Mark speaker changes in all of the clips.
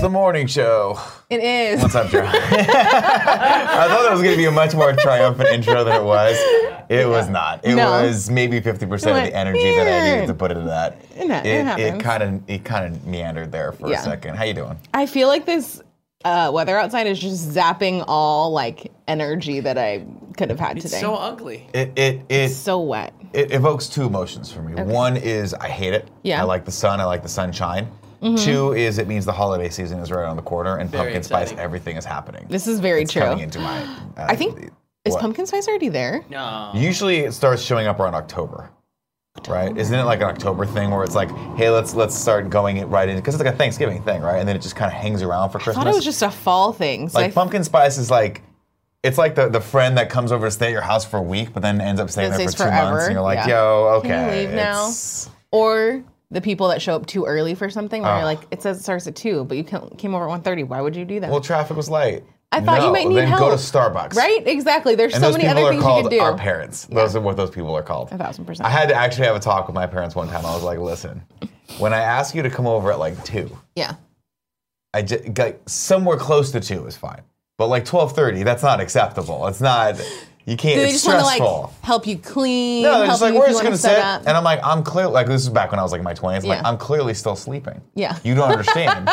Speaker 1: the morning show.
Speaker 2: It is.
Speaker 1: What's up, John? I thought that was going to be a much more triumphant intro than it was. It was not. It
Speaker 2: No.
Speaker 1: was maybe 50% of
Speaker 2: Like,
Speaker 1: the energy that I
Speaker 2: "Eh."
Speaker 1: needed to put into that.
Speaker 2: It ha- it happens.
Speaker 1: kind of it kind of meandered there for
Speaker 2: Yeah.
Speaker 1: a second. How you doing?
Speaker 2: I feel like this uh, weather outside is just zapping all like energy that I could have had today.
Speaker 3: So ugly.
Speaker 1: It it it
Speaker 2: So wet.
Speaker 1: it evokes two emotions for me. One is I hate it.
Speaker 2: Yeah. Mm-hmm.
Speaker 1: I like the sun. I like the sunshine. Two is it means the holiday season is right around the corner and
Speaker 3: Very
Speaker 1: pumpkin spice.
Speaker 3: exciting.
Speaker 1: Everything is happening.
Speaker 2: This is very
Speaker 1: It's
Speaker 2: true.
Speaker 1: Coming into my. uh,
Speaker 2: I think is
Speaker 1: what?
Speaker 2: pumpkin spice already there?
Speaker 3: No.
Speaker 1: Usually it starts showing up around October. Right? Isn't it like an October thing where it's like, hey, let's let's start going it right in because it's like a Thanksgiving thing, right? And then it just kind of hangs around for
Speaker 2: I
Speaker 1: Christmas.
Speaker 2: thought it was just a fall thing. So I
Speaker 1: like
Speaker 2: th-
Speaker 1: pumpkin spice is like, it's like the, the friend that comes over to stay at your house for a week, but then ends up staying
Speaker 2: Then
Speaker 1: there for two
Speaker 2: stays forever,
Speaker 1: months, and you're like,
Speaker 2: yeah.
Speaker 1: yo, okay,
Speaker 2: Can you leave now?
Speaker 1: it's-
Speaker 2: or the people that show up too early for something where you're
Speaker 1: Oh.
Speaker 2: like it says it starts at two, but you ca- came over at 1.30. Why would you do that?
Speaker 1: Well, traffic was light.
Speaker 2: I thought you might need
Speaker 1: then go to
Speaker 2: help.
Speaker 1: Starbucks.
Speaker 2: right? Exactly. There's
Speaker 1: And
Speaker 2: so
Speaker 1: those
Speaker 2: many
Speaker 1: people
Speaker 2: other
Speaker 1: are
Speaker 2: things you
Speaker 1: called
Speaker 2: could do.
Speaker 1: our parents. Those are what those people are called.
Speaker 2: A thousand percent.
Speaker 1: I had to actually have a talk with my parents one time. I was like, listen, when I ask you to come over at like two,
Speaker 2: yeah.
Speaker 1: I just, like somewhere close to two is fine, but like twelve thirty, that's not acceptable. It's not. You can't.
Speaker 2: Do they
Speaker 1: it's
Speaker 2: just want to
Speaker 1: stressful.
Speaker 2: like help you clean?
Speaker 1: no, they're
Speaker 2: help
Speaker 1: just like
Speaker 2: you if
Speaker 1: we're
Speaker 2: you
Speaker 1: just
Speaker 2: wanna
Speaker 1: gonna
Speaker 2: set
Speaker 1: sit,
Speaker 2: up?
Speaker 1: and I'm like, I'm clearly like this is back when I was like in my twenties. Like
Speaker 2: Yeah.
Speaker 1: I'm clearly still sleeping.
Speaker 2: Yeah.
Speaker 1: you don't understand.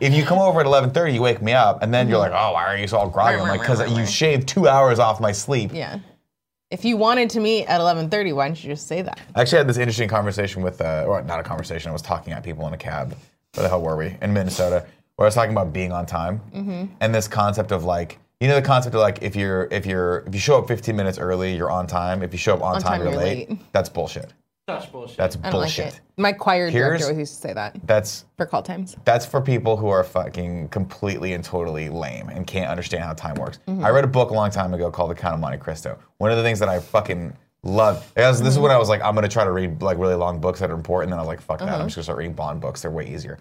Speaker 1: if you come over at eleven thirty, you wake me up, and then you're
Speaker 2: Mm-hmm.
Speaker 1: like, oh, why are you so all groggy? I'm like, because you shaved two hours off my sleep.
Speaker 2: Yeah. If you wanted to meet at 11:30, why didn't you just say that?
Speaker 1: I actually had this interesting conversation with, uh, or not a conversation, I was talking at people in a cab. Where the hell were we? In Minnesota, where I was talking about being on time and this concept of like, you know, the concept of like, if you're, if you're, if you show up 15 minutes early, you're on time. If you show up on, time, you're, late. That's bullshit.
Speaker 3: Such bullshit.
Speaker 1: That's
Speaker 2: I don't
Speaker 1: bullshit.
Speaker 2: like it. My choir
Speaker 1: Here's-
Speaker 2: director always used to say that
Speaker 1: That's
Speaker 2: for call times.
Speaker 1: that's for people who are fucking completely and totally lame and can't understand how time works. I read a book a long time ago called The Count of Monte Cristo. One of the things that I fucking love, and I was- this is when I was like, I'm gonna try to read like really long books that are important. Then I was like, fuck that, I'm just gonna start reading Bond books. They're way easier.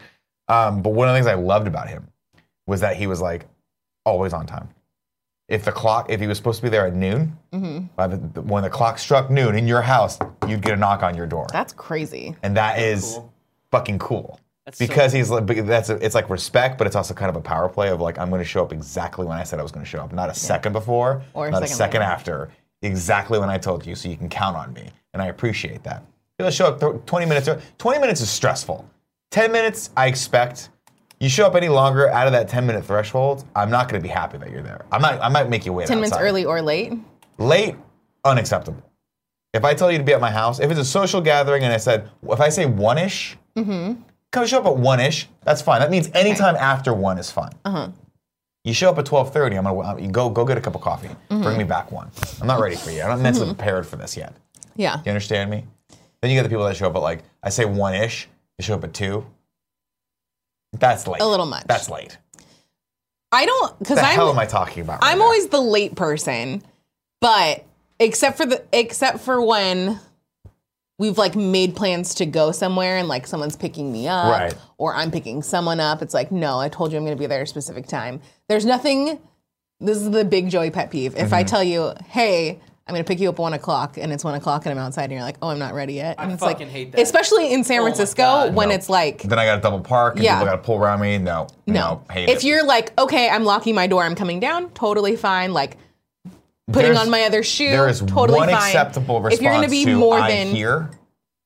Speaker 1: Um, but one of the things I loved about him was that he was like always on time. If the clock, if he was supposed to be there at noon, by the, the- when the clock struck noon in your house, you'd get a knock on your door
Speaker 2: That's crazy.
Speaker 1: and that is
Speaker 3: cool.
Speaker 1: fucking cool.
Speaker 3: That's so
Speaker 1: because he's like, bec- that's a, it's like respect, but it's also kind of a power play of like I'm going to show up exactly when I said I was going to show up, not a second before,
Speaker 2: Or a
Speaker 1: not
Speaker 2: second
Speaker 1: a second
Speaker 2: later.
Speaker 1: after, exactly when I told you, so you can count on me, and I appreciate that. People show up th- 20 minutes. ear- 20 minutes is stressful. 10 minutes, I expect. You show up any longer out of that 10 minute threshold, I'm not going to be happy that you're there. I might I might make you wait.
Speaker 2: 10 minutes
Speaker 1: outside.
Speaker 2: early or late?
Speaker 1: Late, unacceptable. If I tell you to be at my house, if it's a social gathering and I said, if I say one ish,
Speaker 2: Mm-hmm.
Speaker 1: come show up at one ish, that's fine. That means anytime after one is fine.
Speaker 2: Uh-huh.
Speaker 1: You show up at twelve thirty. I'm gonna I'm- you go go get a cup of coffee.
Speaker 2: Mm-hmm.
Speaker 1: Bring me back one. I'm not ready for you. I'm not mentally prepared for this yet.
Speaker 2: Yeah.
Speaker 1: You understand me? Then you get the people that show up at like I say one ish. They show up at two. That's late.
Speaker 2: A little much.
Speaker 1: That's late.
Speaker 2: I don't cuz
Speaker 1: The hell
Speaker 2: I'm
Speaker 1: am I talking about? right
Speaker 2: I'm
Speaker 1: now?
Speaker 2: always the late person. But except for the except for when we've like made plans to go somewhere and like someone's picking me up
Speaker 1: Right.
Speaker 2: or I'm picking someone up, it's like, "No, I told you I'm going to be there at a specific time." There's nothing this is the big Joey pet peeve. If
Speaker 1: Mm-hmm.
Speaker 2: I tell you, "Hey, I'm gonna pick you up at one o'clock," and it's one o'clock, and I'm outside, and you're like, "Oh, I'm not ready yet." And it's
Speaker 3: fucking
Speaker 2: like,
Speaker 3: hate that. Oh
Speaker 2: especially in San
Speaker 3: my
Speaker 2: Francisco
Speaker 3: God.
Speaker 2: when
Speaker 1: No.
Speaker 2: it's like,
Speaker 1: Then I got to double park. And
Speaker 2: Yeah.
Speaker 1: People got to pull around me. No.
Speaker 2: no.
Speaker 1: hate
Speaker 2: if
Speaker 1: it.
Speaker 2: you're like, "Okay, I'm locking my door, I'm coming down," totally fine. Like putting
Speaker 1: There's-
Speaker 2: on my other shoe,
Speaker 1: There is
Speaker 2: totally
Speaker 1: one
Speaker 2: fine.
Speaker 1: acceptable response
Speaker 2: if you're gonna be
Speaker 1: to
Speaker 2: more
Speaker 1: I
Speaker 2: than
Speaker 1: hear,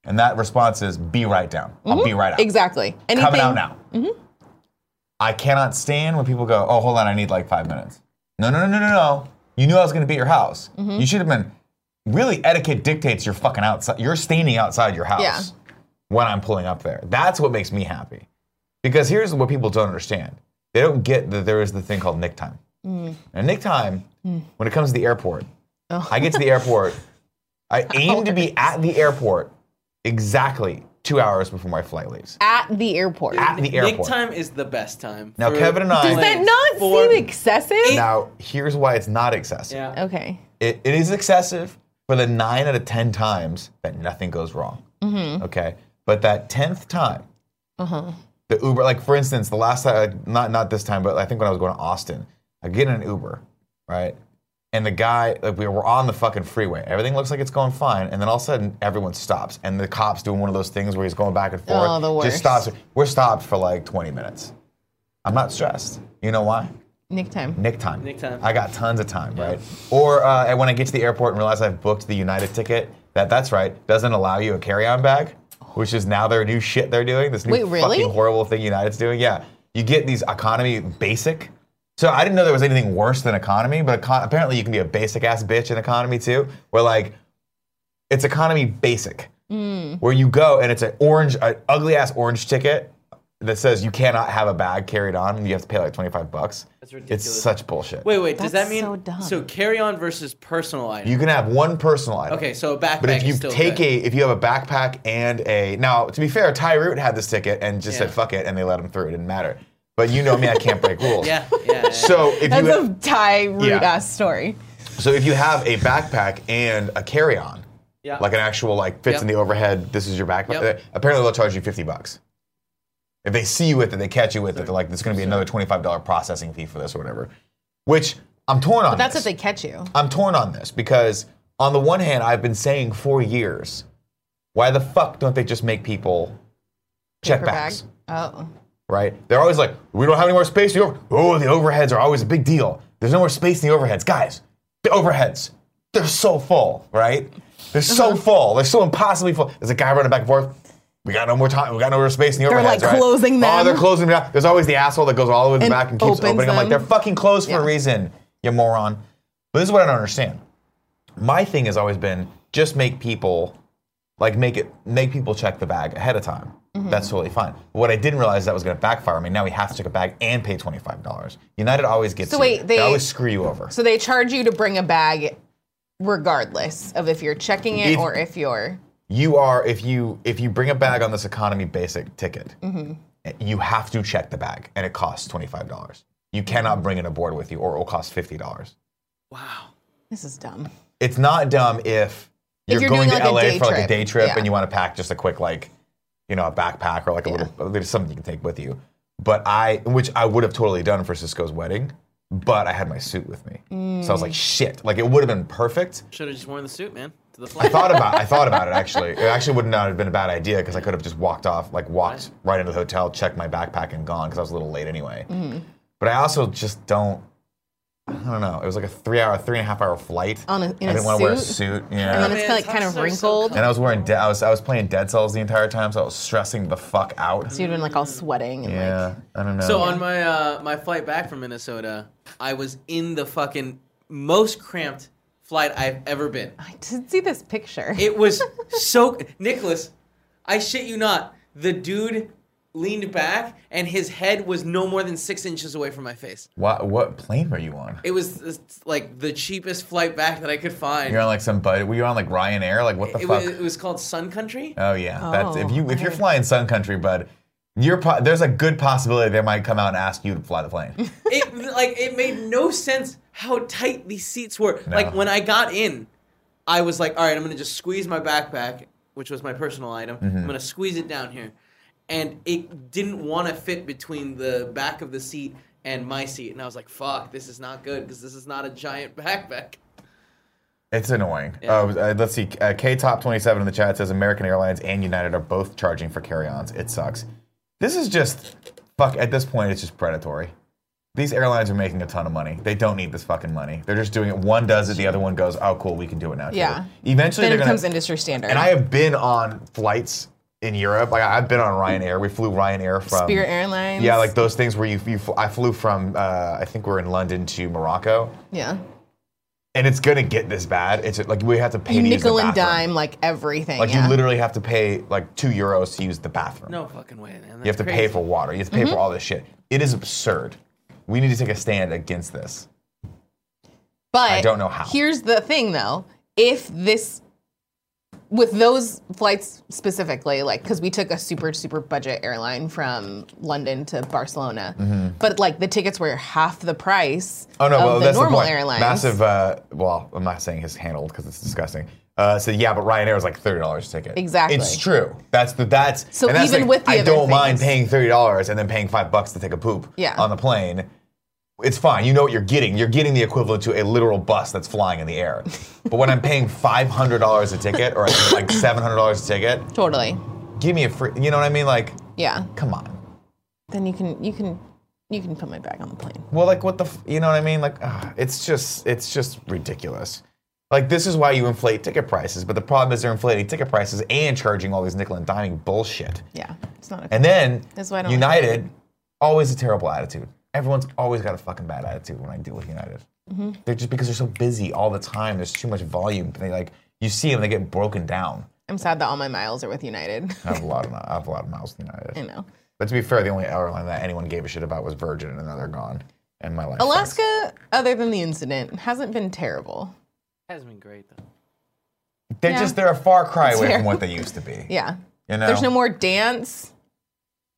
Speaker 1: and that response is be right down. I'll
Speaker 2: Mm-hmm.
Speaker 1: be right out.
Speaker 2: exactly anything,
Speaker 1: Coming out now. Mm-hmm. I cannot stand when people go, oh, hold on, I need like five minutes. No, no, no, no, no, no. You knew I was going to be at your house.
Speaker 2: Mm-hmm.
Speaker 1: You should have been. Really, etiquette dictates you're fucking outside. You're standing outside your house
Speaker 2: Yeah.
Speaker 1: when I'm pulling up there. That's what makes me happy. Because here's what people don't understand they don't get that there is the thing called nick time.
Speaker 2: Mm.
Speaker 1: And nick time, when it comes to the airport,
Speaker 2: Oh.
Speaker 1: I get to the airport. I aim to be at the airport exactly two hours before my flight leaves.
Speaker 2: at the airport.
Speaker 1: At the airport.
Speaker 3: Nick time is the best time.
Speaker 1: Now,
Speaker 3: for
Speaker 1: Kevin and I-
Speaker 2: Does that
Speaker 3: planes.
Speaker 2: not
Speaker 3: For-
Speaker 2: seem excessive?
Speaker 1: Now, here's why it's not excessive.
Speaker 3: Yeah.
Speaker 2: Okay.
Speaker 1: It, it is excessive for the nine out of 10 times that nothing goes wrong.
Speaker 2: Mm-hmm.
Speaker 1: Okay. But that 10th time,
Speaker 2: Uh-huh.
Speaker 1: the Uber, like for instance, the last time, not, not this time, but I think when I was going to Austin, I get in an Uber, right? And the guy, like we were on the fucking freeway. Everything looks like it's going fine. And then all of a sudden, everyone stops. And the cop's doing one of those things where he's going back and forth.
Speaker 2: Oh, the
Speaker 1: Just
Speaker 2: worst.
Speaker 1: stops. We're stopped for like 20 minutes. I'm not stressed. You know why?
Speaker 2: Nick time.
Speaker 1: Nick time.
Speaker 3: Nick time.
Speaker 1: I got tons of time, right? Or uh, and when I get to the airport and realize I've booked the United ticket, that that's right, doesn't allow you a carry-on bag, which is now their new shit they're doing. This new
Speaker 2: Wait, really?
Speaker 1: fucking horrible thing United's doing. Yeah, you get these economy basic. So I didn't know there was anything worse than economy, but econ- apparently you can be a basic ass bitch in economy too. Where like, it's economy basic,
Speaker 2: Mm.
Speaker 1: where you go and it's an orange, an ugly ass orange ticket that says you cannot have a bag carried on and you have to pay like twenty five bucks.
Speaker 3: That's ridiculous.
Speaker 1: It's such bullshit.
Speaker 3: Wait, wait. does
Speaker 2: That's
Speaker 3: that mean
Speaker 2: so dumb.
Speaker 3: carry on versus personal item?
Speaker 1: You can have one personal item.
Speaker 3: okay, so a backpack.
Speaker 1: But if you
Speaker 3: is still
Speaker 1: take
Speaker 3: good.
Speaker 1: a, if you have a backpack and a, now to be fair, Ty Root had this ticket and just said
Speaker 3: Yeah.
Speaker 1: fuck it, and they let him through. It didn't matter. But you know me, I can't break rules.
Speaker 3: yeah, yeah, yeah.
Speaker 1: So if
Speaker 2: That's
Speaker 1: you
Speaker 2: a Thai rude
Speaker 1: Yeah.
Speaker 2: ass story.
Speaker 1: so if you have a backpack and a carry-on,
Speaker 3: Yeah.
Speaker 1: like an actual like fits in
Speaker 3: Yep.
Speaker 1: the overhead, this is your backpack.
Speaker 3: Yep.
Speaker 1: uh, Apparently they'll charge you fifty bucks. If they see you with it, they catch you with it. They're like, "There's going to be another twenty-five dollar processing fee for this or whatever," which I'm torn on.
Speaker 2: That's
Speaker 1: this.
Speaker 2: if they catch you.
Speaker 1: I'm torn on this because on the one hand, I've been saying for years, why the fuck don't they just make people check
Speaker 2: Paper
Speaker 1: bags?
Speaker 2: bag. Oh.
Speaker 1: Right? They're always like, we don't have any more space. The over- oh, the overheads are always a big deal. There's no more space in the overheads, guys. The overheads, they're so full, right? They're so
Speaker 2: Uh-huh.
Speaker 1: full. They're so impossibly full. There's a guy running back and forth. We got no more time. We got no more space in the
Speaker 2: They're,
Speaker 1: overheads.
Speaker 2: like,
Speaker 1: right?
Speaker 2: closing
Speaker 1: Oh,
Speaker 2: them.
Speaker 1: they're closing them down. There's always the asshole that goes all the way to the
Speaker 2: And
Speaker 1: back and keeps
Speaker 2: opens
Speaker 1: opening. I'm like,
Speaker 2: them.
Speaker 1: they're fucking closed for a
Speaker 2: Yeah.
Speaker 1: reason, you moron. But this is what I don't understand. My thing has always been just make people like make it make people check the bag ahead of time.
Speaker 2: Mm-hmm.
Speaker 1: That's totally fine. What I didn't realize that was going to backfire on me. Now we have to check a bag and pay twenty five dollars. United always gets
Speaker 2: So
Speaker 1: you.
Speaker 2: wait,
Speaker 1: they,
Speaker 2: they-
Speaker 1: always screw you over.
Speaker 2: So they charge you to bring a bag regardless of if you're checking it
Speaker 1: If-
Speaker 2: or if you're
Speaker 1: you are if you if you bring a bag on this economy basic ticket,
Speaker 2: Mm-hmm.
Speaker 1: eh, you have to check the bag, and it costs twenty five dollars. You cannot bring it aboard with you, or it will cost fifty dollars.
Speaker 3: wow.
Speaker 2: this is dumb.
Speaker 1: it's not dumb if you're,
Speaker 2: you're
Speaker 1: going
Speaker 2: doing,
Speaker 1: to
Speaker 2: like, a
Speaker 1: LA
Speaker 2: day
Speaker 1: for like a
Speaker 2: trip.
Speaker 1: day trip
Speaker 2: Yeah.
Speaker 1: and you want to pack just a quick like, you know, a backpack or like a little uh, there's something you can take with you. But I, which I would have totally done for Cisco's wedding, but I had my suit with me, so I
Speaker 2: Mm.
Speaker 1: was like, shit, like it would have been perfect.
Speaker 3: Should have just worn the suit, man, to the
Speaker 1: I
Speaker 3: flight.
Speaker 1: thought about, I thought about it actually. It actually would not have been a bad idea because I could have just walked off, like walked right, into the hotel, checked my backpack, and gone because I was a little late anyway.
Speaker 2: Mm-hmm.
Speaker 1: But I also just don't. I don't know. It was like a three-hour, three and a half-hour flight.
Speaker 2: On a- in
Speaker 1: I
Speaker 2: a
Speaker 1: didn't want to wear a
Speaker 2: suit?
Speaker 1: suit. Yeah.
Speaker 2: And then it's
Speaker 3: Man,
Speaker 2: kinda, like
Speaker 3: Tops
Speaker 2: kind
Speaker 3: are
Speaker 2: of
Speaker 3: so
Speaker 2: wrinkled.
Speaker 1: And I was wearing, de- I was, I was playing Dead Cells the entire time, so I was stressing the fuck out.
Speaker 2: so you'd been like all sweating and like
Speaker 1: Yeah, I don't know.
Speaker 3: So on my uh, my flight back from Minnesota, I was in the fucking most cramped flight I've ever been.
Speaker 2: I did see this picture.
Speaker 3: It was so Nicholas, I shit you not. The dude leaned back and his head was no more than six inches away from my face.
Speaker 1: what, what plane were you on?
Speaker 3: It was uh, like the cheapest flight back that I could find.
Speaker 1: You're on like some budget. Were you on like Ryanair? Like what the
Speaker 3: it,
Speaker 1: fuck?
Speaker 3: was, it was called Sun Country.
Speaker 1: oh yeah, that's if
Speaker 2: Oh,
Speaker 1: you if you're
Speaker 2: I-
Speaker 1: flying Sun Country, bud, you're po- there's a good possibility they might come out and ask you to fly the plane.
Speaker 3: it like it made no sense how tight these seats were.
Speaker 1: No.
Speaker 3: Like when I got in, I was like, all right, I'm gonna just squeeze my backpack, which was my personal item.
Speaker 1: Mm-hmm.
Speaker 3: I'm gonna squeeze it down here, and it didn't want to fit between the back of the seat and my seat, and I was like, fuck, this is not good because this is not a giant backpack.
Speaker 1: It's annoying.
Speaker 3: Yeah.
Speaker 1: Uh, uh, let's see. Uh, K Top 27 in the chat says American Airlines and United are both charging for carry-ons. It sucks. This is just fuck. At this point, it's just predatory. These airlines are making a ton of money. They don't need this fucking money. They're just doing it. One does it, the other one goes, "Oh, cool, we can do it now." too."
Speaker 2: Yeah.
Speaker 1: Eventually,
Speaker 2: then it
Speaker 1: they're
Speaker 2: becomes
Speaker 1: gonna.
Speaker 2: industry standard.
Speaker 1: And I have been on flights in Europe. Like I've been on Ryanair. We flew Ryanair from
Speaker 2: Spirit Airlines.
Speaker 1: um, Yeah, like those things where you, you fl- I flew from. Uh, I think we're in London to Morocco
Speaker 2: yeah.
Speaker 1: and it's gonna get this bad. It's like we have to pay
Speaker 2: You
Speaker 1: to use the
Speaker 2: nickel and
Speaker 1: bathroom.
Speaker 2: dime like everything.
Speaker 1: Like
Speaker 2: yeah.
Speaker 1: you literally have to pay like two euros to use the bathroom.
Speaker 3: No fucking way, man.
Speaker 1: you have to pay for water. You have to pay for
Speaker 2: Mm-hmm.
Speaker 1: all this shit. It is absurd. We need to take a stand against this.
Speaker 2: But
Speaker 1: I don't know how.
Speaker 2: Here's the thing, though. If this, with those flights specifically, like, because we took a super, super budget airline from London to Barcelona, but like the tickets were half the price
Speaker 1: Mm-hmm. Oh no,
Speaker 2: of
Speaker 1: well
Speaker 2: the
Speaker 1: that's
Speaker 2: normal
Speaker 1: the point.
Speaker 2: airlines.
Speaker 1: Massive. Uh, well, I'm not saying his handled because it's disgusting. Uh, so yeah, but Ryanair is like thirty dollars a ticket.
Speaker 2: Exactly.
Speaker 1: It's true. That's the that's.
Speaker 2: So
Speaker 1: and that's
Speaker 2: even
Speaker 1: like,
Speaker 2: with the
Speaker 1: I
Speaker 2: other
Speaker 1: don't mind
Speaker 2: things-
Speaker 1: paying thirty dollars and then paying five bucks to take a poop
Speaker 2: Yeah.
Speaker 1: on the plane. It's fine. You know what you're getting. You're getting the equivalent to a literal bus that's flying in the air. But when I'm paying five hundred dollars a ticket or I think, like seven hundred dollars a ticket,
Speaker 2: Totally.
Speaker 1: give me a free. You know what I mean? Like,
Speaker 2: Yeah.
Speaker 1: come on.
Speaker 2: Then you can you can You can put my bag on the plane.
Speaker 1: Well, like what the f- you know what I mean? Like ah, it's just it's just ridiculous. Like this is why you inflate ticket prices, but the problem is they're inflating ticket prices and charging all these nickel and diming bullshit.
Speaker 2: Yeah, it's not. A
Speaker 1: And then
Speaker 2: That's why I don't like
Speaker 1: United, always a terrible attitude. Everyone's always got a fucking bad attitude when I deal with United.
Speaker 2: Mm-hmm.
Speaker 1: They're just because they're so busy all the time. There's too much volume. They like you see them, they get broken down.
Speaker 2: I'm sad that all my miles are with United.
Speaker 1: I have a lot of I have a lot of miles with United.
Speaker 2: I know.
Speaker 1: But to be fair, the only airline that anyone gave a shit about was Virgin, and now they're gone. And my life. sucks.
Speaker 2: Alaska, other than the incident, hasn't been terrible.
Speaker 3: Hasn't been great though.
Speaker 1: They're
Speaker 2: Yeah.
Speaker 1: just they're a far cry away
Speaker 2: fair.
Speaker 1: from what they used to be.
Speaker 2: Yeah.
Speaker 1: You know?
Speaker 2: There's no more dance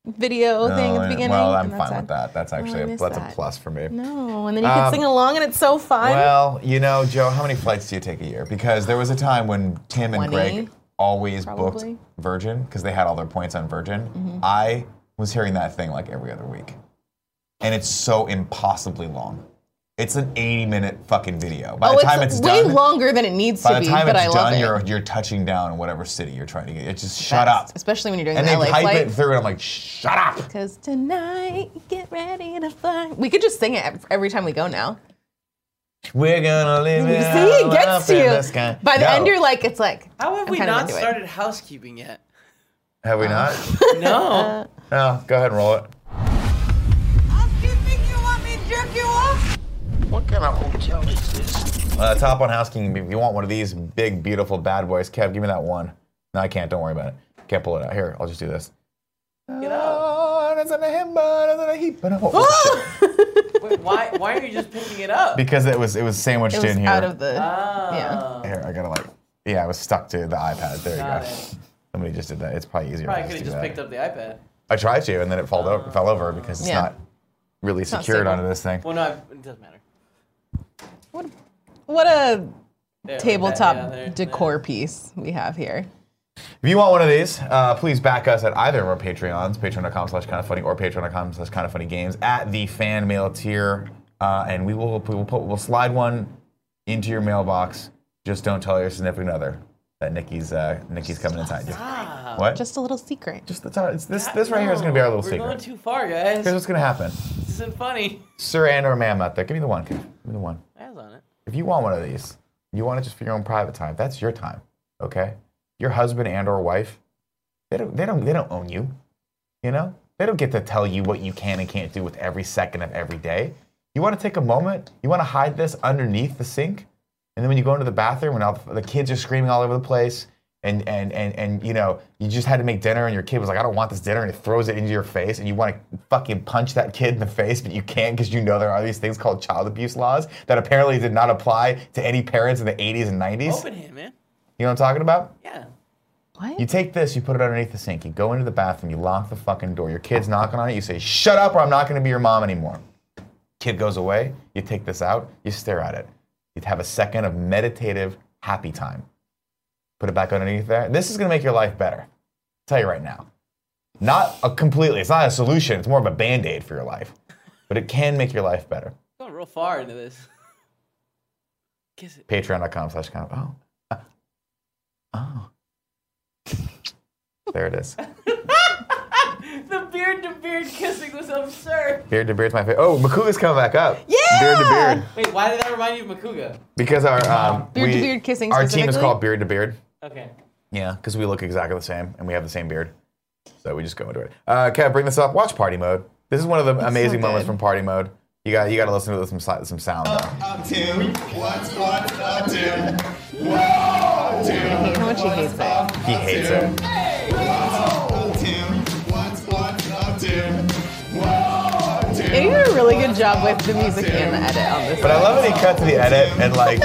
Speaker 2: video
Speaker 1: No,
Speaker 2: thing at the
Speaker 1: and-
Speaker 2: beginning.
Speaker 1: Well, I'm
Speaker 2: and that's
Speaker 1: fine with
Speaker 2: sad. Oh,
Speaker 1: that. That's actually
Speaker 2: I
Speaker 1: a,
Speaker 2: miss
Speaker 1: that's
Speaker 2: that.
Speaker 1: a plus for me.
Speaker 2: No, and then you can sing along and it's so fun.
Speaker 1: Well, you know, Joe, how many flights do you take a year? Because there was a time when Tim and
Speaker 2: 20,
Speaker 1: Greg always
Speaker 2: probably. Mm-hmm.
Speaker 1: booked Virgin because they had all their points on Virgin. I was hearing that thing like every other week. And it's so impossibly long. It's an 80 minute fucking video. By
Speaker 2: oh,
Speaker 1: the
Speaker 2: it's,
Speaker 1: time it's,
Speaker 2: way
Speaker 1: done,
Speaker 2: longer than it needs
Speaker 1: by
Speaker 2: to
Speaker 1: the
Speaker 2: be,
Speaker 1: time
Speaker 2: but
Speaker 1: it's
Speaker 2: I love
Speaker 1: done,
Speaker 2: it.
Speaker 1: you're you're touching down in whatever city you're trying to get. It's just shut up.
Speaker 2: Especially when you're doing
Speaker 1: And they
Speaker 2: the LA
Speaker 1: pipe
Speaker 2: flight.
Speaker 1: it through, and I'm like, shut up.
Speaker 2: Cause tonight, get ready to fly. We could just sing it ev- every time we go now.
Speaker 1: We're gonna live
Speaker 2: See,
Speaker 1: it
Speaker 2: it
Speaker 1: all
Speaker 2: gets
Speaker 1: up
Speaker 2: to
Speaker 1: in
Speaker 2: you.
Speaker 1: the sky.
Speaker 2: By the
Speaker 1: No.
Speaker 2: end, you're like, it's like,
Speaker 3: How have
Speaker 2: I'm
Speaker 3: we
Speaker 2: kind of
Speaker 3: not
Speaker 2: into it.
Speaker 3: started housekeeping yet?
Speaker 1: Have we not?
Speaker 3: No.
Speaker 2: Uh,
Speaker 1: no, go ahead and roll it.
Speaker 4: Housekeeping, you want me to jerk you off?
Speaker 5: What kind of hotel is this?
Speaker 1: Uh, top on housekeeping. If you want one of these big, beautiful bad boys, Kev, give me that one. No, I can't. Don't worry about it. Can't pull it out. Here, I'll just do this. Oh, that's not a him, but that's not a he, but oh, shit.
Speaker 3: Wait, why why are you just picking it up?
Speaker 1: Because it was it was sandwiched
Speaker 2: It was
Speaker 1: in here.
Speaker 2: out of the.
Speaker 3: Ah. Oh.
Speaker 1: here, I gotta like, yeah, I was stuck to the iPad. There you
Speaker 3: Got
Speaker 1: go.
Speaker 3: it.
Speaker 1: Somebody just did that. It's probably easier. if I
Speaker 3: Probably could have
Speaker 1: do
Speaker 3: just
Speaker 1: that.
Speaker 3: picked up the iPad.
Speaker 1: I tried to, and then it fell over, fell over because it's
Speaker 2: Yeah.
Speaker 1: not really
Speaker 2: not
Speaker 1: secured
Speaker 2: stable.
Speaker 1: onto this thing.
Speaker 3: Well, no, I, it doesn't matter.
Speaker 2: What, what a
Speaker 3: There,
Speaker 2: tabletop
Speaker 3: yeah, there,
Speaker 2: decor piece we have here.
Speaker 1: If you want one of these, uh, please back us at either of our Patreons, patreon.com slash kind of funny or patreon.com slash kind of funny games at the fan mail tier. Uh, and we will we will put, we'll slide one into your mailbox. Just don't tell your significant other that Nikki's uh, Nikki's coming inside you. What? Just,
Speaker 2: Just a little secret.
Speaker 1: just that's our, it's this
Speaker 3: there.
Speaker 1: this right here is gonna be our little
Speaker 3: We're
Speaker 1: secret.
Speaker 3: going too far, guys.
Speaker 1: Here's what's gonna happen.
Speaker 3: this isn't funny.
Speaker 1: Sir and or ma'am out there, give me the one. Give me the one.
Speaker 3: I was on it.
Speaker 1: if you want one of these, you want it just for your own private time. That's your time, okay? Your husband and or wife, they don't they don't they don't own you. You know? They don't get to tell you what you can and can't do with every second of every day. You want to take a moment, you want to hide this underneath the sink, and then when you go into the bathroom and all the, the kids are screaming all over the place and and and and you know, you just had to make dinner and your kid was like, "I don't want this dinner." And it throws it into your face and you want to fucking punch that kid in the face, but you can't because you know there are these things called child abuse laws that apparently did not apply to any parents in the 80s and 90s.
Speaker 3: Open hand, man.
Speaker 1: You know what I'm talking about?
Speaker 3: Yeah.
Speaker 2: What?
Speaker 1: You take this, you put it underneath the sink, you go into the bathroom, you lock the fucking door, your kid's knocking on it, you say, shut up or I'm not gonna be your mom anymore. Kid goes away, you take this out, you stare at it. You have a second of meditative happy time. Put it back underneath there. This is gonna make your life better. I'll tell you right now. Not a completely, it's not a solution, it's more of a band aid for your life, but it can make your life better.
Speaker 3: Going real far into this. Kiss it.
Speaker 1: patreon.com slash kind of oh oh there it is
Speaker 3: The beard to beard kissing was absurd.
Speaker 1: beard to beard's my favorite oh makuga's coming back up
Speaker 2: Yeah!
Speaker 1: beard to beard
Speaker 3: Wait, why did that remind you of Makuga?
Speaker 1: because our um,
Speaker 2: Beard to
Speaker 1: we-
Speaker 2: beard kissing
Speaker 1: our team is
Speaker 2: specifically?
Speaker 1: called beard to beard
Speaker 3: Okay.
Speaker 1: yeah because we look exactly the same and we have the same beard so we just go into it uh kev bring this up watch party mode this is one of the amazing
Speaker 2: so
Speaker 1: moments
Speaker 2: good.
Speaker 1: from party mode you got you got to listen to this some, si- some sound though.
Speaker 6: up, Tim? What's what up, Tim? Whoa, Tim.
Speaker 2: How much he hates it.
Speaker 1: he hates it
Speaker 6: Up, Tim? What's what up, Tim? Whoa, Tim.
Speaker 2: You did a really good job with the music and the edit on this,
Speaker 1: but i love when he cut to the edit and like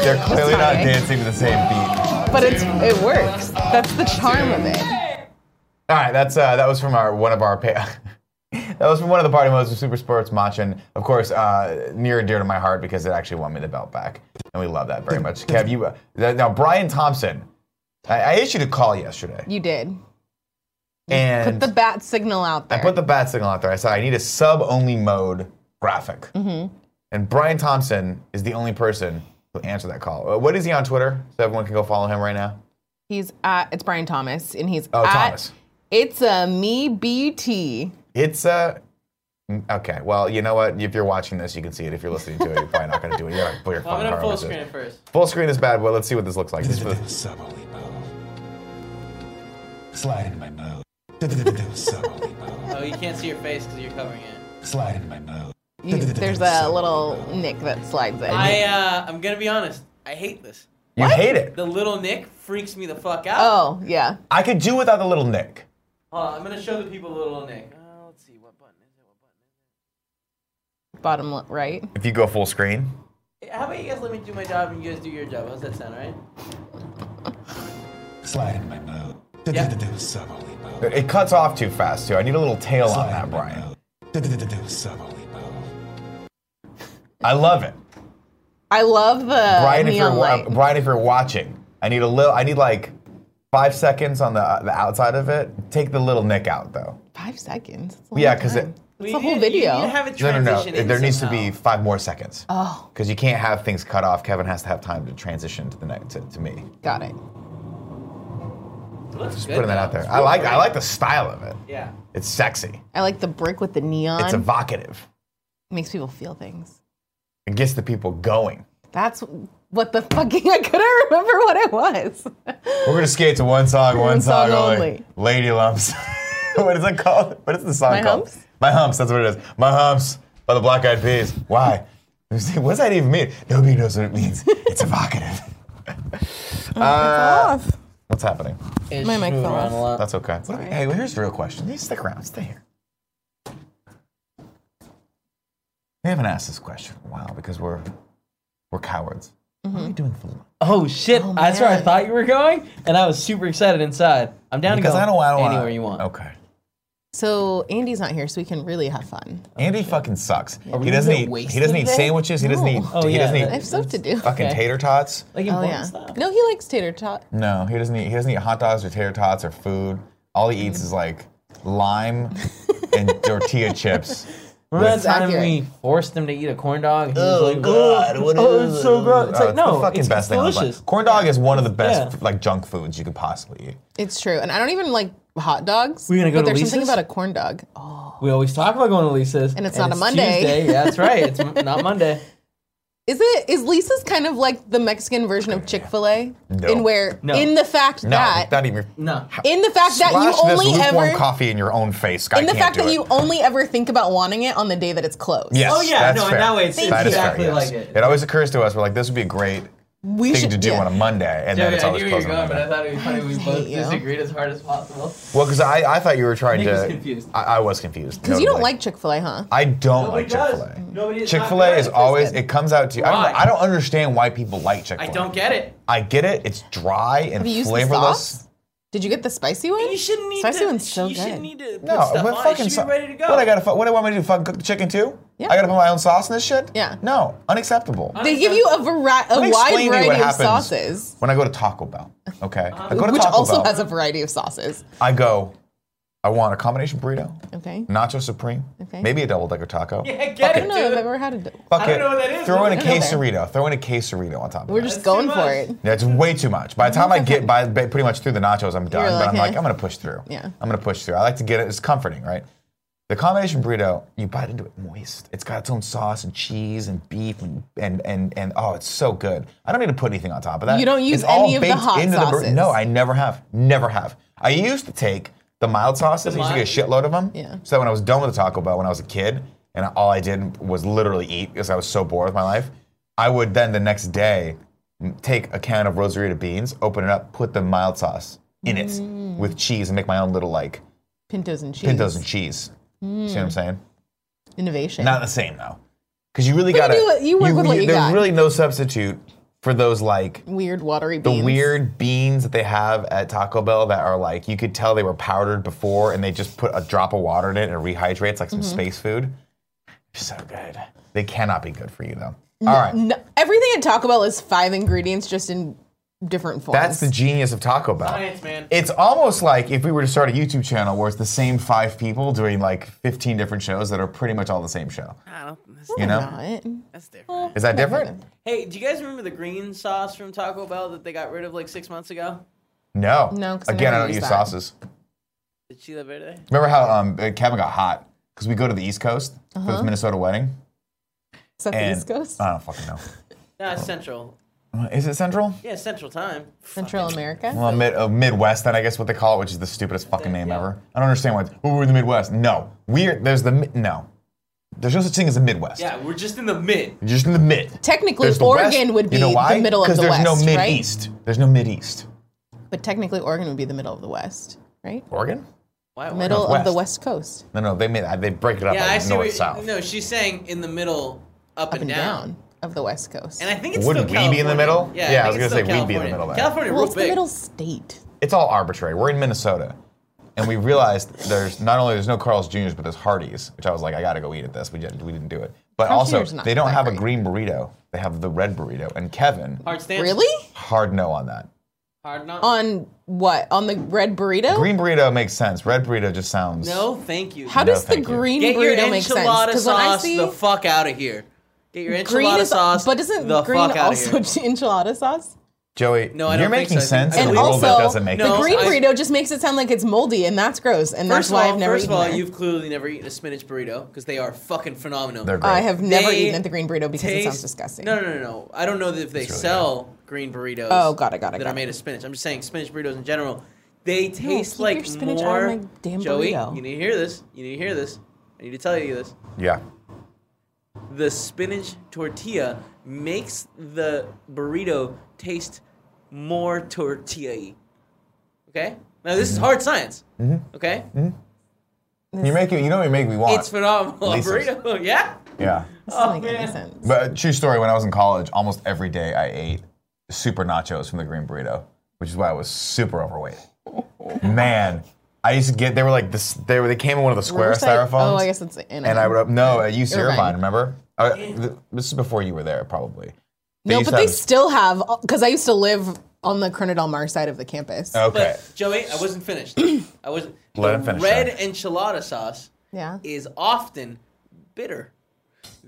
Speaker 1: they're clearly not
Speaker 2: Sorry.
Speaker 1: dancing to the same beat
Speaker 2: but it's it works. That's the charm of it.
Speaker 1: All right, that's uh, that was from our one of our pa- that was from one of the party modes of Super Sports Machin. Of course, uh, near and dear to my heart because it actually won me the belt back, and we love that very much. Kev, you uh, th- now Brian Thompson, I, I issued a call yesterday,
Speaker 2: You did.
Speaker 1: and
Speaker 2: Put the bat signal out there.
Speaker 1: I put the bat signal out there. I said I need a sub only mode graphic,
Speaker 2: Mm-hmm.
Speaker 1: and Brian Thompson is the only person who answered that call. Uh, What is he on Twitter? So everyone can go follow him right now.
Speaker 2: he's at it's Brian Thomas and he's
Speaker 1: Oh,
Speaker 2: at
Speaker 1: Thomas.
Speaker 2: It's a me BT.
Speaker 1: It's uh, Okay. Well, you know what? If you're watching this, you can see it. If you're listening to it, you're probably not going to do it. You're not put your phone
Speaker 3: I'm
Speaker 1: power
Speaker 3: gonna full
Speaker 1: with this.
Speaker 3: screen it first.
Speaker 1: Full screen is bad. Well, let's see what this looks like. This was-
Speaker 6: Subolipo. Slide into my mode. Subolipo.
Speaker 3: Oh, you can't see your face because you're covering it.
Speaker 6: Slide into my mode.
Speaker 2: You, there's a little nick that slides in.
Speaker 3: I uh, I'm gonna be honest. I hate this.
Speaker 1: you hate it.
Speaker 3: The little Nick freaks me the fuck out.
Speaker 2: oh yeah.
Speaker 1: I could do without the little Nick.
Speaker 3: Hold on, I'm gonna show the people the little Nick. Uh, let's see what button is it. What button
Speaker 2: Bottom le- right.
Speaker 1: If you go full screen,
Speaker 3: is it? How about you guys let me do my job and you guys do your job? How's that sound, all right?
Speaker 6: Slide into my mode.
Speaker 3: Yeah.
Speaker 6: Subolipo.
Speaker 1: it cuts off too fast too. I need a little tail on that, Brian.
Speaker 6: Subolipo.
Speaker 1: I love it,
Speaker 2: I love the
Speaker 1: Brian. If you're
Speaker 2: neon
Speaker 1: wa-
Speaker 2: light.
Speaker 1: Brian, if you're watching, I need a little. I need like five seconds on the the outside of it. Take the little Nick out though.
Speaker 2: Five seconds. That's a
Speaker 1: Yeah,
Speaker 2: long
Speaker 1: 'cause
Speaker 2: time.
Speaker 1: it-
Speaker 2: it's
Speaker 3: We
Speaker 2: the whole
Speaker 3: need-
Speaker 2: video.
Speaker 3: You need to have it
Speaker 1: No, no, no.
Speaker 3: transition in
Speaker 1: There needs to
Speaker 3: somehow.
Speaker 1: be five more seconds.
Speaker 2: oh,
Speaker 1: Because you can't have things cut off. Kevin has to have time to transition to the next to, to me.
Speaker 2: got it.
Speaker 3: Looks good,
Speaker 1: Putting that
Speaker 3: though.
Speaker 1: out there.
Speaker 3: It's
Speaker 1: I like
Speaker 3: great.
Speaker 1: I like the style of it.
Speaker 3: Yeah.
Speaker 1: It's sexy.
Speaker 2: I like the brick with the neon.
Speaker 1: It's evocative.
Speaker 2: Makes people feel things.
Speaker 1: It gets the people going.
Speaker 2: That's what the fucking I couldn't remember what it was.
Speaker 1: We're gonna skate to one song, one, song,
Speaker 2: song
Speaker 1: only.
Speaker 2: only.
Speaker 1: Lady lumps. what is it called? What is the song
Speaker 2: My
Speaker 1: called?
Speaker 2: Humps?
Speaker 1: My humps. That's what it is. My humps by the Black Eyed Peas. Why? what does that even mean? Nobody knows what it means. It's evocative. Uh,
Speaker 2: Off.
Speaker 1: what's happening?
Speaker 2: My mic fell off.
Speaker 1: That's okay. What do we- hey, well, here's the real question. You stick around. Stay here. We haven't asked this question in a while because we're we're cowards.
Speaker 3: Mm-hmm.
Speaker 1: What are we doing for lunch?
Speaker 3: Oh shit! That's where I
Speaker 2: man.
Speaker 3: thought you were going, and I was super excited inside. I'm down
Speaker 1: Because
Speaker 3: to go
Speaker 1: I don't Oh. want
Speaker 3: anywhere you want.
Speaker 1: Okay.
Speaker 2: So Andy's not here, so we can really have fun.
Speaker 1: Andy fucking sucks.
Speaker 3: we
Speaker 1: He doesn't
Speaker 3: gonna
Speaker 1: eat. He
Speaker 3: waste
Speaker 1: doesn't
Speaker 3: it
Speaker 1: eat
Speaker 3: today?
Speaker 1: sandwiches. He doesn't eat.
Speaker 2: No.
Speaker 3: Oh,
Speaker 1: he
Speaker 3: yeah,
Speaker 1: doesn't
Speaker 2: I
Speaker 1: eat
Speaker 2: have stuff to do.
Speaker 1: fucking
Speaker 3: okay.
Speaker 1: tater tots.
Speaker 3: Like
Speaker 2: Oh
Speaker 3: important
Speaker 2: yeah.
Speaker 3: stuff.
Speaker 2: No, he likes tater tot.
Speaker 1: No, he doesn't eat. He doesn't eat hot dogs or tater tots or food. All he
Speaker 3: Mm.
Speaker 1: eats is like lime and tortilla chips.
Speaker 3: Remember that
Speaker 2: That's
Speaker 3: time
Speaker 2: accurate.
Speaker 3: we forced him to eat a corn dog? He
Speaker 1: Oh,
Speaker 3: was like, "Ugh,
Speaker 1: what
Speaker 3: oh, it's so gross. It's
Speaker 1: Oh,
Speaker 3: like, no,
Speaker 1: the fucking
Speaker 3: it's,
Speaker 1: best
Speaker 3: it's
Speaker 1: thing. on the planet.
Speaker 3: delicious.
Speaker 1: Corn dog is one of the best
Speaker 3: Yeah.
Speaker 1: like junk foods you could possibly eat.
Speaker 2: It's true, and I don't even like hot dogs.
Speaker 3: We gonna
Speaker 2: but
Speaker 3: go to
Speaker 2: there's something
Speaker 3: Lisa's?
Speaker 2: about a corn dog. Oh,
Speaker 3: We always talk about going to Lisa's,
Speaker 2: And it's not a Monday.
Speaker 3: Tuesday. Yeah, that's right. It's m- not Monday.
Speaker 2: is it? Is Lisa's kind of like the Mexican version of Chick Fil A?
Speaker 1: No.
Speaker 2: In where
Speaker 3: No.
Speaker 2: in the fact
Speaker 1: No,
Speaker 2: that
Speaker 1: not even.
Speaker 3: No,
Speaker 2: in the fact that you
Speaker 1: Splash
Speaker 2: only
Speaker 1: this lukewarm
Speaker 2: ever
Speaker 1: coffee in your own face. I
Speaker 2: in the
Speaker 1: can't
Speaker 2: fact
Speaker 1: do
Speaker 2: that
Speaker 1: it.
Speaker 2: you only ever think about wanting it on the day that it's closed.
Speaker 1: Yes,
Speaker 3: Oh, yeah,
Speaker 1: that's
Speaker 3: no, and
Speaker 1: fair.
Speaker 3: that way it's- it's
Speaker 1: That is fair,
Speaker 3: exactly
Speaker 1: yes.
Speaker 3: like it.
Speaker 1: It always occurs to us we're like, this would be a great
Speaker 2: we
Speaker 1: thing to do
Speaker 2: yeah.
Speaker 1: on a Monday, and then it's always closed on a Monday.
Speaker 3: thought it'd be funny we
Speaker 2: both hate you. disagreed
Speaker 3: as hard as possible.
Speaker 1: Well, because I, I thought you were trying
Speaker 3: Nick
Speaker 1: to.
Speaker 3: was confused.
Speaker 1: I, I was confused.
Speaker 2: Because you don't
Speaker 1: notably.
Speaker 2: like Chick Fil A, huh?
Speaker 1: I don't
Speaker 3: Nobody
Speaker 1: like Chick
Speaker 3: does.
Speaker 1: Fil A.
Speaker 3: Nobody- it's
Speaker 1: Chick
Speaker 3: not
Speaker 1: Fil A
Speaker 3: good.
Speaker 1: is
Speaker 3: It's
Speaker 1: always.
Speaker 2: good.
Speaker 1: It comes out to you. I don't,
Speaker 3: Why?
Speaker 1: I don't understand why people like Chick Fil
Speaker 3: I
Speaker 1: A.
Speaker 3: don't get it.
Speaker 1: I get it. It's dry and
Speaker 2: Have you used the
Speaker 1: flavorless.
Speaker 2: sauce? Did you get the spicy one?
Speaker 3: You shouldn't need
Speaker 2: Spicy
Speaker 3: to.
Speaker 2: one's so
Speaker 3: you
Speaker 2: good.
Speaker 3: shouldn't need to put
Speaker 1: No,
Speaker 3: stuff
Speaker 1: but
Speaker 3: on.
Speaker 1: fucking.
Speaker 3: it should
Speaker 1: sau-
Speaker 3: be ready to go.
Speaker 1: What I gotta? fu- What do I want me to do? Fucking cook the chicken too?
Speaker 2: Yeah.
Speaker 1: I gotta put my own sauce in this shit.
Speaker 2: Yeah.
Speaker 1: No, unacceptable.
Speaker 2: They give you a, vari- a
Speaker 1: Let me explain to
Speaker 2: wide
Speaker 1: you what
Speaker 2: variety of
Speaker 1: happens
Speaker 2: sauces,
Speaker 1: When I go to Taco Bell, okay, I go to
Speaker 2: which
Speaker 1: Taco
Speaker 2: also
Speaker 1: Bell.
Speaker 2: has a variety of sauces.
Speaker 1: I go. I want a combination burrito,
Speaker 2: Okay.
Speaker 1: nacho supreme,
Speaker 2: Okay.
Speaker 1: maybe a double decker taco.
Speaker 3: Yeah, get
Speaker 2: I
Speaker 3: it,
Speaker 2: don't know if I've
Speaker 3: dude.
Speaker 2: ever had a.
Speaker 1: Fuck
Speaker 3: I don't
Speaker 1: it.
Speaker 3: know what that is.
Speaker 1: Throw in a
Speaker 3: Let's go
Speaker 2: there.
Speaker 1: quesarito. Throw in a quesarito on top of
Speaker 2: We're
Speaker 1: it.
Speaker 2: just
Speaker 3: That's
Speaker 2: going
Speaker 3: too
Speaker 2: for
Speaker 3: much.
Speaker 2: it.
Speaker 1: That's way too much. By the time I get by, by pretty much through the nachos, I'm done.
Speaker 2: You're
Speaker 1: but
Speaker 2: like,
Speaker 1: I'm like,
Speaker 2: eh.
Speaker 1: I'm gonna push through.
Speaker 2: Yeah.
Speaker 1: I'm gonna push through. I like to get it. It's comforting, right? The combination burrito, you bite into it moist. It's got its own sauce and cheese and beef and and and, and oh, it's so good. I don't need to put anything on top of that.
Speaker 2: You don't use
Speaker 1: it's all
Speaker 2: any of the
Speaker 1: baked
Speaker 2: hot
Speaker 1: into The burrito.
Speaker 2: sauces.
Speaker 1: no, I never have. Never have. I used to take the mild sauces. I used to get a shitload of them.
Speaker 2: Yeah.
Speaker 1: So that when I was done with the Taco Bell when I was a kid, and all I did was literally eat because I was so bored with my life, I would then the next day m- take a can of Rosarita beans, open it up, put the mild sauce in it
Speaker 2: Mm.
Speaker 1: with cheese, and make my own little like
Speaker 2: Pintos and cheese.
Speaker 1: pintos and cheese. See what I'm saying?
Speaker 2: Innovation.
Speaker 1: Not the same though, because you really
Speaker 2: But
Speaker 1: got to.
Speaker 2: you do it- you work with what you
Speaker 1: There's
Speaker 2: got.
Speaker 1: really no substitute for those like
Speaker 2: Weird watery
Speaker 1: the
Speaker 2: beans.
Speaker 1: weird beans that they have at Taco Bell that are like you could tell they were powdered before and they just put a drop of water in it and it rehydrates like some
Speaker 2: Mm-hmm.
Speaker 1: space food. So good. They cannot be good for you though.
Speaker 2: Mm-hmm.
Speaker 1: All right.
Speaker 2: No, everything at Taco Bell is five ingredients just in different forms.
Speaker 1: That's the genius of Taco Bell.
Speaker 3: Science, man.
Speaker 1: It's almost like if we were to start a YouTube channel where it's the same five people doing like 15 different shows that are pretty much all the same show.
Speaker 3: I don't- that's-
Speaker 1: You know?
Speaker 2: Not.
Speaker 3: That's different.
Speaker 1: Is that different?
Speaker 3: Hey, do you guys remember the green sauce from Taco Bell that they got rid of like six months ago?
Speaker 1: No.
Speaker 2: No, 'cause I
Speaker 1: Again,
Speaker 2: never
Speaker 1: I don't
Speaker 2: use
Speaker 1: use
Speaker 2: that.
Speaker 1: sauces.
Speaker 3: The Chila Verde?
Speaker 1: Remember how um, uh, Kevin got hot? because we go to the East Coast for this Minnesota wedding.
Speaker 2: Is that
Speaker 1: And
Speaker 2: Uh-huh.
Speaker 1: uh,
Speaker 2: the East Coast?
Speaker 1: I don't fucking know. Uh,
Speaker 3: Nah, it's central.
Speaker 1: Is it Central?
Speaker 3: Yeah, Central Time.
Speaker 2: Central America?
Speaker 1: Well, mid, uh, Midwest, then I guess what they call it, which is the stupidest fucking name
Speaker 3: Yeah.
Speaker 1: ever. I don't understand why. It's, oh, we're in the Midwest. No, we're there's the mi- no. There's no such thing as the Midwest.
Speaker 3: Yeah, we're just in the mid.
Speaker 1: You're just in the mid.
Speaker 2: Technically,
Speaker 1: There's the
Speaker 2: Oregon
Speaker 1: West.
Speaker 2: would be
Speaker 1: you know why?
Speaker 2: the middle of
Speaker 1: 'Cause
Speaker 2: the
Speaker 1: there's
Speaker 2: West,
Speaker 1: no mid
Speaker 2: right?
Speaker 1: east. There's no mid east.
Speaker 2: But technically, Oregon would be the middle of the West, right?
Speaker 1: Oregon?
Speaker 3: Why, why-
Speaker 2: Middle of the
Speaker 1: Northwest.
Speaker 2: West Coast,
Speaker 1: No, no, they made they break it up
Speaker 3: Yeah,
Speaker 1: like
Speaker 3: I see.
Speaker 1: north
Speaker 3: what-
Speaker 1: south.
Speaker 3: No, she's saying in the middle, up,
Speaker 2: up and down of the West Coast.
Speaker 3: And I think it's
Speaker 1: Wouldn't
Speaker 3: still
Speaker 1: we be in the
Speaker 3: California.
Speaker 1: middle?
Speaker 3: Yeah,
Speaker 1: Yeah, I
Speaker 3: think
Speaker 1: was
Speaker 3: it's
Speaker 1: gonna
Speaker 3: still
Speaker 1: say we'd be in the
Speaker 3: California.
Speaker 1: middle there.
Speaker 3: California,
Speaker 2: well,
Speaker 3: real
Speaker 2: it's
Speaker 3: big.
Speaker 2: the middle state.
Speaker 1: It's all arbitrary. We're in Minnesota. And we realized there's not only there's no Carl's Jr.'s, but there's Hardee's, which I was like, I gotta go eat at this. We didn't, we didn't do it. But
Speaker 2: Carl's
Speaker 1: also,
Speaker 2: Jr.'s not
Speaker 1: they don't
Speaker 2: that
Speaker 1: have a green
Speaker 2: great.
Speaker 1: burrito. They have the red burrito. And Kevin,
Speaker 3: Hard stance.
Speaker 2: Really?
Speaker 1: hard no on that.
Speaker 3: Hard not.
Speaker 2: On what? On the red burrito?
Speaker 1: Green burrito makes sense. Red burrito just sounds.
Speaker 3: no, thank you.
Speaker 2: How
Speaker 1: No,
Speaker 2: does the
Speaker 1: thank you.
Speaker 2: green
Speaker 3: Get your
Speaker 2: burrito make sense?
Speaker 3: enchilada
Speaker 2: when I
Speaker 3: sauce
Speaker 2: see
Speaker 3: the fuck out of here. Get your enchilada
Speaker 2: green is,
Speaker 3: sauce.
Speaker 2: but isn't
Speaker 3: the
Speaker 2: green
Speaker 3: fuck outta
Speaker 2: also
Speaker 3: here.
Speaker 2: enchilada sauce?
Speaker 1: Joey,
Speaker 3: No, I
Speaker 1: you're
Speaker 3: don't think
Speaker 1: making
Speaker 3: so. I think-
Speaker 1: sense in
Speaker 3: I
Speaker 1: a
Speaker 2: And
Speaker 3: believe-
Speaker 1: world that
Speaker 2: also,
Speaker 1: doesn't make
Speaker 3: No,
Speaker 2: the
Speaker 1: sense.
Speaker 2: green
Speaker 3: I-
Speaker 2: burrito just makes it sound like it's moldy, and that's gross, and
Speaker 3: First
Speaker 2: that's
Speaker 3: of
Speaker 2: why
Speaker 3: all,
Speaker 2: I've never
Speaker 3: first
Speaker 2: eaten
Speaker 3: of all,
Speaker 2: there.
Speaker 3: you've clearly never eaten a spinach burrito because they are fucking phenomenal.
Speaker 1: They're great.
Speaker 2: I have never
Speaker 3: They
Speaker 2: eaten at the green burrito because it sounds
Speaker 3: Taste-
Speaker 2: disgusting.
Speaker 3: No, no, no, no. I don't know if they
Speaker 1: really
Speaker 3: sell green burritos.
Speaker 2: Oh, got it, got it,
Speaker 3: That
Speaker 2: got
Speaker 3: are made
Speaker 2: it.
Speaker 3: of spinach. I'm just saying spinach burritos in general. They taste
Speaker 2: keep
Speaker 3: like
Speaker 2: your spinach out
Speaker 3: more.
Speaker 2: of my damn
Speaker 3: Joey,
Speaker 2: burrito.
Speaker 3: you need to hear this. You need to hear this. I need to tell you this.
Speaker 1: Yeah.
Speaker 3: The spinach tortilla makes the burrito taste more tortilla-y. Okay. Now this is
Speaker 1: Mm-hmm.
Speaker 3: hard science. Okay.
Speaker 1: You make it, you know what you make me want.
Speaker 3: It's phenomenal. A
Speaker 1: Lisa's.
Speaker 3: burrito. Yeah.
Speaker 1: yeah.
Speaker 2: Doesn't
Speaker 3: Oh,
Speaker 2: make any
Speaker 3: man.
Speaker 2: sense.
Speaker 1: But uh, true story, when I was in college, almost every day I ate super nachos from the Green Burrito, which is why I was super overweight. Man, I used to get. They were like this. They were. They came in one of the square
Speaker 2: Riverside-
Speaker 1: styrofoams.
Speaker 2: Oh, I guess it's in.
Speaker 1: And I would no at UC
Speaker 2: Irvine.
Speaker 1: Irvine. Remember? Uh, th- this is before you were there, probably.
Speaker 2: no,
Speaker 1: used
Speaker 2: but
Speaker 1: to
Speaker 2: they
Speaker 1: have-
Speaker 2: still have because I used to live on the Corona Del Mar side of the campus.
Speaker 1: Okay.
Speaker 3: But Joey, I wasn't finished. I wasn't.
Speaker 1: Let
Speaker 3: the
Speaker 1: him finish,
Speaker 3: Red
Speaker 1: Joey.
Speaker 3: enchilada sauce
Speaker 2: Yeah.
Speaker 3: is often bitter.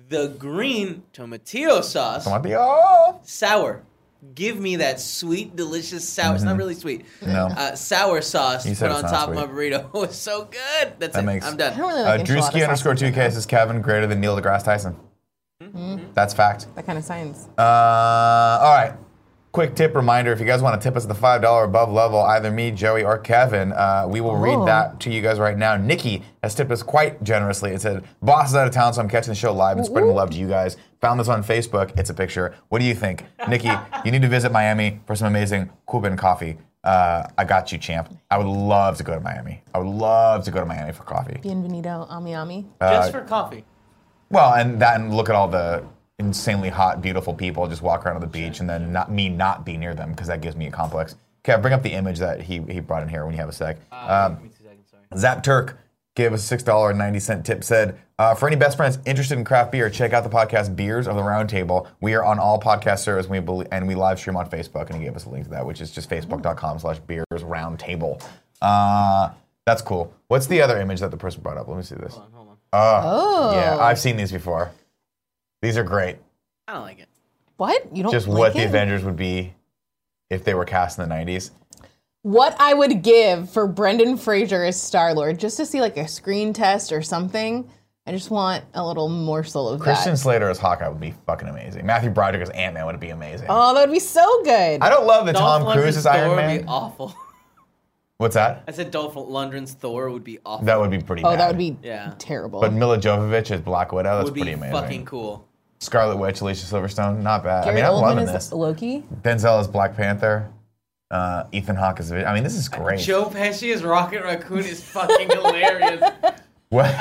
Speaker 3: The green tomatillo sauce,
Speaker 1: I want the oh.
Speaker 3: sour. Give me that sweet, delicious sour. It's not really sweet.
Speaker 1: Mm-hmm. No.
Speaker 3: Uh, sour sauce
Speaker 1: You
Speaker 3: to
Speaker 1: said
Speaker 3: put on
Speaker 1: it's not
Speaker 3: top of my
Speaker 1: sweet.
Speaker 3: burrito was so good. That's
Speaker 1: That
Speaker 3: it.
Speaker 1: makes-
Speaker 3: I'm
Speaker 2: I don't
Speaker 3: done.
Speaker 2: really
Speaker 1: Uh,
Speaker 2: like enchilada
Speaker 1: Drewski
Speaker 2: sauce.
Speaker 1: underscore two K says Kevin greater than Neil deGrasse Tyson.
Speaker 2: Mm-hmm.
Speaker 1: That's fact.
Speaker 2: That kind of science.
Speaker 1: Uh, all right. Quick tip reminder: If you guys want to tip us at the five dollar above level, either me, Joey, or Kevin, uh, we will read
Speaker 2: Oh.
Speaker 1: that to you guys right now. Nikki has tipped us quite generously and said, "Boss is out of town, so I'm catching the show live and spreading the love to you guys." Found this on Facebook. It's a picture. What do you think, Nikki? you need to visit Miami for some amazing Cuban coffee. Uh, I got you, champ. I would love to go to Miami. I would love to go to Miami for coffee.
Speaker 2: Bienvenido, ami ami.
Speaker 1: Uh,
Speaker 3: Just for coffee.
Speaker 1: Well, and that, and look at all the insanely hot, beautiful people just walk around on the beach, and then not me not be near them because that gives me a complex. Okay, bring up the image that he he brought in here when you have a sec. Um,
Speaker 3: Uh, Give me two seconds, sorry.
Speaker 1: Zap Turk gave us a six dollar ninety cent tip. Said uh, for any best friends interested in craft beer, check out the podcast Beers of the Roundtable. We are on all podcast service, and we bel- and we live stream on Facebook. And he gave us a link to that, which is just
Speaker 3: Mm-hmm.
Speaker 1: facebook.com/slash Beers Roundtable. Uh, that's cool. What's the other image that the person brought up? Let me see this.
Speaker 2: Oh,
Speaker 1: Yeah, I've seen these before. These are great.
Speaker 3: I don't like it.
Speaker 2: what you don't
Speaker 1: Just
Speaker 2: Oh, like
Speaker 1: what the
Speaker 2: it?
Speaker 1: Avengers would be if they were cast in the 90s.
Speaker 2: What I would give for Brendan Fraser as Star Lord just to see like a screen test or something. I just want a little morsel of
Speaker 1: Christian
Speaker 2: that.
Speaker 1: Slater as Hawkeye would be fucking amazing. Matthew Broderick as Ant Man would be amazing.
Speaker 2: Oh, that would be so good.
Speaker 1: I don't love that Tom
Speaker 3: Dolph
Speaker 1: Cruise
Speaker 3: Lundgren's
Speaker 1: is
Speaker 3: Thor
Speaker 1: Iron
Speaker 3: Would
Speaker 1: Man.
Speaker 3: be awful.
Speaker 1: What's that?
Speaker 3: I said Dolph Lundgren's Thor would be awful.
Speaker 1: That would be pretty
Speaker 2: oh,
Speaker 1: bad.
Speaker 2: that would be
Speaker 3: Yeah.
Speaker 2: terrible.
Speaker 1: But Mila Jovovich as Black Widow, that's
Speaker 3: would be
Speaker 1: pretty amazing.
Speaker 3: fucking cool.
Speaker 1: Scarlet Witch, Alicia Silverstone, not bad.
Speaker 2: Gary
Speaker 1: I mean, I'm
Speaker 2: Oldman
Speaker 1: loving
Speaker 2: is
Speaker 1: this.
Speaker 2: Loki.
Speaker 1: Denzel as Black Panther. Uh, Ethan Hawke is. I mean, this is great.
Speaker 3: Joe Pesci as Rocket Raccoon is fucking hilarious.
Speaker 1: What?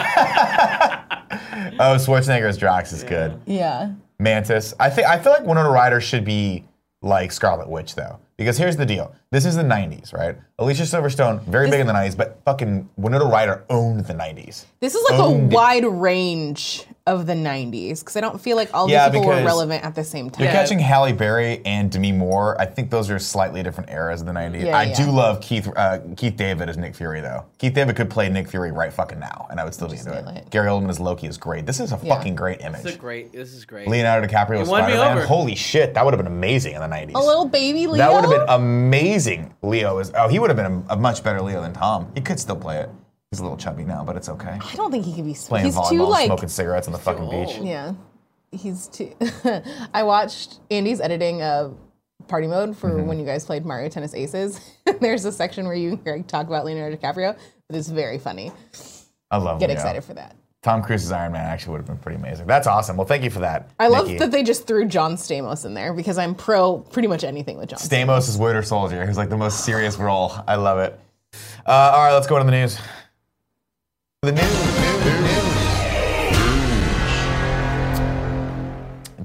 Speaker 1: oh, Schwarzenegger as Drax is good.
Speaker 2: Yeah.
Speaker 1: Mantis. I think I feel like Winona Ryder should be like Scarlet Witch though, because here's the deal: this is the '90s, right? Alicia Silverstone, very big in the '90s, but fucking Winona Ryder owned the '90s.
Speaker 2: This is like
Speaker 1: Owned it.
Speaker 2: a wide range of the 90s because I don't feel like all these
Speaker 1: Yeah,
Speaker 2: people were
Speaker 1: because
Speaker 2: relevant at the same time.
Speaker 1: You're catching Halle Berry and Demi Moore. I think those are slightly different eras of the '90s.
Speaker 2: Yeah,
Speaker 1: I
Speaker 2: yeah.
Speaker 1: do love Keith uh, Keith David as Nick Fury though. Keith David could play Nick Fury right fucking now, and I would still be into
Speaker 2: nail
Speaker 1: it.
Speaker 2: it.
Speaker 1: Gary Oldman as Loki is great. This is a
Speaker 2: Yeah.
Speaker 1: fucking great image.
Speaker 3: This is great. This is great.
Speaker 1: Leonardo DiCaprio as
Speaker 3: won me
Speaker 1: Spider-Man.
Speaker 3: over.
Speaker 1: Holy shit, that would have been amazing in the '90s.
Speaker 2: A little baby Leo.
Speaker 1: That would have been amazing. Leo is. Oh, he would have been a, a much better Leo than Tom. He could still play it. He's a little chubby now, but it's okay.
Speaker 2: I don't think he could be.
Speaker 1: Playing
Speaker 2: he's
Speaker 1: volleyball,
Speaker 2: too like
Speaker 1: smoking cigarettes on the fucking beach.
Speaker 3: old.
Speaker 2: Yeah, he's too. I watched Andy's editing of Party Mode for
Speaker 1: Mm-hmm.
Speaker 2: when you guys played Mario Tennis Aces. There's a section where you like, talk about Leonardo DiCaprio, but it's very funny.
Speaker 1: I love.
Speaker 2: Get
Speaker 1: Leo.
Speaker 2: excited for that.
Speaker 1: Tom Cruise's Iron Man actually would have been pretty amazing. That's awesome. Well, thank you for that.
Speaker 2: I love
Speaker 1: Nikki.
Speaker 2: that they just threw John Stamos in there because I'm pro pretty much anything with John.
Speaker 1: Stamos is Winter Soldier, who's like the most serious role. I love it. Uh, all right, let's go on to the news. The news.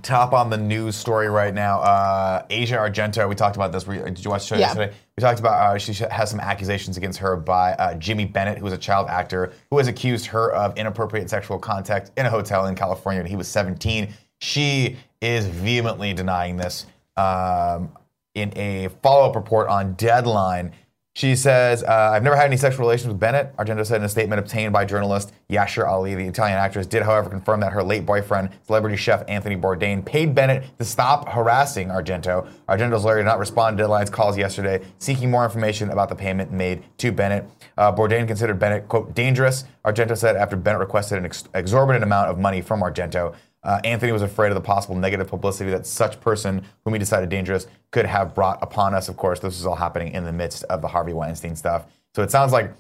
Speaker 1: Top on the news story right now. Uh, Asia Argento. We talked about this. We, did you watch the show
Speaker 2: Yeah.
Speaker 1: yesterday? We talked about uh, she has some accusations against her by uh, Jimmy Bennett, who is a child actor who has accused her of inappropriate sexual contact in a hotel in California when he was 17. She is vehemently denying this. Um, in a follow up report on Deadline, she says, uh, I've never had any sexual relations with Bennett. Argento said in a statement obtained by journalist Yashir Ali, the Italian actress, did, however, confirm that her late boyfriend, celebrity chef Anthony Bourdain, paid Bennett to stop harassing Argento. Argento's lawyer did not respond to Deadline's calls yesterday, seeking more information about the payment made to Bennett. Uh, Bourdain considered Bennett, quote, dangerous, Argento said after Bennett requested an ex- exorbitant amount of money from Argento. Uh, Anthony was afraid of the possible negative publicity that such person, whom he decided dangerous, could have brought upon us. Of course, this is all happening in the midst of the Harvey Weinstein stuff. So it sounds like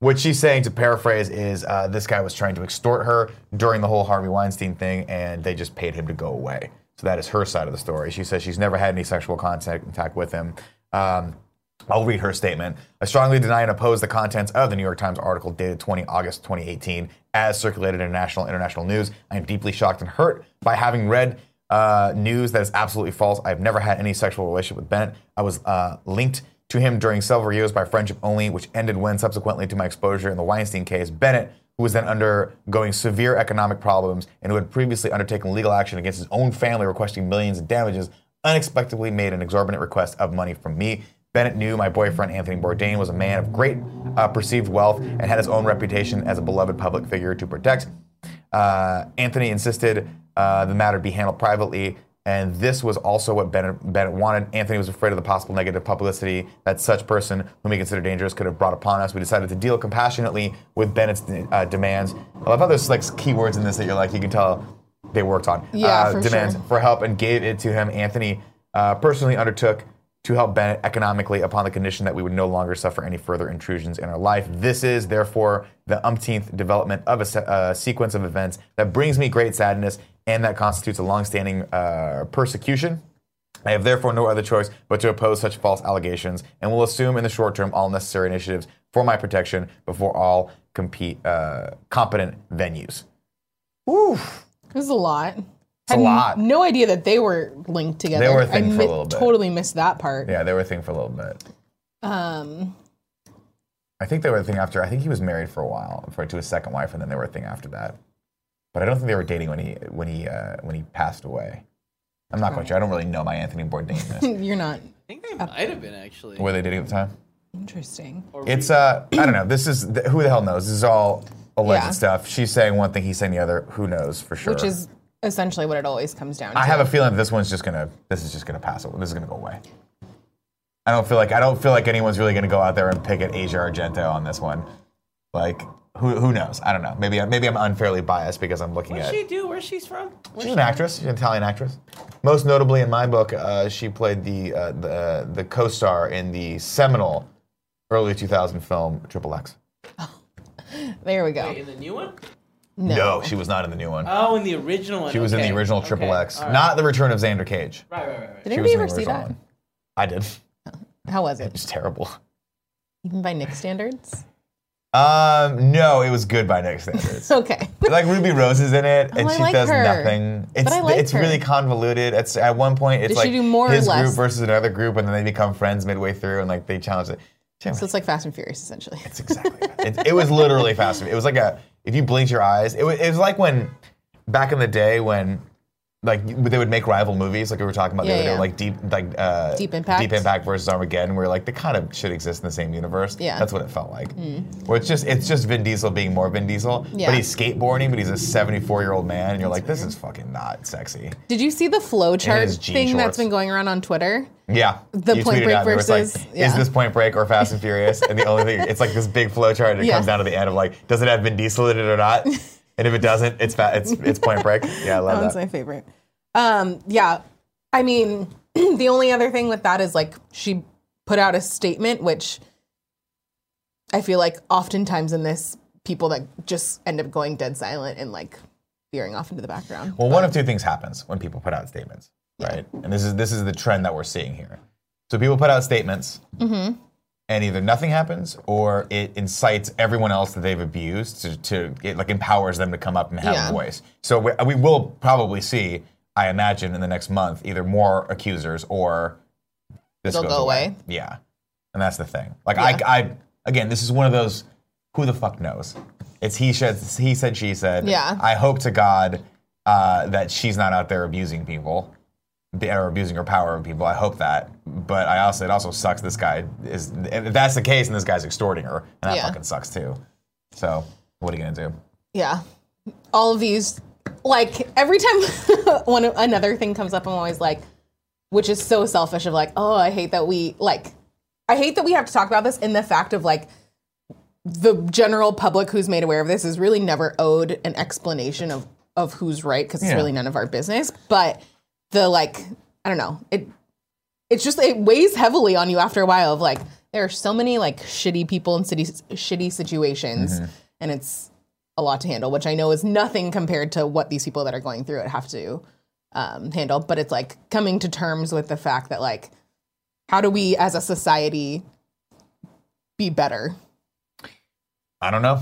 Speaker 1: what she's saying, to paraphrase, is uh, this guy was trying to extort her during the whole Harvey Weinstein thing, and they just paid him to go away. So that is her side of the story. She says she's never had any sexual contact, contact with him. Um, I'll read her statement. I strongly deny and oppose the contents of the New York Times article dated 20 August 2018, as circulated in national and international news. I am deeply shocked and hurt by having read uh, news that is absolutely false. I've never had any sexual relationship with Bennett. I was uh, linked to him during several years by friendship only, which ended when, subsequently to my exposure in the Weinstein case, Bennett, who was then undergoing severe economic problems and who had previously undertaken legal action against his own family, requesting millions in damages, unexpectedly made an exorbitant request of money from me. Bennett knew my boyfriend Anthony Bourdain was a man of great uh, perceived wealth and had his own reputation as a beloved public figure to protect. Uh, Anthony insisted uh, the matter be handled privately, and this was also what Bennett, Bennett wanted. Anthony was afraid of the possible negative publicity that such person, whom he considered dangerous, could have brought upon us. We decided to deal compassionately with Bennett's uh, demands. I love how there's like keywords in this that you're like you can tell they worked on.
Speaker 2: Yeah,
Speaker 1: uh,
Speaker 2: for
Speaker 1: demands
Speaker 2: sure.
Speaker 1: for help and gave it to him. Anthony uh, personally undertook to help Bennett economically upon the condition that we would no longer suffer any further intrusions in our life. This is, therefore, the umpteenth development of a se- uh, sequence of events that brings me great sadness and that constitutes a longstanding uh, persecution. I have therefore no other choice but to oppose such false allegations and will assume in the short term all necessary initiatives for my protection before all compete, uh, competent venues.
Speaker 2: This is a lot.
Speaker 1: It's a lot.
Speaker 2: No idea that they were linked together.
Speaker 1: They were a
Speaker 2: I
Speaker 1: thing for a
Speaker 2: mi-
Speaker 1: little bit.
Speaker 2: totally missed that part.
Speaker 1: Yeah, they were a thing for a little bit.
Speaker 2: Um,
Speaker 1: I think they were a thing after. I think he was married for a while, for to his second wife, and then they were a thing after that. But I don't think they were dating when he when he uh, when he passed away. I'm not quite sure. I don't really know my Anthony Bourdain.
Speaker 2: you're not
Speaker 3: I think they might have been actually.
Speaker 1: were they dating at the time?
Speaker 2: interesting.
Speaker 1: It's uh, I don't know. This is th- who the hell knows. This is all alleged
Speaker 2: Yeah.
Speaker 1: stuff. She's saying one thing, he's saying the other. Who knows for sure?
Speaker 2: Which is essentially what it always comes down to.
Speaker 1: I have a feeling that this one's just gonna. This is just gonna pass. away. This is gonna go away. I don't feel like I don't feel like anyone's really gonna go out there and pick at Asia Argento on this one. Like who who knows? I don't know. Maybe I- maybe I'm unfairly biased because I'm looking
Speaker 3: What's
Speaker 1: at.
Speaker 3: she do? Where she's from? Where's
Speaker 1: She's an actress. She's an Italian actress. Most notably, in my book, uh, she played the uh, the the co-star in the seminal early 2000 film Triple X.
Speaker 2: there we go.
Speaker 3: in the new one?
Speaker 1: No, she was not in the new one.
Speaker 3: Oh, in the original one.
Speaker 1: she was in
Speaker 3: okay,
Speaker 1: the original
Speaker 3: okay,
Speaker 1: Triple X,
Speaker 3: all right.
Speaker 1: not the Return of Xander Cage.
Speaker 3: Right, right, right,
Speaker 2: Did
Speaker 3: right.
Speaker 1: She
Speaker 2: anybody
Speaker 1: was in the
Speaker 2: ever see
Speaker 1: original
Speaker 2: that?
Speaker 1: one. I did.
Speaker 2: How was it?
Speaker 1: It's terrible.
Speaker 2: Even by Nick standards?
Speaker 1: Um, no, it was good by Nick standards.
Speaker 2: Okay.
Speaker 1: like Ruby Rose is in it, and
Speaker 2: Oh, I
Speaker 1: she
Speaker 2: like
Speaker 1: does
Speaker 2: her.
Speaker 1: nothing. It's
Speaker 2: I like
Speaker 1: it's
Speaker 2: her.
Speaker 1: really convoluted. It's at one point it's
Speaker 2: Does
Speaker 1: like
Speaker 2: she do more or
Speaker 1: his
Speaker 2: less?
Speaker 1: group versus another group, and then they become friends midway through, and like they challenge it.
Speaker 2: so it's like Fast and Furious, essentially.
Speaker 1: It's exactly. it, it was literally fast. It was like a if you blinked your eyes. It was, it was like when back in the day when like they would make rival movies, like we were talking about
Speaker 2: Yeah,
Speaker 1: the other
Speaker 2: yeah.
Speaker 1: day, like deep, like uh,
Speaker 2: Deep Impact.
Speaker 1: Deep Impact versus Armageddon. Where like they kind of should exist in the same universe.
Speaker 2: Yeah. Mm.
Speaker 1: that's what it felt like. Where it's just it's just Vin Diesel being more Vin Diesel,
Speaker 2: Yeah.
Speaker 1: but he's skateboarding, but he's a 74 year old man, and you're like, this is fucking not sexy.
Speaker 2: Did you see the flow chart
Speaker 1: his jean
Speaker 2: thing
Speaker 1: shorts.
Speaker 2: that's been going around on Twitter?
Speaker 1: Yeah,
Speaker 2: The Point
Speaker 1: tweeted
Speaker 2: Break
Speaker 1: at me, where it's
Speaker 2: versus-
Speaker 1: like, is
Speaker 2: yeah.
Speaker 1: this Point Break or Fast and Furious? And the only thing it's like this big flow chart, and it
Speaker 2: Yeah.
Speaker 1: comes down to the end of like, does it have Vin Diesel in it or not? And if it doesn't, it's fa- it's it's Point Break. Yeah, I
Speaker 2: That
Speaker 1: love
Speaker 2: one's
Speaker 1: that.
Speaker 2: my favorite. Um, yeah, I mean, the only other thing with that is like she put out a statement, which I feel like oftentimes in this, people that just end up going dead silent and like veering off into the background.
Speaker 1: Well, one of two things happens when people put out statements, right? And this is this is the trend that we're seeing here. So people put out statements,
Speaker 2: Mm-hmm.
Speaker 1: and either nothing happens or it incites everyone else that they've abused to, to it like empowers them to come up and have
Speaker 2: Yeah.
Speaker 1: a voice. So we, we will probably see, I imagine, in the next month, either more accusers or this
Speaker 2: They'll
Speaker 1: goes
Speaker 2: go
Speaker 1: away.
Speaker 2: away.
Speaker 1: Yeah, and that's the thing. Like I, I again, this is one of those who the fuck knows. It's he said, he said, she said.
Speaker 2: Yeah.
Speaker 1: I hope to God uh, that she's not out there abusing people be- or abusing her power over people. I hope that, but I also it also sucks. This guy is if that's the case, and this guy's extorting her, and that
Speaker 2: Yeah.
Speaker 1: fucking sucks too. So what are you gonna do?
Speaker 2: yeah all of these like every time one another thing comes up i'm always like which is so selfish of like oh i hate that we like i hate that we have to talk about this in the fact of like the general public who's made aware of this is really never owed an explanation of of who's right because it's
Speaker 1: Yeah.
Speaker 2: really none of our business but the like i don't know it it's just it weighs heavily on you after a while of like there are so many like shitty people in city shitty situations and it's a lot to handle which i know is nothing compared to what these people that are going through it have to um, handle but it's like coming to terms with the fact that like how do we as a society be better
Speaker 1: I don't know.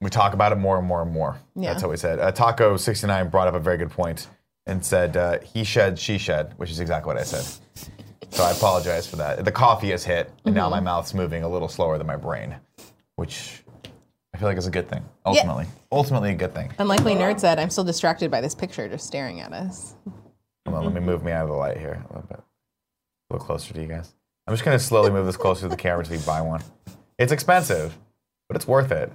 Speaker 1: We talk about it more and more and more.
Speaker 2: Yeah.
Speaker 1: That's what we said. Uh, Taco sixty nine brought up a very good point and said uh, he shed, she shed, which is exactly what I said. So I apologize for that. The coffee has hit, and now my mouth's moving a little slower than my brain, which I feel like is a good thing. Ultimately, ultimately a good thing.
Speaker 2: unlikely nerd said i'm still distracted by this picture just staring at us
Speaker 1: Hold on, let me move me out of the light here a little bit. A little closer to you guys. I'm just gonna slowly move this closer to the camera until you buy one. It's expensive, but it's worth it.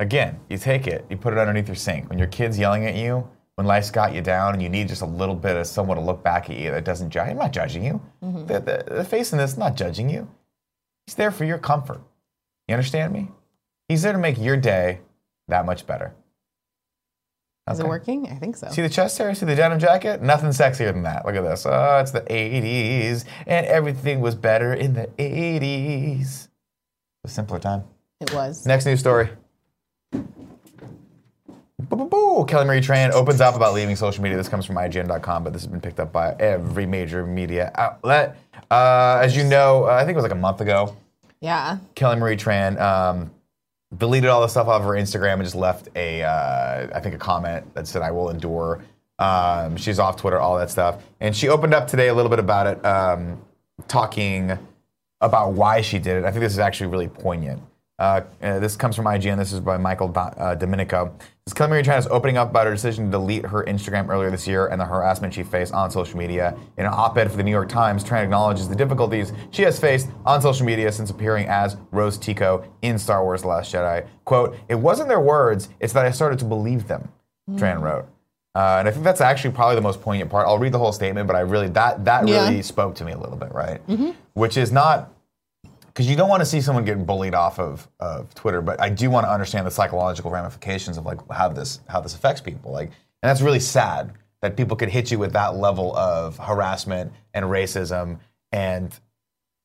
Speaker 1: Again, you take it, you put it underneath your sink. When your kid's yelling at you, when life's got you down, and you need just a little bit of someone to look back at you that doesn't judge. I'm not judging you. The, the, the face in this is not judging you. He's there for your comfort. You understand me? He's there to make your day that much better.
Speaker 2: is it
Speaker 1: Okay.
Speaker 2: working i think so
Speaker 1: See the chest hair? See the denim jacket? Nothing sexier than that. Look at this. Oh, it's the 80s, and everything was better in the 80s. A simpler time.
Speaker 2: it was
Speaker 1: Next news story. Boo, boo, boo. Kelly Marie Tran opens up about leaving social media. This comes from IGN.com, but this has been picked up by every major media outlet. Uh, as you know, uh, I think it was like a month ago,
Speaker 2: yeah
Speaker 1: Kelly Marie Tran um, deleted all the stuff off of her Instagram and just left a, uh, I think, a comment that said, "I will endure." Um, she's off Twitter, all that stuff, and she opened up today a little bit about it, um, talking about why she did it. I think this is actually really poignant. Uh, uh, this comes from IGN. This is by Michael Do- uh, Domenico. This Kelly Marie Tran is opening up about her decision to delete her Instagram earlier this year and the harassment she faced on social media. In an op-ed for the New York Times, Tran acknowledges the difficulties she has faced on social media since appearing as Rose Tico in Star Wars: The Last Jedi. "Quote: It wasn't their words; it's that I started to believe them," Tran wrote. Uh, and I think that's actually probably the most poignant part. I'll read the whole statement, but I really that that
Speaker 2: Yeah.
Speaker 1: really spoke to me a little bit, right? Which is not because you don't want to see someone getting bullied off of, of Twitter, but I do want to understand the psychological ramifications of like how this how this affects people. Like, and that's really sad that people could hit you with that level of harassment and racism and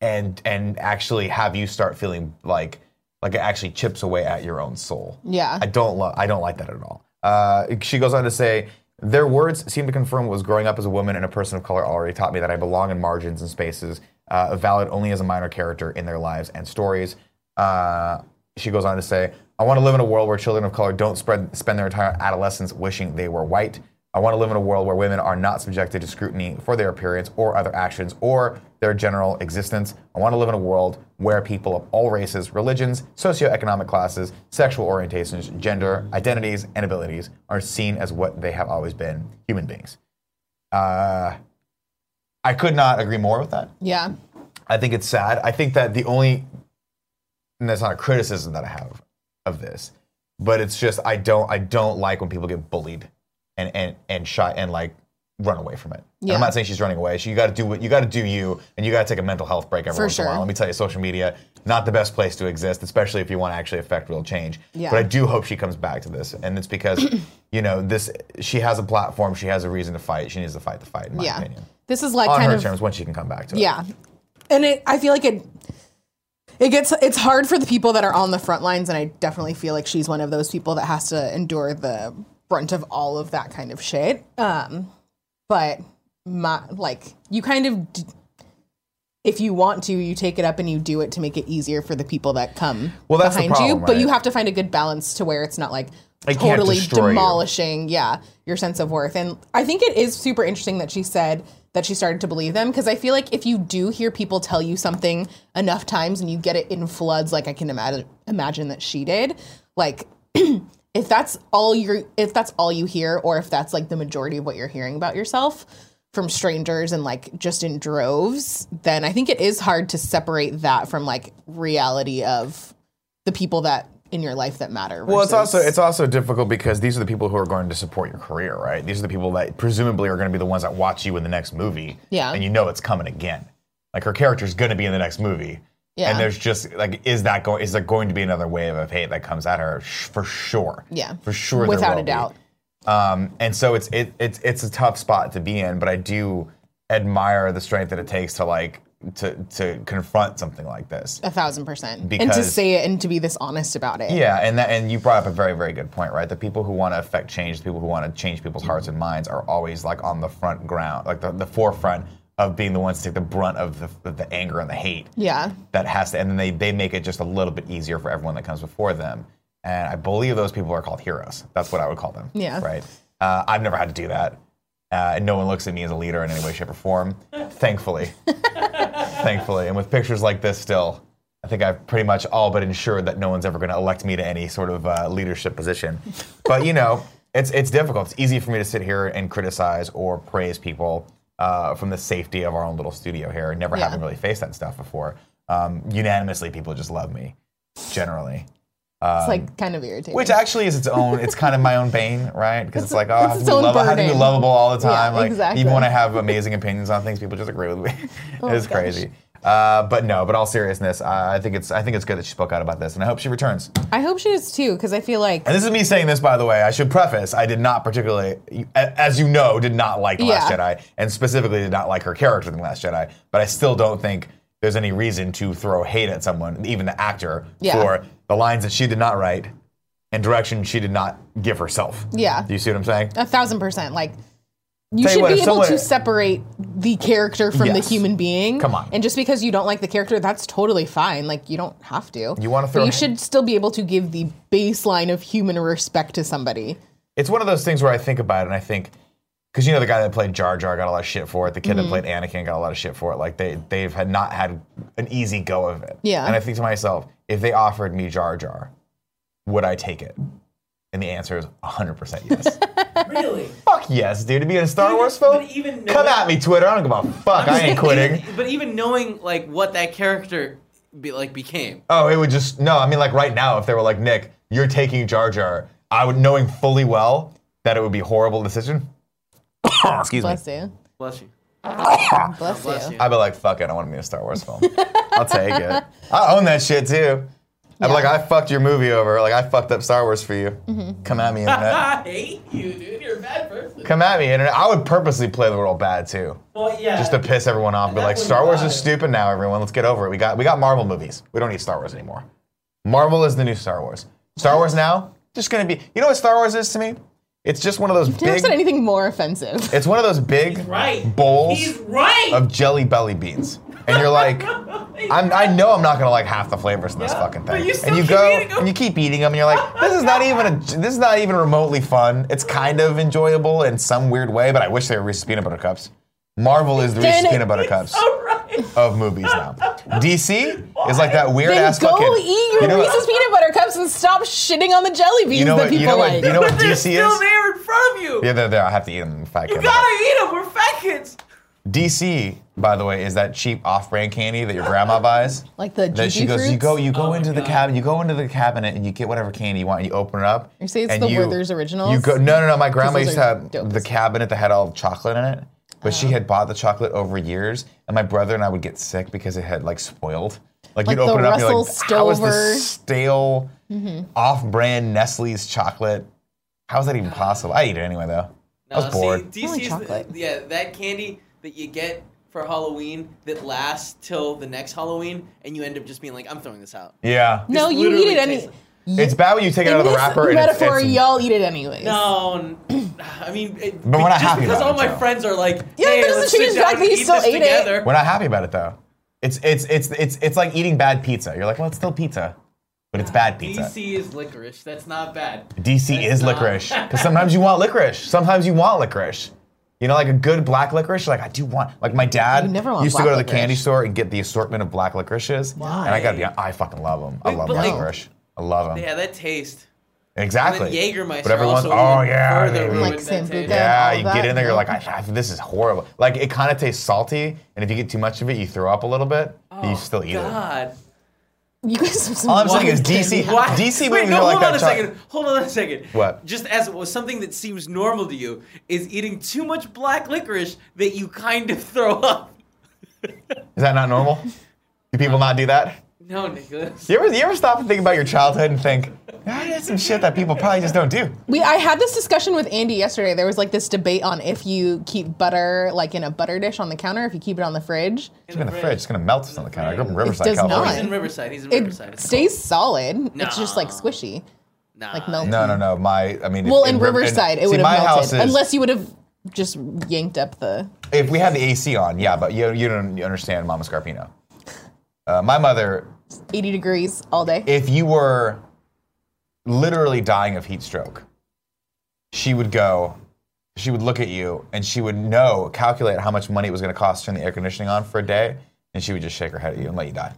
Speaker 1: and and actually have you start feeling like like it actually chips away at your own soul.
Speaker 2: Yeah.
Speaker 1: I don't love I don't like that at all. Uh, she goes on to say their words seem to confirm what was growing up as a woman and a person of color already taught me that I belong in margins and spaces uh, valid only as a minor character in their lives and stories. Uh, she goes on to say, I want to live in a world where children of color don't spread, spend their entire adolescence wishing they were white. I want to live in a world where women are not subjected to scrutiny for their appearance or other actions or their general existence. I want to live in a world where people of all races, religions, socioeconomic classes, sexual orientations, gender, identities, and abilities are seen as what they have always been human beings. Uh, I could not agree more with that.
Speaker 2: Yeah.
Speaker 1: I think it's sad. I think that the only, and that's not a criticism that I have of this, but it's just I don't I don't like when people get bullied and and and shot and like run away from it. And
Speaker 2: Yeah.
Speaker 1: I'm not saying she's running away. She, you got to do what you got to do you, and you got to take a mental health break every
Speaker 2: For
Speaker 1: once in a
Speaker 2: sure.
Speaker 1: while. Let me tell you, social media not the best place to exist, especially if you want to actually affect real change.
Speaker 2: Yeah.
Speaker 1: But I do hope she comes back to this, and it's because you know this. She has a platform. She has a reason to fight. She needs to fight the fight, in my
Speaker 2: yeah.
Speaker 1: opinion.
Speaker 2: This is like
Speaker 1: On
Speaker 2: kind
Speaker 1: her
Speaker 2: of
Speaker 1: terms, when she can come back to it.
Speaker 2: yeah, and it. I feel like it. It gets it's hard for the people that are on the front lines, and I definitely feel like she's one of those people that has to endure the brunt of all of that kind of shit. Um, but my like you kind of. D- if you want to, you take it up and you do it to make it easier for the people that come
Speaker 1: Well, that's the
Speaker 2: behind you.
Speaker 1: problem,
Speaker 2: But you
Speaker 1: right?
Speaker 2: have to find a good balance to where it's not like
Speaker 1: It can't
Speaker 2: totally
Speaker 1: destroy you.
Speaker 2: demolishing, yeah, your sense of worth. And I think it is super interesting that she said that she started to believe them because I feel like if you do hear people tell you something enough times and you get it in floods, like I can imagine imagine that she did, like if that's all you if that's all you hear or if that's like the majority of what you're hearing about yourself from strangers and like just in droves then i think it is hard to separate that from like reality of the people that in your life that matter
Speaker 1: Well, it's
Speaker 2: versus-
Speaker 1: also it's also difficult because these are the people who are going to support your career, right? These are the people that presumably are going to be the ones that watch you in the next movie.
Speaker 2: Yeah.
Speaker 1: And you know it's coming again. Like her character's going to be in the next movie.
Speaker 2: Yeah.
Speaker 1: And there's just like, is that going? Is there going to be another wave of hate that comes at her? Sh- For sure.
Speaker 2: Yeah.
Speaker 1: For sure. there
Speaker 2: Without
Speaker 1: will
Speaker 2: a
Speaker 1: be.
Speaker 2: doubt.
Speaker 1: Um, and so it's it, it's it's a tough spot to be in, but I do admire the strength that it takes to like to to confront something like this.
Speaker 2: a thousand percent and to
Speaker 1: Because-
Speaker 2: say it and to be this honest about it
Speaker 1: Yeah, and that, and you brought up a very very good point, right? The people who want to affect change, the people who want to change people's hearts and minds, are always like on the front ground, like the, the forefront of being the ones to take the brunt of the, of the anger and the hate.
Speaker 2: yeah
Speaker 1: That has to, and then they they make it just a little bit easier for everyone that comes before them. And I believe those people are called heroes. That's what I would call them.
Speaker 2: Yeah.
Speaker 1: Right. Uh, I've never had to do that. Uh, and no one looks at me as a leader in any way, shape, or form. Thankfully. Thankfully. And with pictures like this still, I think I've pretty much all but ensured that no one's ever going to elect me to any sort of uh, leadership position. But, you know, it's, it's difficult. It's easy for me to sit here and criticize or praise people uh, from the safety of our own little studio here, never
Speaker 2: Yeah.
Speaker 1: having really faced that stuff before. Um, unanimously, people just love me, generally.
Speaker 2: it's like kind of irritating
Speaker 1: Um, Which actually is its own. It's kind of my own bane, right? Because it's, like, oh, I have,
Speaker 2: its
Speaker 1: to be
Speaker 2: own
Speaker 1: lovable, I have to be
Speaker 2: burden.
Speaker 1: lovable all the
Speaker 2: Yeah,
Speaker 1: time. like
Speaker 2: exactly. Oh
Speaker 1: even when I have amazing opinions on things, people just agree with me. it's
Speaker 2: gosh.
Speaker 1: crazy. Uh, but no, but all seriousness, I I think it's I think it's good that she spoke out about this, and I hope she returns.
Speaker 2: i hope she is too because i feel like
Speaker 1: And this is me saying this, by the way. I should preface: I did not particularly, a- as you know, did not like The Last
Speaker 2: Yeah.
Speaker 1: Jedi, and specifically did not like her character in The Last Jedi. But I still don't think there's any reason to throw hate at someone, even the actor,
Speaker 2: Yeah.
Speaker 1: for the lines that she did not write and direction she did not give herself.
Speaker 2: Yeah.
Speaker 1: Do you see what I'm saying?
Speaker 2: a thousand percent like you
Speaker 1: Tell you
Speaker 2: should
Speaker 1: what,
Speaker 2: be
Speaker 1: if
Speaker 2: able to
Speaker 1: someone-
Speaker 2: separate the character from the
Speaker 1: Yes.
Speaker 2: human being.
Speaker 1: Come on.
Speaker 2: And just because you don't like the character, that's totally fine. Like you don't have to.
Speaker 1: You wanna
Speaker 2: But
Speaker 1: throw-
Speaker 2: You should still be able to give the baseline of human respect to somebody.
Speaker 1: it's one of those things where I think about it and I think, because you know the guy that played Jar Jar got a lot of shit for it. The kid that played Anakin got a lot of shit for it. Like they they've had not had an easy go of it.
Speaker 2: Yeah.
Speaker 1: And I think to myself, if they offered me Jar Jar, would I take it? And the answer is 100% yes.
Speaker 3: Really?
Speaker 1: fuck yes, dude. To be in a Star
Speaker 3: Dude,
Speaker 1: Wars film?
Speaker 3: but even
Speaker 1: Come
Speaker 3: knowing-
Speaker 1: at me, Twitter. I don't give a fuck. I ain't quitting.
Speaker 3: Even- but even knowing like what that character be, like became.
Speaker 1: Oh, it would just no. I mean, like right now, if they were like Nick, you're taking Jar Jar, I would knowing fully well that it would be a horrible decision. Excuse me.
Speaker 2: Bless you.
Speaker 3: Bless you.
Speaker 2: Bless,
Speaker 3: Bless
Speaker 2: you.
Speaker 3: you.
Speaker 1: I'd be like, fuck it, I want to be in a Star Wars film. I'll take it. I own that shit too. I'd be like, I fucked your movie over. Like, I fucked up Star Wars for you.
Speaker 3: Mm-hmm.
Speaker 1: Come at me, internet.
Speaker 3: I hate you, dude. You're a bad person.
Speaker 1: Come at me, internet. I would purposely play the role bad too,
Speaker 3: Well, yeah.
Speaker 1: just to piss everyone off. Be
Speaker 3: That
Speaker 1: like,
Speaker 3: would
Speaker 1: Star Wars
Speaker 3: lie.
Speaker 1: is stupid now, everyone. Let's get over it. We got we got Marvel movies. We don't need Star Wars anymore. Marvel is the new Star Wars. Star Wars now, just gonna be. You know what Star Wars is to me? It's just one of those
Speaker 2: Never
Speaker 1: big.
Speaker 2: said anything more offensive.
Speaker 1: It's one of those big
Speaker 3: right.
Speaker 1: bowls
Speaker 3: He's right.
Speaker 1: of jelly belly beans, and you're like, I'm, I know I'm not gonna like half the flavors in this fucking
Speaker 3: but
Speaker 1: thing.
Speaker 3: you still
Speaker 1: and you
Speaker 3: keep
Speaker 1: go
Speaker 3: eating 'em.
Speaker 1: and you keep eating them, and you're like, this is not even a, this is not even remotely fun. It's kind of enjoyable in some weird way, but I wish they were Reese's peanut butter cups. Marvel is the Reese's
Speaker 2: Damn it.
Speaker 1: peanut butter cups.
Speaker 3: All right.
Speaker 1: of movies now. DC is like that weird
Speaker 2: Then
Speaker 1: ass
Speaker 2: go
Speaker 1: fucking.
Speaker 2: eat your
Speaker 1: you know what-
Speaker 2: Reese's peanut butter cups and stop shitting on the jelly beans
Speaker 1: you know
Speaker 2: that
Speaker 1: what?
Speaker 2: people
Speaker 1: You know
Speaker 2: like.
Speaker 1: what? You know what
Speaker 3: But they're
Speaker 1: DC
Speaker 3: still
Speaker 1: is?
Speaker 3: there in front of you.
Speaker 1: Yeah, they're there. I have to eat them. If I
Speaker 3: You
Speaker 1: can.
Speaker 3: gotta eat them. We're fat kids.
Speaker 1: DC, by the way, is that cheap off-brand candy that your grandma buys.
Speaker 2: Like the
Speaker 1: That she
Speaker 2: GG
Speaker 1: goes, you
Speaker 2: fruits?
Speaker 1: go, you go
Speaker 3: Oh my
Speaker 1: into the
Speaker 3: God.
Speaker 1: cabinet, you go into the cabinet, and you get whatever candy you want. You open it up.
Speaker 2: You say it's
Speaker 1: and
Speaker 2: the Werther's Originals?
Speaker 1: You go, no, no, no. My grandma
Speaker 2: those
Speaker 1: used to
Speaker 2: are
Speaker 1: have
Speaker 2: dope
Speaker 1: the
Speaker 2: as fuck. Oh.
Speaker 1: cabinet that had all the chocolate in it, but she had bought the chocolate over years, and my brother and I would get sick because it had like spoiled. Like,
Speaker 2: Like
Speaker 1: you'd open
Speaker 2: the
Speaker 1: it up, and you're like,
Speaker 2: Russell
Speaker 1: how is
Speaker 2: Stover. Mm-hmm.
Speaker 1: this stale, off-brand Nestle's chocolate? How is that even possible? I eat it anyway though. I was
Speaker 3: Uh,
Speaker 1: bored.
Speaker 3: See,
Speaker 2: like
Speaker 3: DC's
Speaker 2: chocolate.
Speaker 3: The, yeah, that candy that you get for Halloween that lasts till the next Halloween, and you end up just being like, I'm throwing this out.
Speaker 1: yeah.
Speaker 2: no,
Speaker 3: This
Speaker 2: you eat
Speaker 3: literally
Speaker 2: it any.
Speaker 3: tastes-
Speaker 1: It's bad when you take it out of the
Speaker 2: In this
Speaker 1: wrapper. and it's-
Speaker 2: metaphor,
Speaker 1: it's-
Speaker 2: y'all eat it anyways.
Speaker 3: No, n- I mean, it,
Speaker 1: But we're not
Speaker 3: just
Speaker 1: happy
Speaker 3: because
Speaker 1: about
Speaker 3: all
Speaker 1: it,
Speaker 3: my
Speaker 1: though.
Speaker 3: friends are like,
Speaker 2: Yeah,
Speaker 3: hey,
Speaker 2: that doesn't
Speaker 3: let's
Speaker 2: change
Speaker 3: sit
Speaker 2: the
Speaker 3: down
Speaker 2: fact
Speaker 3: and
Speaker 2: that you
Speaker 3: eat
Speaker 2: still
Speaker 3: this
Speaker 2: ate it.
Speaker 3: together.
Speaker 1: We're not happy about it though. It's it's it's it's it's like eating bad pizza. You're like, well, it's still pizza, but it's bad pizza. DC,
Speaker 3: DC is licorice. That's not bad.
Speaker 1: is
Speaker 3: not-
Speaker 1: licorice because sometimes you want licorice. Sometimes you want licorice. You know, like a good black licorice. You're like, I do want. Like my dad
Speaker 2: You never want
Speaker 1: used to go
Speaker 2: black
Speaker 1: to the
Speaker 2: licorice.
Speaker 1: candy store and get the assortment of black licorices.
Speaker 2: Why?
Speaker 1: And I gotta be, I fucking love them. I
Speaker 3: Wait,
Speaker 1: love
Speaker 3: but
Speaker 1: black
Speaker 3: like-
Speaker 1: licorice. I love them.
Speaker 3: Yeah, that taste.
Speaker 1: exactly.
Speaker 3: And then Jägermeister
Speaker 1: But everyone's,
Speaker 3: also
Speaker 1: oh
Speaker 3: even
Speaker 1: yeah,
Speaker 3: further
Speaker 1: maybe.
Speaker 3: ruined
Speaker 2: Like
Speaker 3: that
Speaker 2: Sambuca.
Speaker 3: taste.
Speaker 2: Yeah.
Speaker 1: Yeah,
Speaker 2: all
Speaker 1: you
Speaker 2: that,
Speaker 1: get in there, you're
Speaker 2: no.
Speaker 1: like, I, I, this is horrible. Like, it kind of tastes salty, and if you get too much of it, you throw up a little bit, but
Speaker 2: Oh,
Speaker 1: you still eat it.
Speaker 3: God.
Speaker 2: You guys have some
Speaker 1: All I'm saying
Speaker 2: wild
Speaker 1: is DC.
Speaker 2: candy.
Speaker 3: Why?
Speaker 1: DC
Speaker 3: Wait,
Speaker 1: movies
Speaker 3: no,
Speaker 1: are like
Speaker 3: hold
Speaker 1: that
Speaker 3: on a
Speaker 1: choc-
Speaker 3: second. Hold on a second.
Speaker 1: What?
Speaker 3: Just as well, something that seems normal to you is eating too much black licorice that you kind of throw up.
Speaker 1: Is that not normal? Do people not do that?
Speaker 3: No, Nicholas.
Speaker 1: You ever, you ever stop and think about your childhood and think, ah, that's some shit that people probably just don't do?
Speaker 2: We I had this discussion with Andy yesterday. There was like this debate on if you keep butter like in a butter dish on the counter, if you keep it on the fridge.
Speaker 1: It's in the fridge. It's gonna melt. It's on the counter. I grew up in Riverside,
Speaker 2: does
Speaker 1: California.
Speaker 3: He's in Riverside. He's in
Speaker 2: It
Speaker 3: Riverside. It's
Speaker 2: stays solid. It's just like
Speaker 3: Nah.
Speaker 2: squishy.
Speaker 3: Nah.
Speaker 2: like melted.
Speaker 1: No, no, no. My, I mean,
Speaker 2: Well,
Speaker 1: if-
Speaker 2: in
Speaker 1: Riv-
Speaker 2: Riverside, it
Speaker 1: see,
Speaker 2: would
Speaker 1: my
Speaker 2: have melted
Speaker 1: house is-
Speaker 2: unless you would have just yanked up the.
Speaker 1: If we had the AC on, yeah, but you, you don't understand Mama Scarpino. Uh, my mother
Speaker 2: 80 degrees all day.
Speaker 1: if you were literally dying of heat stroke, she would go, she would look at you, and she would know, calculate how much money it was going to cost to turn the air conditioning on for a day, and she would just shake her head at you and let you die.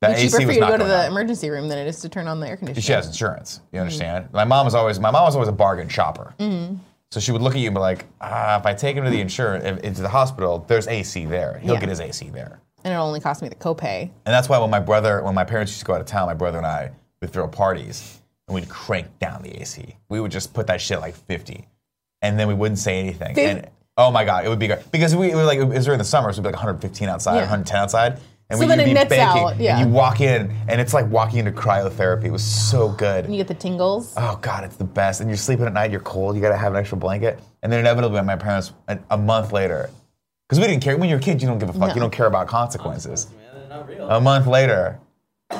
Speaker 1: That
Speaker 2: It'd be cheaper for you to go to
Speaker 1: going
Speaker 2: the
Speaker 1: out.
Speaker 2: emergency room than it is to turn on the Mm-hmm. air conditioner.
Speaker 1: She has insurance. You understand? My mom was always my mom was always a bargain shopper.
Speaker 2: Mm-hmm.
Speaker 1: So she would look at you and be like, ah, if I take him to the insurance, if, into the hospital, there's AC there. He'll
Speaker 2: Yeah.
Speaker 1: get his AC there.
Speaker 2: And it only cost me the copay.
Speaker 1: And that's why when my brother, when my parents used to go out of town, my brother and I would throw parties and we'd crank down the AC. We would just put that shit like 50. And then we wouldn't say anything.
Speaker 2: Fif-
Speaker 1: And oh my God, it would be great. Because we it was like, it was during the summer, so it'd be like 115 outside,
Speaker 2: Yeah.
Speaker 1: 110 outside. And
Speaker 2: So
Speaker 1: we
Speaker 2: then
Speaker 1: would
Speaker 2: it
Speaker 1: be
Speaker 2: nets
Speaker 1: baking.
Speaker 2: out, yeah.
Speaker 1: And you walk in and it's like walking into cryotherapy. It was so good
Speaker 2: And you get the tingles.
Speaker 1: oh god, it's the best. And you're sleeping at night, you're cold, you gotta have an extra blanket. And then inevitably, my parents a, a month later, because we didn't care. When you're a kid, you don't give a fuck.
Speaker 2: No.
Speaker 1: You don't care about consequences. A month later,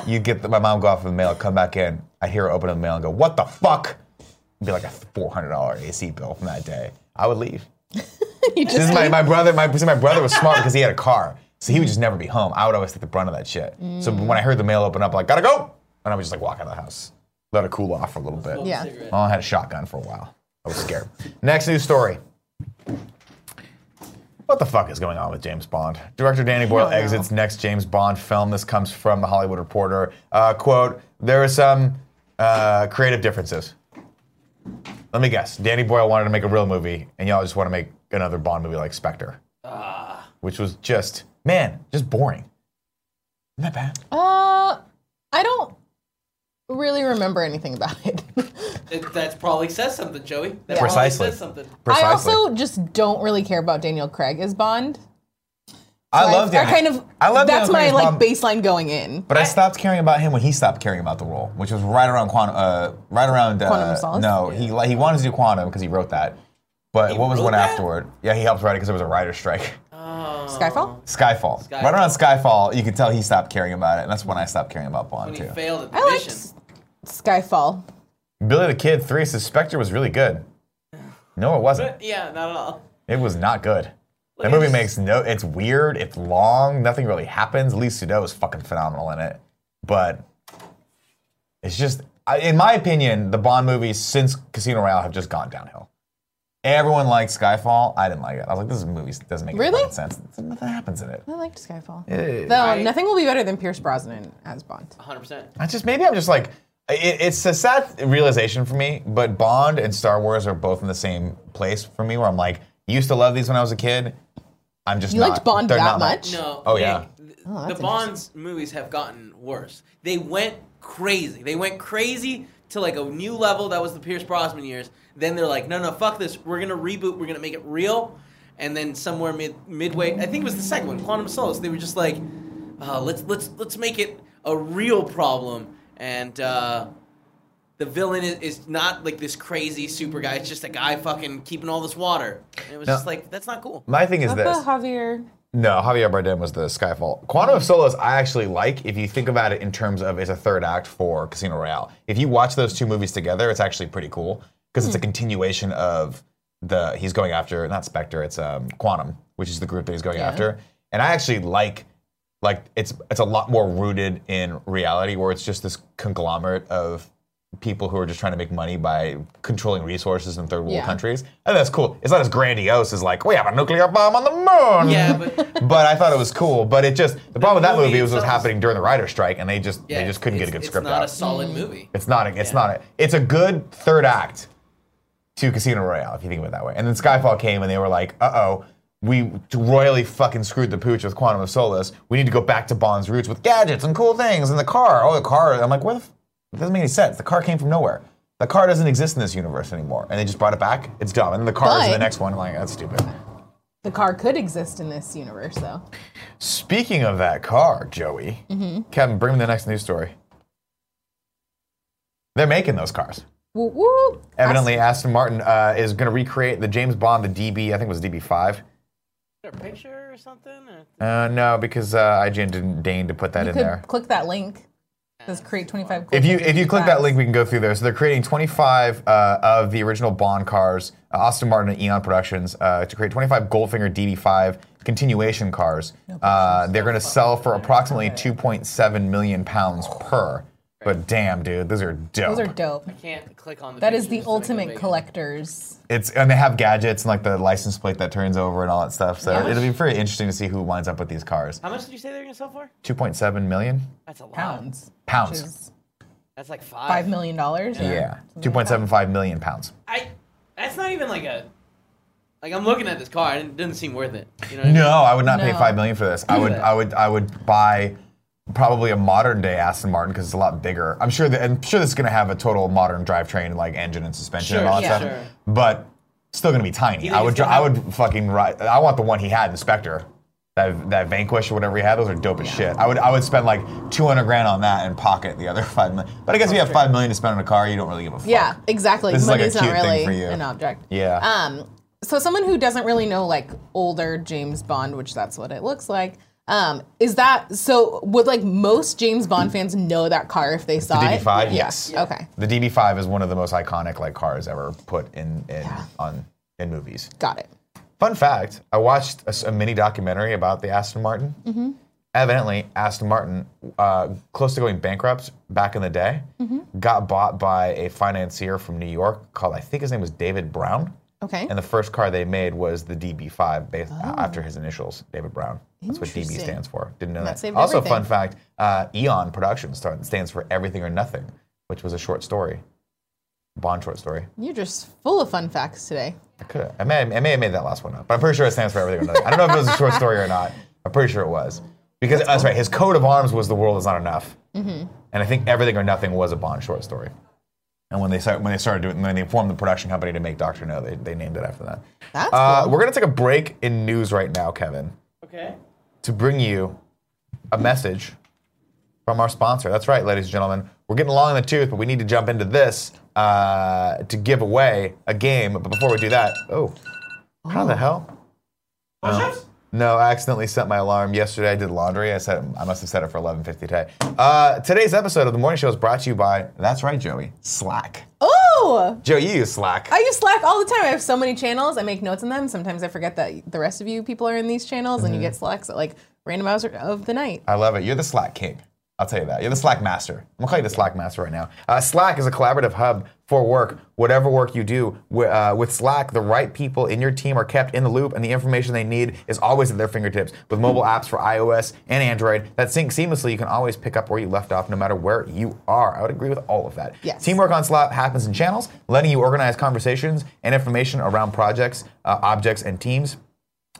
Speaker 1: you get the, my mom go off with the mail, come back in. I hear her open up the mail and go, "What the fuck?" It'd be like a four hundred dollar AC bill from that day. I would leave.
Speaker 2: you
Speaker 1: This
Speaker 2: just
Speaker 1: is my, my brother. My, see, my brother was smart because he had a car, so he would just never be home. I would always take the brunt of that shit. So
Speaker 2: Mm.
Speaker 1: when I heard the mail open up, like gotta go, and I would just like walk out of the house, let it cool off for a little bit.
Speaker 2: yeah.
Speaker 1: Well, I had a shotgun for a while. I was scared. Next news story. What the fuck is going on with James Bond? Director Danny Boyle
Speaker 2: know.
Speaker 1: exits next James Bond film. This comes from The Hollywood Reporter. Uh, quote, there are some uh, creative differences. Let me guess. Danny Boyle wanted to make a real movie, and y'all just want to make another Bond movie like Spectre. Which was just, man, just boring. Isn't that bad?
Speaker 2: Uh, I don't really remember anything about it.
Speaker 3: That that's probably says something, Joey. That probably
Speaker 1: Precisely.
Speaker 3: says something.
Speaker 2: I also just don't really care about Daniel Craig as Bond.
Speaker 1: I love
Speaker 2: I,
Speaker 1: Danny.
Speaker 2: kind of
Speaker 1: I love
Speaker 2: that's
Speaker 1: Daniel
Speaker 2: my
Speaker 1: Craig's
Speaker 2: like
Speaker 1: Bond.
Speaker 2: baseline going in.
Speaker 1: But I, stopped caring about him when he stopped caring about the role, which was right around quantum. Uh, right around uh,
Speaker 2: Quantum of Solace?
Speaker 1: No, he like, he wanted to do quantum because he wrote that. But what was
Speaker 3: wrote
Speaker 1: one
Speaker 3: that?
Speaker 1: afterward? Yeah, he helped write it because there was a writer's strike.
Speaker 2: Skyfall.
Speaker 1: Skyfall.
Speaker 3: Skyfall.
Speaker 1: Right around Skyfall, you could tell he stopped caring about it, and that's when I stopped caring about Bond
Speaker 3: When he
Speaker 1: too.
Speaker 3: failed at the
Speaker 2: I liked
Speaker 3: mission.
Speaker 2: S- Skyfall.
Speaker 1: Billy the Kid Three says Spectre was really good. No, it wasn't.
Speaker 3: yeah, not at all.
Speaker 1: It was not good. That
Speaker 3: Look,
Speaker 1: movie
Speaker 3: it's-
Speaker 1: makes no. It's weird. It's long. Nothing really happens. Lee Sudo is fucking phenomenal in it, but it's just, I- in my opinion, the Bond movies since Casino Royale have just gone downhill. Everyone liked Skyfall. I didn't like it. I was like, this movie doesn't make any
Speaker 2: Really?
Speaker 1: fucking sense. Nothing happens in it.
Speaker 2: I liked Skyfall.
Speaker 1: Eh.
Speaker 2: Though
Speaker 3: I-
Speaker 2: nothing will be better than Pierce Brosnan as Bond.
Speaker 3: 100%.
Speaker 1: I just maybe I'm just like it, it's a sad realization for me. But Bond and Star Wars are both in the same place for me, where I'm like, used to love these when I was a kid. I'm just
Speaker 2: You
Speaker 1: not,
Speaker 2: liked Bond
Speaker 1: they're
Speaker 2: that
Speaker 1: not my-
Speaker 2: much?
Speaker 3: No.
Speaker 1: Oh, yeah.
Speaker 3: th-
Speaker 2: Oh,
Speaker 3: the
Speaker 2: that's
Speaker 3: Bond's movies have gotten worse. They went crazy. They went crazy to like a new level. That was the Pierce Brosnan years. Then they're like, no, no, fuck this. We're gonna reboot. We're gonna make it real. And then somewhere mid midway, I think it was the second one, Quantum of Solace. They were just like, uh, let's let's let's make it a real problem. And uh, the villain is, is not like this crazy super guy. It's just a guy fucking keeping all this water. And it was
Speaker 1: No.
Speaker 3: just like that's not cool.
Speaker 1: My thing is
Speaker 2: What the
Speaker 1: this.
Speaker 2: Javier?
Speaker 1: No, Javier Bardem was the Skyfall. Quantum of Solace, I actually like if you think about it in terms of it's a third act for Casino Royale. If you watch those two movies together, it's actually pretty cool because it's a continuation of the he's going after not Spectre, it's um, Quantum, which is the group that he's going after. And I actually like like it's it's a lot more rooted in reality where it's just this conglomerate of people who are just trying to make money by controlling resources in third world
Speaker 2: Yeah.
Speaker 1: countries. And that's cool. It's not as grandiose as like we have a nuclear bomb on the moon
Speaker 3: Yeah, but
Speaker 1: but I thought it was cool. But it just the problem with that
Speaker 3: movie
Speaker 1: movie was what was
Speaker 3: itself is-
Speaker 1: happening during the writer strike, and they just they
Speaker 3: Yeah,
Speaker 1: just couldn't get a
Speaker 3: it's-
Speaker 1: good script
Speaker 3: It's not
Speaker 1: out.
Speaker 3: a solid movie.
Speaker 1: it's not. A, it's not. A, it's a good third act to Casino Royale if you think of it that way. And then Skyfall came, and they were like, "Uh oh." We royally fucking screwed the pooch with Quantum of Solace. We need to go back to Bond's roots with gadgets and cool things and the car. Oh, the car. I'm like, what? If, it doesn't make any sense. The car came from nowhere. The car doesn't exist in this universe anymore. And they just brought it back. It's dumb. And then the car is in the
Speaker 2: But-
Speaker 1: next one. I'm like, that's stupid.
Speaker 2: The car could exist in this universe, though.
Speaker 1: Speaking of that car, Joey,
Speaker 2: Mm-hmm.
Speaker 1: Kevin, bring me the next news story. They're making those cars.
Speaker 2: Woo woo.
Speaker 1: Evidently, Aston Martin uh, is going to recreate the James Bond, the DB, I think it was DB5.
Speaker 3: Is there a picture or something? Or?
Speaker 1: Uh, no, because uh, IGN didn't deign to put that
Speaker 2: You
Speaker 1: in
Speaker 2: could
Speaker 1: there.
Speaker 2: click that link. It says create 25
Speaker 1: If you if you click that
Speaker 2: Fast.
Speaker 1: link, we can go through there. So they're creating 25 uh, of the original Bond cars, uh, Austin Martin and Eon Productions, uh, to create 25 Goldfinger DB5 continuation cars. Uh, they're going to sell for approximately 2.7 million pounds per. But damn, dude, those are dope.
Speaker 2: Those are dope.
Speaker 3: Can't click on the.
Speaker 2: That is the
Speaker 3: pictures to make it
Speaker 2: ultimate
Speaker 3: bigger.
Speaker 2: collector's.
Speaker 1: It's and they have gadgets and like the license plate that turns over and all that stuff. So it'll be very interesting to see who winds up with these cars.
Speaker 3: How much did you say they're gonna sell for?
Speaker 1: 2.7 million
Speaker 3: That's a lot.
Speaker 2: Pounds. Which
Speaker 1: pounds.
Speaker 2: is
Speaker 3: That's like five.
Speaker 2: $5 million. dollars,
Speaker 1: Yeah, 2.75 million pounds.
Speaker 3: I. That's not even like a. Like I'm looking at this car and it doesn't seem worth it. You know what
Speaker 1: No, I would not pay
Speaker 2: No.
Speaker 1: five million for this. I would,
Speaker 3: that.
Speaker 1: I would, I would buy probably a modern day Aston Martin because it's a lot bigger. I'm sure that I'm sure this is going to have a total modern drivetrain, like engine and suspension and
Speaker 3: Sure,
Speaker 1: all that
Speaker 3: yeah.
Speaker 1: stuff.
Speaker 3: sure.
Speaker 1: But still going to be tiny.
Speaker 3: think
Speaker 1: I would,
Speaker 3: it's
Speaker 1: dri-
Speaker 3: gonna
Speaker 1: I would fucking ride. I want the one he had, Inspector. That, that Vanquish or whatever he had, those are dope as shit. I would I would spend like two hundred grand on that and pocket the other five million. But I guess if you have five million to spend on a car, you don't really give a fuck.
Speaker 2: Yeah, exactly.
Speaker 1: This is like a
Speaker 2: Money's
Speaker 1: cute
Speaker 2: not
Speaker 1: thing
Speaker 2: really
Speaker 1: for you.
Speaker 2: an object.
Speaker 1: Yeah.
Speaker 2: Um, so someone who doesn't really know like older James Bond, which that's what it looks like. Um, is that so? Would like most James Bond fans know that car if they saw it?
Speaker 1: DB5?
Speaker 2: Yeah.
Speaker 1: Yes.
Speaker 2: Okay.
Speaker 1: The DB5 is one of the most iconic like cars ever put in in on in movies.
Speaker 2: Got it.
Speaker 1: Fun fact: I watched a, s- a mini documentary about the Aston Martin. Evidently, Aston Martin, uh, close to going bankrupt back in the day, got bought by a financier from New York called I think his name was David Brown.
Speaker 2: Okay.
Speaker 1: And the first car they made was the DB5, based uh, after his initials, David Brown. That's what DB
Speaker 2: Oh. Interesting.
Speaker 1: stands for. Didn't know
Speaker 2: That
Speaker 1: that.
Speaker 2: saved
Speaker 1: also, fun
Speaker 2: everything.
Speaker 1: fact: uh, Eon Productions sta- stands for Everything or Nothing, which was a short story, Bond short story.
Speaker 2: You're just full of fun facts today.
Speaker 1: I could I may, I may have made that last one up, but I'm pretty sure it stands for everything. Or nothing. I don't know if it was a short story or not. I'm pretty sure it was because that's, right. His coat of arms was the world is not enough,
Speaker 2: Mm-hmm.
Speaker 1: and I think everything or nothing was a Bond short story. And when they start, when they started doing, when they formed the production company to make Doctor No, they, they named it after that.
Speaker 2: That's
Speaker 1: Uh,
Speaker 2: cool.
Speaker 1: we're gonna take a break in news right now, Kevin,
Speaker 3: Okay.
Speaker 1: to bring you a message from our sponsor. That's right, ladies and gentlemen. We're getting long in the tooth, but we need to jump into this uh, to give away a game. But before we do that, oh, how the hell? Oh. No, I accidentally set my alarm yesterday. I did laundry. I said I must have set it for 11:50 today. Uh, today's episode of the morning show is brought to you by. That's right, Joey. Slack.
Speaker 2: Oh,
Speaker 1: Joe, you use Slack.
Speaker 2: I use Slack all the time. I have so many channels. I make notes in them. Sometimes I forget that the
Speaker 1: Mm-hmm.
Speaker 2: rest of you people are in these channels, and you get Slacks at like random hours of the night.
Speaker 1: I love it. You're the Slack king. I'll tell you that. You're the Slack master. I'm gonna call you the Slack master right now. Uh, Slack is a collaborative hub for work. Whatever work you do, wi- uh, with Slack, the right people in your team are kept in the loop, and the information they need is always at their fingertips. With mobile apps for iOS and Android that sync seamlessly, you can always pick up where you left off, no matter where you are. I would agree with all of that.
Speaker 2: Yes.
Speaker 1: Teamwork on Slack happens in channels, letting you organize conversations and information around projects, uh, objects, and teams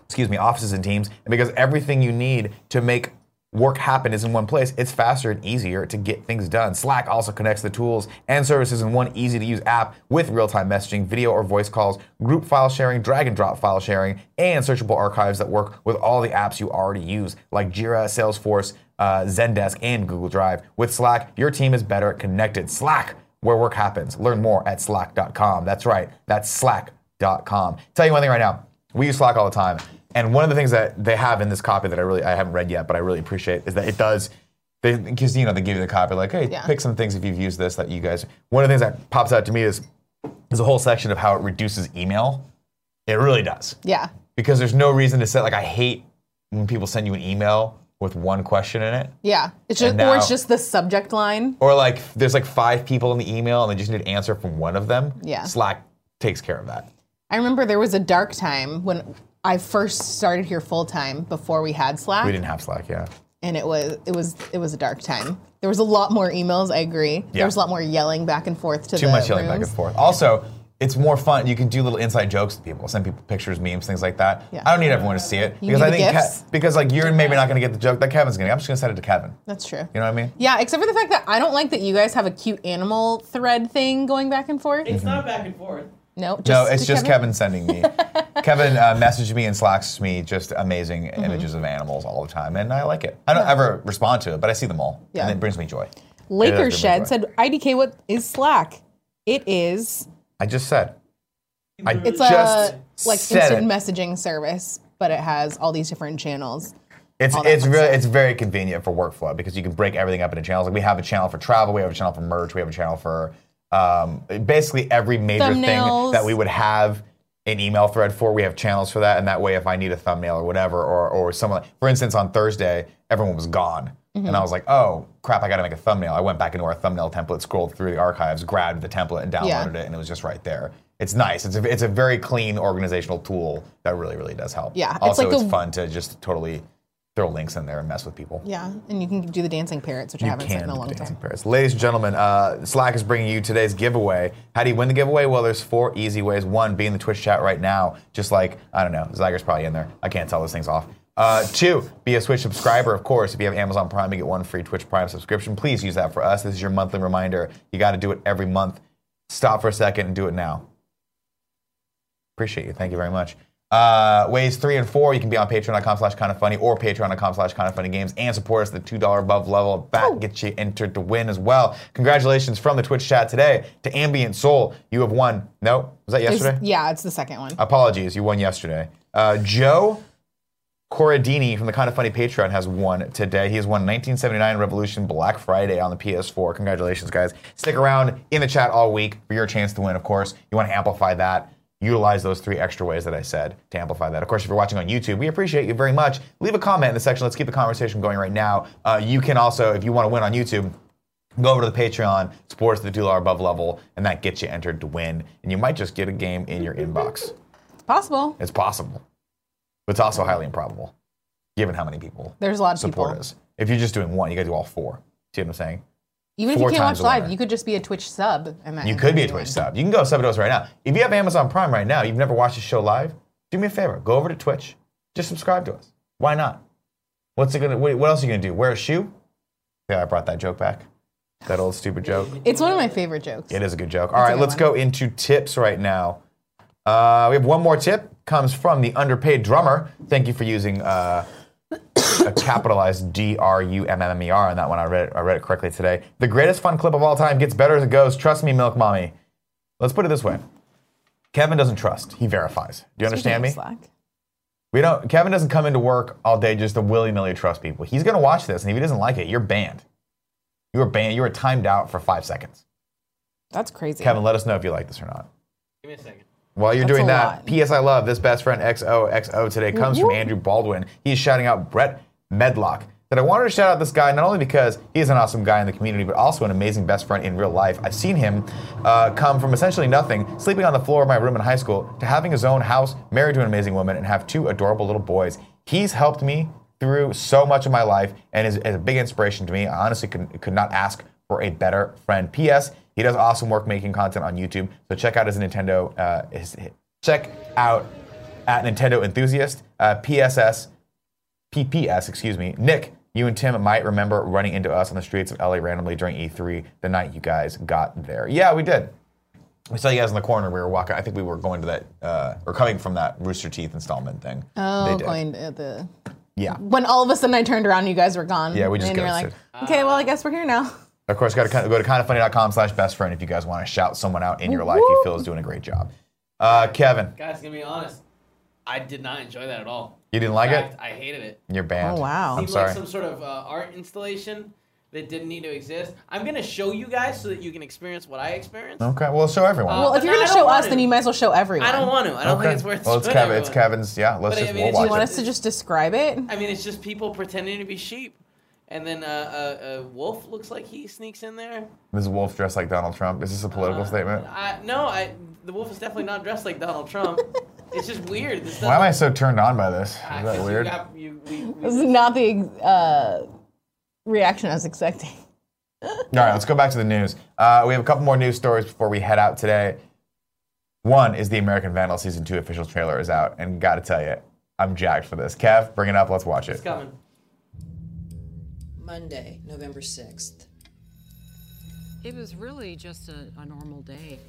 Speaker 1: excuse me, offices and teams, and because everything you need to make work happen is in one place, it's faster and easier to get things done. Slack also connects the tools and services in one easy to use app with real time messaging, video or voice calls, group file sharing, drag and drop file sharing, and searchable archives that work with all the apps you already use, like Jira, Salesforce, uh, Zendesk, and Google Drive. With Slack, your team is better connected. Slack, where work happens. Learn more at slack.com. That's right, that's slack.com. Tell you one thing right now. We use Slack all the time, and one of the things that they have in this copy that I really I haven't read yet, but I really appreciate is that it does. Because you know they give you the copy like, hey,
Speaker 2: Yeah.
Speaker 1: pick some things if you've used this that you guys. One of the things that pops out to me is there's a whole section of how it reduces email. It really does
Speaker 2: Yeah.
Speaker 1: because there's no reason to set like I hate when people send you an email with one question in it
Speaker 2: Yeah. It's just,
Speaker 1: And
Speaker 2: or
Speaker 1: now-
Speaker 2: it's just the subject line.
Speaker 1: or like there's like five people in the email and they just need an answer from one of them.
Speaker 2: Yeah.
Speaker 1: Slack takes care of that.
Speaker 2: I remember there was a dark time when I first started here full time before we had Slack.
Speaker 1: We didn't have Slack, yeah.
Speaker 2: and it was it was it was a dark time. There was a lot more emails. I agree. There
Speaker 1: Yeah.
Speaker 2: was a lot more yelling back and forth to
Speaker 1: too
Speaker 2: the
Speaker 1: much yelling back
Speaker 2: rooms.
Speaker 1: and forth. Also, it's more fun. You can do little inside jokes with people, send people pictures, memes, things like that.
Speaker 2: Yeah.
Speaker 1: I don't need everyone to see it
Speaker 2: You
Speaker 1: because
Speaker 2: need
Speaker 1: I
Speaker 2: the
Speaker 1: think
Speaker 2: gifs?
Speaker 1: because like you're maybe not going to get the joke that Kevin's going to. I'm just going to send it to Kevin.
Speaker 2: That's true.
Speaker 1: You know what I mean?
Speaker 2: Yeah, except for the fact that I don't like that you guys have a cute animal thread thing going back and forth.
Speaker 1: Mm-hmm.
Speaker 7: It's not back and forth.
Speaker 2: no, just
Speaker 1: No, it's
Speaker 2: to
Speaker 1: just Kevin, sending me. Kevin uh, messaged me and slacks me just amazing
Speaker 2: Mm-hmm.
Speaker 1: images of animals all the time, and I like it. I don't ever respond to it, but I see them all,
Speaker 2: Yeah.
Speaker 1: and it brings me joy. Yeah,
Speaker 2: Laker
Speaker 1: that's
Speaker 2: Shed
Speaker 1: right.
Speaker 2: said, "IDK, what is Slack? It is
Speaker 1: I just said, I
Speaker 2: it's
Speaker 1: just
Speaker 2: a like
Speaker 1: said
Speaker 2: instant
Speaker 1: it.
Speaker 2: messaging service, but it has all these different channels.
Speaker 1: It's
Speaker 2: that
Speaker 1: it's
Speaker 2: fun
Speaker 1: really
Speaker 2: stuff.
Speaker 1: it's very convenient for workflow because you can break everything up into channels. Like we have a channel for travel, we have a channel for merch, we have a channel for um, basically every major
Speaker 2: Thumbnails.
Speaker 1: thing that we would have an email thread for. We have channels for that, and that way, if I need a thumbnail or whatever, or or someone, for instance, on Thursday, everyone was gone,
Speaker 2: Mm-hmm.
Speaker 1: and I was like, oh crap, I got to make a thumbnail. I went back into our thumbnail template, scrolled through the archives, grabbed the template, and
Speaker 2: Yeah.
Speaker 1: downloaded it, and it was just right there. It's nice. It's a, it's a very clean organizational tool that really, really does help.
Speaker 2: Yeah, it's
Speaker 1: Also,
Speaker 2: like
Speaker 1: it's,
Speaker 2: a-
Speaker 1: fun to just totally throw links in there and mess with people.
Speaker 2: Yeah, and you can do the dancing parrots, which I
Speaker 1: You
Speaker 2: haven't seen
Speaker 1: can
Speaker 2: in a
Speaker 1: do
Speaker 2: long
Speaker 1: dancing
Speaker 2: time.
Speaker 1: parrots. Ladies and gentlemen, uh, Slack is bringing you today's giveaway. How do you win the giveaway? Well, there's four easy ways. One, be in the Twitch chat right now, just like, I don't know, Zyger's probably in there. I can't tell those things off. Uh, two, be a Twitch subscriber, of course. If you have Amazon Prime, you get one free Twitch Prime subscription. Please use that for us. This is your monthly reminder. You got to do it every month. Stop for a second and do it now. Appreciate you. Thank you very much. Uh, ways three and four, you can be on patreon.com slash kind of funny or patreon.com slash kind of funny games and support us at the $2 above level. That gets you entered to win as well. Congratulations from the Twitch chat today to Ambient Soul. You have won. No? Was that
Speaker 2: There's-
Speaker 1: yesterday?
Speaker 2: yeah, it's the second one.
Speaker 1: Apologies. You won yesterday. Uh, Joe Corradini from the Kind of Funny Patreon has won today. He has won 1979 Revolution Black Friday on the PS4. Congratulations, guys. Stick around in the chat all week for your chance to win, of course. You want to amplify that. Utilize those three extra ways that I said to amplify that. Of course, if you're watching on YouTube, we appreciate you very much. Leave a comment in the section. Let's keep the conversation going right now. Uh, you can also, if you want to win on YouTube, go over to the Patreon, support us at the $2 above level, and that gets you entered to win. And you might just get a game in your inbox.
Speaker 2: It's possible.
Speaker 1: It's possible. But it's also highly improbable, given how many people
Speaker 2: There's a lot of
Speaker 1: support
Speaker 2: people.
Speaker 1: us. If you're just doing one, you gotta do all four. See what I'm saying?
Speaker 2: Even if you
Speaker 1: Four
Speaker 2: can't watch
Speaker 1: times the
Speaker 2: live,
Speaker 1: winner.
Speaker 2: you could just be a Twitch sub. And that
Speaker 1: You
Speaker 2: and
Speaker 1: could be a
Speaker 2: everyone.
Speaker 1: Twitch sub. You can go sub to us right now. If you have Amazon Prime right now, you've never watched the show live, do me a favor. Go over to Twitch. Just subscribe to us. Why not? What's it gonna what what else are you gonna do? Wear a shoe? Yeah, I brought that joke back. That old stupid joke.
Speaker 2: It's one of my favorite jokes.
Speaker 1: It is a good joke. All right,
Speaker 2: good
Speaker 1: let's
Speaker 2: one.
Speaker 1: go into tips right now. Uh, we have one more tip. Comes from the underpaid drummer. Thank you for using uh, a capitalized D R U M M M E R on that one. I read it, I read it correctly today. The greatest fun clip of all time gets better as it goes. Trust me, Milk Mommy. Let's put it this way. Kevin doesn't trust. He verifies. Do you
Speaker 2: Speaking of
Speaker 1: understand me?
Speaker 2: Slack.
Speaker 1: We don't. Kevin doesn't come into work all day just to willy nilly trust people. He's gonna watch this, and if he doesn't like it, you're banned. You are banned. You are timed out for five seconds.
Speaker 2: That's crazy.
Speaker 1: Kevin, let us know if you like this or not.
Speaker 7: Give me a second.
Speaker 1: While you're
Speaker 2: That's
Speaker 1: doing
Speaker 2: a
Speaker 1: that,
Speaker 2: lot.
Speaker 1: P.S. I love this best friend XOXO today comes from Andrew Baldwin. He's shouting out Brett Medlock. that I wanted to shout out this guy not only because he is an awesome guy in the community, but also an amazing best friend in real life. I've seen him uh, come from essentially nothing, sleeping on the floor of my room in high school, to having his own house, married to an amazing woman, and have two adorable little boys. He's helped me through so much of my life and is, is a big inspiration to me. I honestly could, could not ask for a better friend. P.S. He does awesome work making content on YouTube, so check out his Nintendo. Uh, his, check out at Nintendo Enthusiast. Uh, PSS PPS, excuse me. Nick, you and Tim might remember running into us on the streets of LA randomly during E3 the night you guys got there. Yeah, we did. We saw you guys in the corner. We were walking. I think we were going to that, uh, or coming from that Rooster Teeth installment thing.
Speaker 2: Oh,
Speaker 1: they did.
Speaker 2: going to the.
Speaker 1: Yeah.
Speaker 2: When all of a sudden I turned around, you guys were gone.
Speaker 1: Yeah, we just
Speaker 2: and you're like,
Speaker 1: ghosted.
Speaker 2: okay, well I guess we're here
Speaker 3: Uh,
Speaker 2: now.
Speaker 1: Of course, got to go to kindoffunny.com slash best friend if you guys want to shout someone out in your life you feel is doing a great job. Uh, Kevin,
Speaker 3: Guys, gonna be honest. I did not enjoy that at all.
Speaker 1: you didn't like
Speaker 3: In
Speaker 1: it?
Speaker 3: fact, I hated it.
Speaker 1: You're banned.
Speaker 2: Oh, wow.
Speaker 1: I'm
Speaker 3: Seemed like
Speaker 1: sorry.
Speaker 3: some sort of uh, art installation that didn't need to exist. I'm gonna show you guys so that you can experience what I experienced.
Speaker 1: Okay, well, show everyone.
Speaker 2: Well, if
Speaker 3: but
Speaker 2: you're
Speaker 3: no, I
Speaker 2: gonna
Speaker 3: don't
Speaker 2: show
Speaker 3: want
Speaker 2: us,
Speaker 3: to.
Speaker 2: then you might as well show everyone.
Speaker 3: I don't want to. I don't
Speaker 1: okay.
Speaker 3: think it's worth.
Speaker 1: Well, it's,
Speaker 3: showing
Speaker 1: Kevin, it's
Speaker 3: everyone.
Speaker 1: Kevin's. Yeah, let's
Speaker 3: But I
Speaker 1: just,
Speaker 3: mean,
Speaker 1: we'll
Speaker 3: it's-
Speaker 1: watch
Speaker 2: You want
Speaker 1: it.
Speaker 2: us to just describe it?
Speaker 3: I mean, it's just people pretending to be sheep, and then uh, uh, uh, wolf looks like he sneaks in there.
Speaker 1: This wolf dressed like Donald Trump. Is this a political statement?
Speaker 3: Uh, I, no, I the wolf is definitely not dressed like Donald Trump. it's just weird. This
Speaker 1: Why am I so turned on by this? Is
Speaker 3: doesn't-
Speaker 1: that
Speaker 3: you
Speaker 1: weird?
Speaker 3: got- you- we- we-
Speaker 2: This is not the uh, reaction I was expecting.
Speaker 1: All right, let's go back to the news. Uh, we have a couple more news stories before we head out today. One is the American Vandal season two official trailer is out, and gotta tell you, I'm jacked for this. Kev, bring it up. Let's watch it.
Speaker 3: it's coming.
Speaker 8: Monday, November 6th.
Speaker 9: It was really just a, a normal day.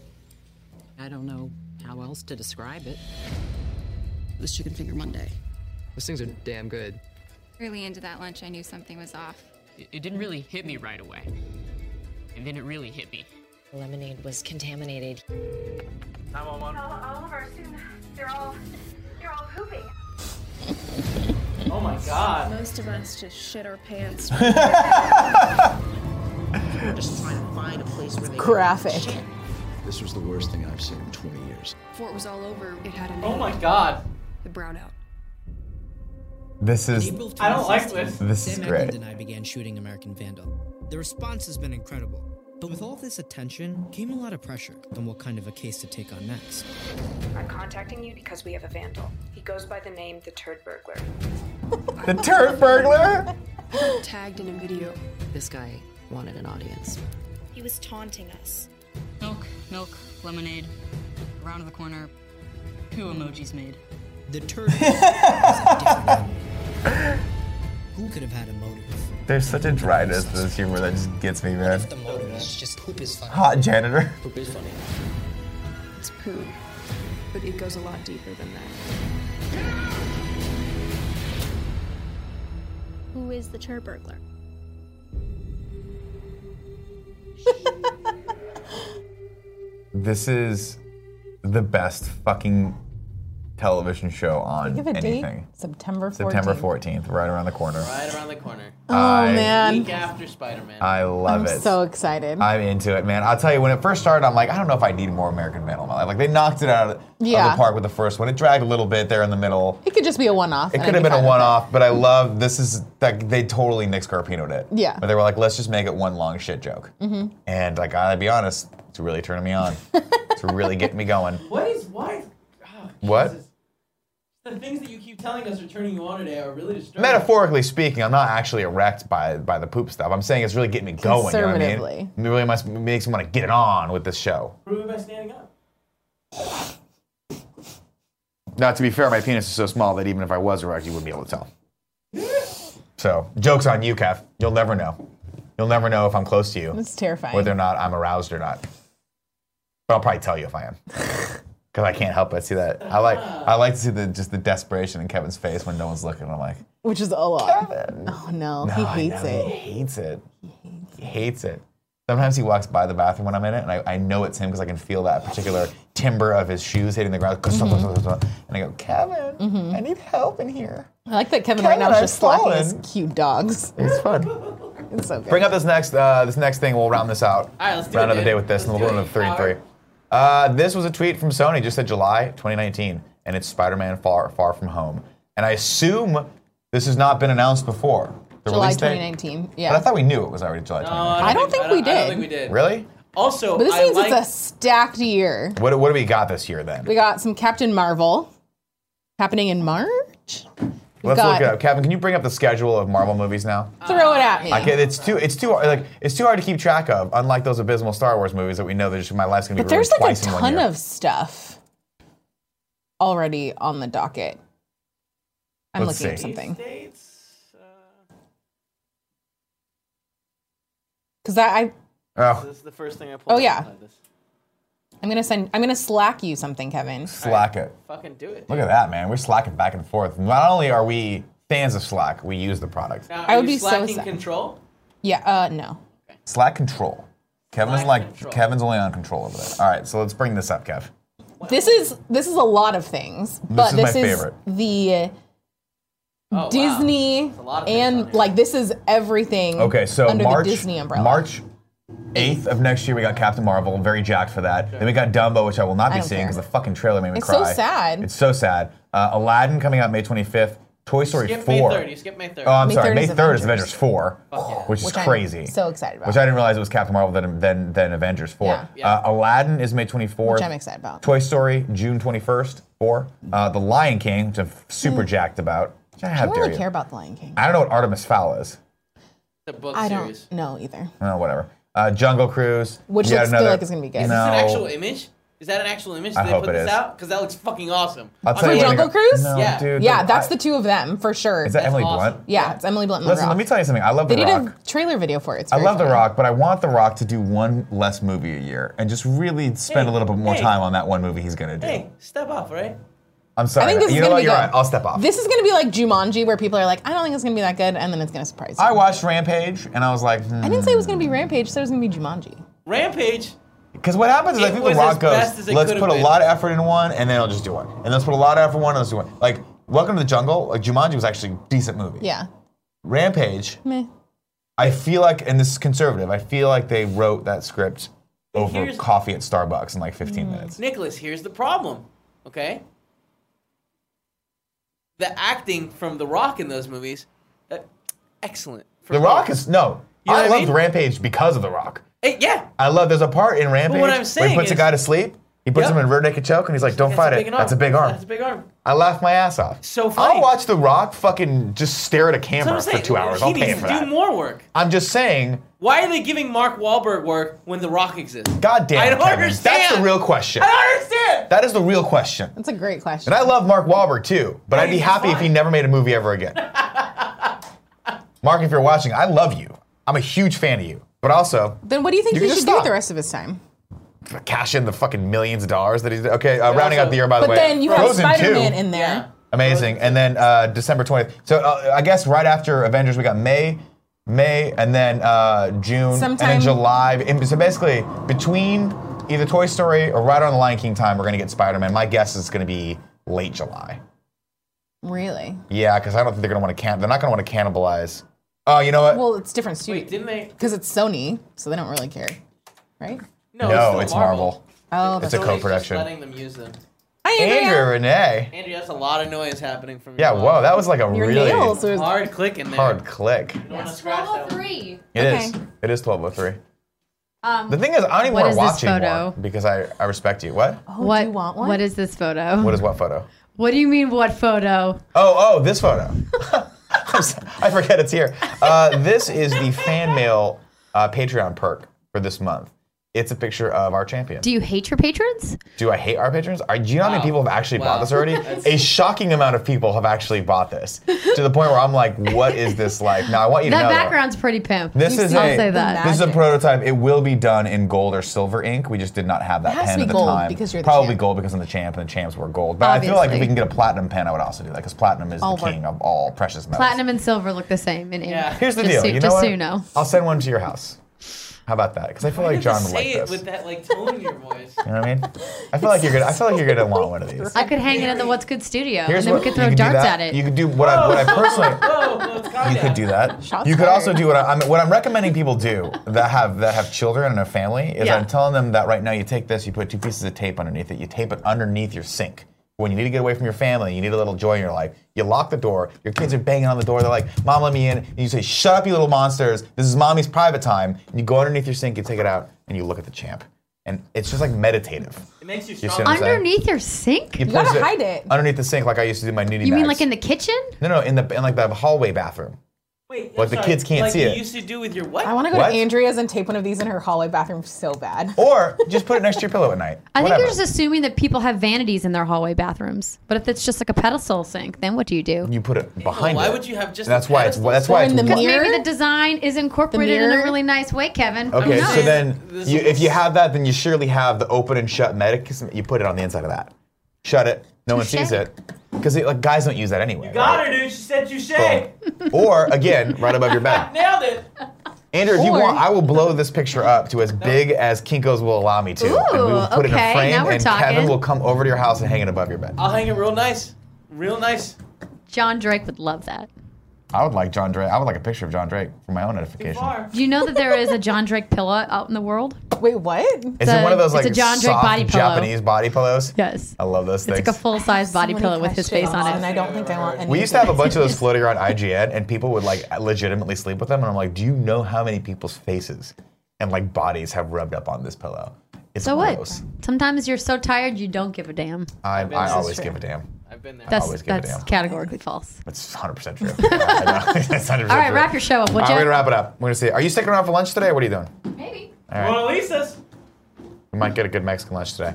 Speaker 9: I don't know how else to describe it.
Speaker 8: It was Chicken Finger Monday.
Speaker 10: Those things are damn good.
Speaker 11: Really into that lunch, I knew something was off.
Speaker 10: It, it didn't really hit me right away. And then it really hit me.
Speaker 9: Lemonade was contaminated.
Speaker 4: all of our students, they're all, they're all pooping.
Speaker 3: Oh my god.
Speaker 11: Most of us just shit our pants.
Speaker 8: Just trying to find a place where they
Speaker 2: Graphic.
Speaker 6: This was the worst thing I've seen in 20 years.
Speaker 11: Before it was all over, it had a name.
Speaker 3: Oh my god.
Speaker 11: The brownout.
Speaker 1: This is
Speaker 3: I don't like this.
Speaker 1: this is great.
Speaker 10: I began shooting American Vandal. The response has been incredible. But with all this attention came a lot of pressure on what kind of a case to take on next.
Speaker 4: I'm contacting you because we have a vandal. He goes by the name the Turd Burglar.
Speaker 1: The turd burglar.
Speaker 11: Tagged in a video.
Speaker 9: This guy wanted an audience.
Speaker 11: He was taunting us.
Speaker 9: Milk, milk, lemonade, around the corner, two emojis made.
Speaker 10: The turd. was a different animal. Who could have had a motive?
Speaker 1: There's such a dryness to this humor that just gets me, man.
Speaker 10: The motive is just poop is funny.
Speaker 1: Hot janitor.
Speaker 10: Poop is funny.
Speaker 11: It's poo. But it goes a lot deeper than that. Who is the chair burglar?
Speaker 1: This is the best fucking television show on
Speaker 2: Give a date.
Speaker 1: anything.
Speaker 2: September 14th.
Speaker 1: September 14th, right around the corner.
Speaker 3: Right around the corner.
Speaker 10: Um,
Speaker 1: Oh
Speaker 2: man.
Speaker 3: Week after Spider-Man.
Speaker 1: I love
Speaker 2: I'm
Speaker 1: it.
Speaker 2: so excited.
Speaker 1: I'm into it, man. I'll tell you, when it first started, I'm like, I don't know if I need more American Vandal in my life. Like, they knocked it out of, of
Speaker 2: Yeah.
Speaker 1: the park with the first one. It dragged a little bit there in the middle.
Speaker 2: it could just be a one-off.
Speaker 1: It could have been a one off, but I love this is, like, they totally Nick Scarpino'd it.
Speaker 2: Yeah. Mm-hmm.
Speaker 1: But they were like, let's just make it one long shit joke. And I gotta be honest, it's really turning me on. it's really getting me going.
Speaker 3: what is why? is- Oh,
Speaker 1: What?
Speaker 3: Jesus. The things that you keep telling us are turning you on today are really disturbing.
Speaker 1: Metaphorically speaking, I'm not actually erect by by the poop stuff. I'm saying it's really getting me going. You know what I mean?
Speaker 2: Conservatively.
Speaker 1: It really must, makes me want to get it on with this show.
Speaker 3: Prove it by standing up.
Speaker 1: Now, to be fair, my penis is so small that even if I was erect, you wouldn't be able to tell. So, joke's on you, Kev. You'll never know. You'll never know if I'm close to you,
Speaker 2: It's terrifying.
Speaker 1: whether or not I'm aroused or not. But I'll probably tell you if I am. Because I can't help but see that. I like I like to see the just the desperation in Kevin's face when no one's looking. I'm like,
Speaker 2: Which is a lot. Oh no, he
Speaker 1: "Oh, I know,
Speaker 2: hates
Speaker 1: He
Speaker 2: it.
Speaker 1: hates it. He hates it. Sometimes he walks by the bathroom when I'm in it, and I, I know it's him because I can feel that particular timber of his shoes hitting the ground. And I go, Kevin, I need help in here.
Speaker 2: I like that Kevin,
Speaker 1: Kevin,
Speaker 2: right now
Speaker 1: I've
Speaker 2: is just slapping his
Speaker 1: fallen.
Speaker 2: cute dogs.
Speaker 1: It's fun.
Speaker 2: It's so good.
Speaker 1: Bring up this next uh, this next thing. We'll round this out.
Speaker 3: All right, let's do
Speaker 1: round
Speaker 3: it,
Speaker 1: out the
Speaker 3: dude.
Speaker 1: day with this, and
Speaker 3: Let's
Speaker 1: we'll
Speaker 3: do
Speaker 1: go
Speaker 3: it.
Speaker 1: into three and
Speaker 3: Power.
Speaker 1: three. Uh, this was a tweet from Sony. Just said July 2019, and it's Spider-Man Far Far From Home. And I assume this has not been announced before. The
Speaker 2: July
Speaker 1: release date?
Speaker 2: 2019. Yeah.
Speaker 1: But I thought we knew it was already July
Speaker 2: No,
Speaker 1: 2019.
Speaker 2: I don't think- I don't think we I don't did. think we
Speaker 7: did.
Speaker 1: Really?
Speaker 7: Also,
Speaker 2: but this
Speaker 7: I
Speaker 2: means
Speaker 7: like,
Speaker 2: it's a stacked year.
Speaker 1: What, what do we got this year then?
Speaker 2: We got some Captain Marvel happening in March. We've
Speaker 1: Let's
Speaker 2: got
Speaker 1: look it up. Kevin, can you bring up the schedule of Marvel movies now?
Speaker 2: throw it at me.
Speaker 1: I can, it's too it's too hard like it's too hard to keep track of. Unlike those abysmal Star Wars movies that we know that just my life's gonna be
Speaker 2: But there's
Speaker 1: ruined
Speaker 2: like a
Speaker 1: twice in one
Speaker 2: ton
Speaker 1: year.
Speaker 2: of stuff already on the docket. I'm
Speaker 1: Let's
Speaker 2: looking at
Speaker 1: see.
Speaker 2: something.
Speaker 7: uh,
Speaker 2: Cause I, I
Speaker 1: Oh,
Speaker 7: This is the first thing I pulled.
Speaker 2: oh
Speaker 7: up.
Speaker 2: yeah. I'm gonna send. I'm gonna slack you something, Kevin.
Speaker 1: Slack it.
Speaker 7: Fucking do it.
Speaker 1: Look at that, man. We're slacking back and forth. Not only are we fans of Slack, we use the product.
Speaker 7: Now,
Speaker 2: I
Speaker 7: are
Speaker 2: would
Speaker 7: Uh, you
Speaker 2: be so
Speaker 7: slacking
Speaker 2: sad.
Speaker 7: control.
Speaker 2: Yeah. Uh, no.
Speaker 1: Slack control. Kevin's
Speaker 7: Slack
Speaker 1: like
Speaker 7: control.
Speaker 1: Kevin's only on control over there. All right, so let's bring this up, Kev.
Speaker 2: This is this is a lot of things,
Speaker 1: is
Speaker 2: but
Speaker 1: my
Speaker 2: this is,
Speaker 1: favorite.
Speaker 2: the Disney and like this is everything.
Speaker 1: Okay, so
Speaker 2: under
Speaker 1: March
Speaker 2: the Disney umbrella.
Speaker 1: March 8th of next year, we got Captain Marvel. very jacked for that. Then we got Dumbo, which I will not
Speaker 2: I
Speaker 1: be
Speaker 2: don't
Speaker 1: seeing
Speaker 2: care.
Speaker 1: because the fucking trailer made me
Speaker 2: It's so
Speaker 1: cry.
Speaker 2: sad.
Speaker 1: It's so sad. Uh, Aladdin coming out May 25th. Toy Story
Speaker 7: Skip
Speaker 1: 4.
Speaker 7: May 3rd. You skip May 3rd.
Speaker 1: Oh, I'm
Speaker 7: May
Speaker 1: sorry.
Speaker 7: 3rd
Speaker 1: May
Speaker 7: is
Speaker 1: 3rd
Speaker 7: Avengers.
Speaker 1: is Avengers 4,
Speaker 7: Fuck yeah.
Speaker 1: which is
Speaker 2: Which I'm
Speaker 1: crazy.
Speaker 2: so excited about.
Speaker 1: Which I didn't realize it was Captain Marvel, then, then, then Avengers 4.
Speaker 2: Yeah. Yeah.
Speaker 1: Uh, Aladdin is May 24th.
Speaker 2: Which I'm excited about.
Speaker 1: Toy Story, June 21st. 4. Uh, the Lion King, which I'm super
Speaker 2: Mm.
Speaker 1: jacked about. How
Speaker 2: I don't
Speaker 1: dare
Speaker 2: really
Speaker 1: you.
Speaker 2: care about the Lion King.
Speaker 1: I don't know what Artemis Fowl is.
Speaker 7: The book
Speaker 2: I
Speaker 7: series.
Speaker 2: don't know either.
Speaker 1: Oh, whatever. Uh, Jungle Cruise.
Speaker 2: Which
Speaker 1: yet
Speaker 2: looks- feel
Speaker 1: another-
Speaker 2: like it's gonna be
Speaker 1: No.
Speaker 2: good.
Speaker 7: Is
Speaker 2: Is
Speaker 7: this an actual image? Is that an actual image? Did
Speaker 1: I
Speaker 7: they
Speaker 1: hope
Speaker 7: put
Speaker 1: it
Speaker 7: this
Speaker 1: is.
Speaker 7: out? Because that looks fucking awesome.
Speaker 1: I'll tell
Speaker 2: For
Speaker 1: you what, I
Speaker 2: Jungle
Speaker 1: got-
Speaker 2: Cruise?
Speaker 1: No,
Speaker 2: yeah,
Speaker 1: dude,
Speaker 2: yeah,
Speaker 1: the-
Speaker 2: that's
Speaker 1: I-
Speaker 2: the two of them for sure.
Speaker 1: Is that Emily Blunt?
Speaker 2: Yeah, it's Emily Blunt. And
Speaker 1: Listen,
Speaker 2: the Rock.
Speaker 1: let me tell you something. I love
Speaker 2: They
Speaker 1: The
Speaker 2: did
Speaker 1: Rock.
Speaker 2: a trailer video for it. It's
Speaker 1: I
Speaker 2: very
Speaker 1: love The
Speaker 2: funny.
Speaker 1: Rock, but I want The Rock to do one less movie a year and just really spend a little bit more
Speaker 7: hey.
Speaker 1: time on that one movie he's gonna do.
Speaker 7: Hey, step up, right?
Speaker 1: I'm sorry.
Speaker 2: I think this
Speaker 1: you
Speaker 2: is
Speaker 1: know
Speaker 2: gonna
Speaker 1: what?
Speaker 2: be
Speaker 1: You're
Speaker 2: good.
Speaker 1: right. I'll step off.
Speaker 2: This is gonna be like Jumanji, where people are like, "I don't think it's gonna be that good," and then it's gonna surprise you.
Speaker 1: I watched Rampage and I was like, hmm.
Speaker 2: I didn't say it was gonna be Rampage. I said it was gonna be Jumanji.
Speaker 7: Rampage.
Speaker 1: Because what happens is I
Speaker 7: It
Speaker 1: think The
Speaker 7: was
Speaker 1: Rock
Speaker 7: as best
Speaker 1: goes,
Speaker 7: as it
Speaker 1: let's
Speaker 7: could've
Speaker 1: put a
Speaker 7: been."
Speaker 1: lot of effort in one and then I'll just do one. And let's put a lot of effort in one and let's do one. Like, Welcome to the Jungle, like Jumanji was actually a decent movie.
Speaker 2: Yeah.
Speaker 1: Rampage,
Speaker 2: Meh.
Speaker 1: I feel like, and this is conservative, I feel like they wrote that script over
Speaker 7: Here's-
Speaker 1: coffee at Starbucks in like
Speaker 7: Hmm.
Speaker 1: 15 minutes.
Speaker 7: Nicholas, here's the problem. Okay? The acting from The Rock in those movies, uh, excellent.
Speaker 1: The Rock is no.
Speaker 7: You know
Speaker 1: I
Speaker 7: what I
Speaker 1: loved
Speaker 7: mean?
Speaker 1: Rampage because of The Rock.
Speaker 7: Hey, yeah.
Speaker 1: I love. There's a part in Rampage
Speaker 7: I'm
Speaker 1: where he
Speaker 7: saying
Speaker 1: puts a
Speaker 7: is-
Speaker 1: guy to sleep. He puts
Speaker 7: Yep.
Speaker 1: him in rear naked choke, and he's like, "Don't
Speaker 7: That's
Speaker 1: fight
Speaker 7: a
Speaker 1: it.
Speaker 7: big arm.
Speaker 1: That's a big arm."
Speaker 7: That's a big arm.
Speaker 1: I laughed my ass off.
Speaker 7: So funny.
Speaker 1: I'll watch The Rock fucking just stare at a
Speaker 7: That's what
Speaker 1: camera
Speaker 7: I'm
Speaker 1: for
Speaker 7: saying.
Speaker 1: two hours.
Speaker 7: He
Speaker 1: I'll
Speaker 7: needs
Speaker 1: pay for
Speaker 7: to do
Speaker 1: that.
Speaker 7: more work.
Speaker 1: I'm just saying.
Speaker 7: Why are they giving Mark Wahlberg work when The Rock exists?
Speaker 1: God damn.
Speaker 7: I
Speaker 1: it,
Speaker 7: don't
Speaker 1: Kevin.
Speaker 7: understand.
Speaker 1: That's the real question.
Speaker 7: I don't understand.
Speaker 1: That is the real question.
Speaker 2: That's a great question.
Speaker 1: And I love Mark Wahlberg too, but I'd be happy if he never made a movie ever again. Mark, if you're watching, I love you. I'm a huge fan of you. But also,
Speaker 2: Then what do you think
Speaker 1: You
Speaker 2: he
Speaker 1: can
Speaker 2: should
Speaker 1: just
Speaker 2: do
Speaker 1: stop.
Speaker 2: with the rest of his time?
Speaker 1: cash in the fucking millions of dollars that he's okay. Uh, rounding out the
Speaker 11: Oh,
Speaker 1: year, by the
Speaker 2: but
Speaker 1: way.
Speaker 2: then you have
Speaker 1: Frozen 2.
Speaker 2: Spider Man in there.
Speaker 1: Amazing. And then uh, December 20th. So uh, I guess right after Avengers, we got May, May, and then uh, June, and
Speaker 2: Sometime-
Speaker 1: then July. And so basically, between either Toy Story or right on the Lion King time, we're going to get Spider Man. My guess is it's going to be late July.
Speaker 2: Really?
Speaker 1: Yeah, because I don't think they're going to want to can. They're not going to want to cannibalize. Oh, you know what?
Speaker 2: Well, it's different studio. Wait,
Speaker 7: didn't they?
Speaker 2: Because it's Sony, so they don't really care, right?
Speaker 7: No,
Speaker 1: No,
Speaker 7: it's,
Speaker 1: it's
Speaker 7: still Marvel.
Speaker 1: Marvel.
Speaker 2: Oh,
Speaker 1: It's
Speaker 2: that's
Speaker 1: a
Speaker 7: Sony's just
Speaker 2: right.
Speaker 1: co-production.
Speaker 7: Letting them use them.
Speaker 2: Hi, Andrea.
Speaker 1: Andrew Renee.
Speaker 7: Andrew, that's a lot of noise happening from
Speaker 1: Yeah,
Speaker 7: your
Speaker 1: whoa, that was like a
Speaker 2: Your
Speaker 1: really
Speaker 2: nails was-
Speaker 7: hard click in there.
Speaker 1: hard click.
Speaker 7: You don't want to scratch that. one.
Speaker 11: Three.
Speaker 1: It is. It is 1203.
Speaker 11: Um,
Speaker 1: The thing is, I don't even
Speaker 11: what
Speaker 1: want
Speaker 11: is
Speaker 1: to
Speaker 11: this
Speaker 1: watch
Speaker 11: photo?
Speaker 1: anymore because I, I respect you. What?
Speaker 11: what, Oh, do you want one? What is this photo?
Speaker 1: What is what photo?
Speaker 11: What do you mean, what photo?
Speaker 1: Oh, oh, this photo. I'm so- I forget it's here. Uh, this is the fan mail uh, Patreon perk for this month. It's a picture of our champion.
Speaker 11: Do you hate your patrons?
Speaker 1: Do I hate our patrons? Are, do you know how many people have actually bought this already? a shocking amount of people have actually bought this to the point where I'm like, what is this like? Now I want you to
Speaker 11: that
Speaker 1: know. though,
Speaker 11: background's pretty pimp.
Speaker 1: This is
Speaker 11: I'll
Speaker 1: a,
Speaker 11: say that.
Speaker 1: This is a prototype. It will be done in gold or silver ink. We just did not have that
Speaker 11: It has
Speaker 1: pen
Speaker 11: to be
Speaker 1: at the
Speaker 11: gold
Speaker 1: time.
Speaker 11: because you're the
Speaker 1: Probably
Speaker 11: champ.
Speaker 1: gold because I'm the champ and the champs were gold. But I feel like if we
Speaker 11: Obviously.
Speaker 1: can get a platinum pen, I would also do that because platinum is
Speaker 11: All
Speaker 1: the
Speaker 11: work.
Speaker 1: king of all precious metals.
Speaker 11: Platinum and silver look the same in England.
Speaker 1: Here's the
Speaker 11: just
Speaker 1: deal.
Speaker 11: So,
Speaker 1: you know
Speaker 11: just
Speaker 1: what?
Speaker 11: so you know.
Speaker 1: I'll send one to your house. How about that? Because I feel
Speaker 7: Why
Speaker 1: like
Speaker 7: did you
Speaker 1: John would
Speaker 7: say
Speaker 1: like
Speaker 7: it
Speaker 1: this.
Speaker 7: with that like tone in your voice.
Speaker 1: You know what I mean? I feel like you're gonna. I feel like you're gonna want one of these.
Speaker 11: I could hang it in the What's Good studio,
Speaker 1: Here's
Speaker 11: and then
Speaker 1: what
Speaker 11: we could
Speaker 1: you
Speaker 11: throw
Speaker 1: could do
Speaker 11: darts
Speaker 1: that.
Speaker 11: at it.
Speaker 1: You could do what I, what I personally.
Speaker 7: Whoa, whoa, it's
Speaker 1: You could do that.
Speaker 11: Shots
Speaker 1: you could also
Speaker 11: fired.
Speaker 1: do what I'm what I'm recommending people do that have that have children and a family is
Speaker 11: Yeah.
Speaker 1: I'm telling them that right now you take this, you put two pieces of tape underneath it, you tape it underneath your sink. When you need to get away from your family, you need a little joy in your life. You lock the door. Your kids are banging on the door. They're like, "Mom, let me in." And you say, "Shut up, you little monsters! This is mommy's private time." And you go underneath your sink, you take it out, and you look at the champ. And it's just like meditative.
Speaker 7: It makes you
Speaker 1: see
Speaker 7: strong.
Speaker 1: what I'm saying?
Speaker 11: Underneath your sink?
Speaker 1: You place underneath the sink, like I used to do my nudie.
Speaker 11: You mean
Speaker 1: bags.
Speaker 11: like in the kitchen?
Speaker 1: No, no, in the in like the hallway bathroom.
Speaker 7: Wait,
Speaker 1: Like the
Speaker 7: sorry,
Speaker 1: kids can't
Speaker 7: like
Speaker 1: see
Speaker 7: you
Speaker 1: it.
Speaker 7: used to do with your what?
Speaker 2: I want to go
Speaker 1: What? Oh,
Speaker 2: to Andrea's and tape one of these in her hallway bathroom so bad.
Speaker 1: Or just put it next to your pillow at night.
Speaker 11: I think
Speaker 1: Whatever.
Speaker 11: you're just assuming that people have vanities in their hallway bathrooms. But if it's just like a pedestal sink, then what do you do?
Speaker 1: You put it behind.
Speaker 7: why
Speaker 1: it.
Speaker 7: would you have just
Speaker 1: That's
Speaker 7: a
Speaker 1: why it's
Speaker 7: pedestal
Speaker 1: that's why
Speaker 11: Or
Speaker 1: it's
Speaker 11: in the
Speaker 1: wa-
Speaker 11: mirror? Maybe the design is incorporated in a really nice way, Kevin. I
Speaker 1: Okay,
Speaker 11: don't know.
Speaker 1: so then you, if you have that, then you surely have the open and shut medicine. You put it on the inside of that. Shut it. No one
Speaker 7: Touche.
Speaker 1: sees it. Because like guys don't use that anyway.
Speaker 7: Got her, dude. She said you shake.
Speaker 1: right? Or again, right above your back.
Speaker 7: Nailed it.
Speaker 1: Andrew, if you
Speaker 7: Or-
Speaker 1: want, I will blow this picture up to as big as Kinko's will allow me to. and we will
Speaker 11: Ooh,
Speaker 1: put it in
Speaker 11: okay,
Speaker 1: a frame,
Speaker 11: now we're
Speaker 1: and Kevin
Speaker 11: talking.
Speaker 1: will come over to your house and hang it above your bed.
Speaker 7: I'll hang it real nice. Real nice.
Speaker 11: John Drake would love that.
Speaker 1: I would like John Drake. I would like a picture of John Drake for my own edification.
Speaker 11: Do you know that there is a John Drake pillow out in the world?
Speaker 2: Wait, what?
Speaker 1: Is it one of those like
Speaker 11: it's a John Drake
Speaker 1: soft
Speaker 11: body pillow.
Speaker 1: Japanese body pillows?
Speaker 11: Yes.
Speaker 1: I love those
Speaker 11: It's
Speaker 1: things.
Speaker 11: like a full size body pillow with his face on it.
Speaker 2: And I don't think I want any.
Speaker 1: We used to have a bunch of those floating around IGN, and people would like legitimately sleep with them. And I'm like, do you know how many people's faces and like bodies have rubbed up on this pillow? It's
Speaker 11: so
Speaker 1: gross.
Speaker 11: what? Sometimes you're so tired you don't give a damn.
Speaker 1: I,
Speaker 11: I've been
Speaker 1: I
Speaker 11: there.
Speaker 1: always
Speaker 11: That's
Speaker 1: give a
Speaker 11: true.
Speaker 1: damn.
Speaker 7: I've been there.
Speaker 1: I
Speaker 11: That's
Speaker 1: always give a
Speaker 11: that's
Speaker 1: damn.
Speaker 11: categorically false.
Speaker 1: That's 100% true. I know. That's 100%
Speaker 11: All right,
Speaker 1: true.
Speaker 11: wrap your show up,
Speaker 1: All
Speaker 11: would
Speaker 1: right,
Speaker 11: ya?
Speaker 1: We're going to wrap it up. We're going to see. Are you sticking around for lunch today? What are you doing?
Speaker 11: Maybe.
Speaker 1: All right.
Speaker 7: Mona Lisa's.
Speaker 1: We might get a good Mexican lunch today.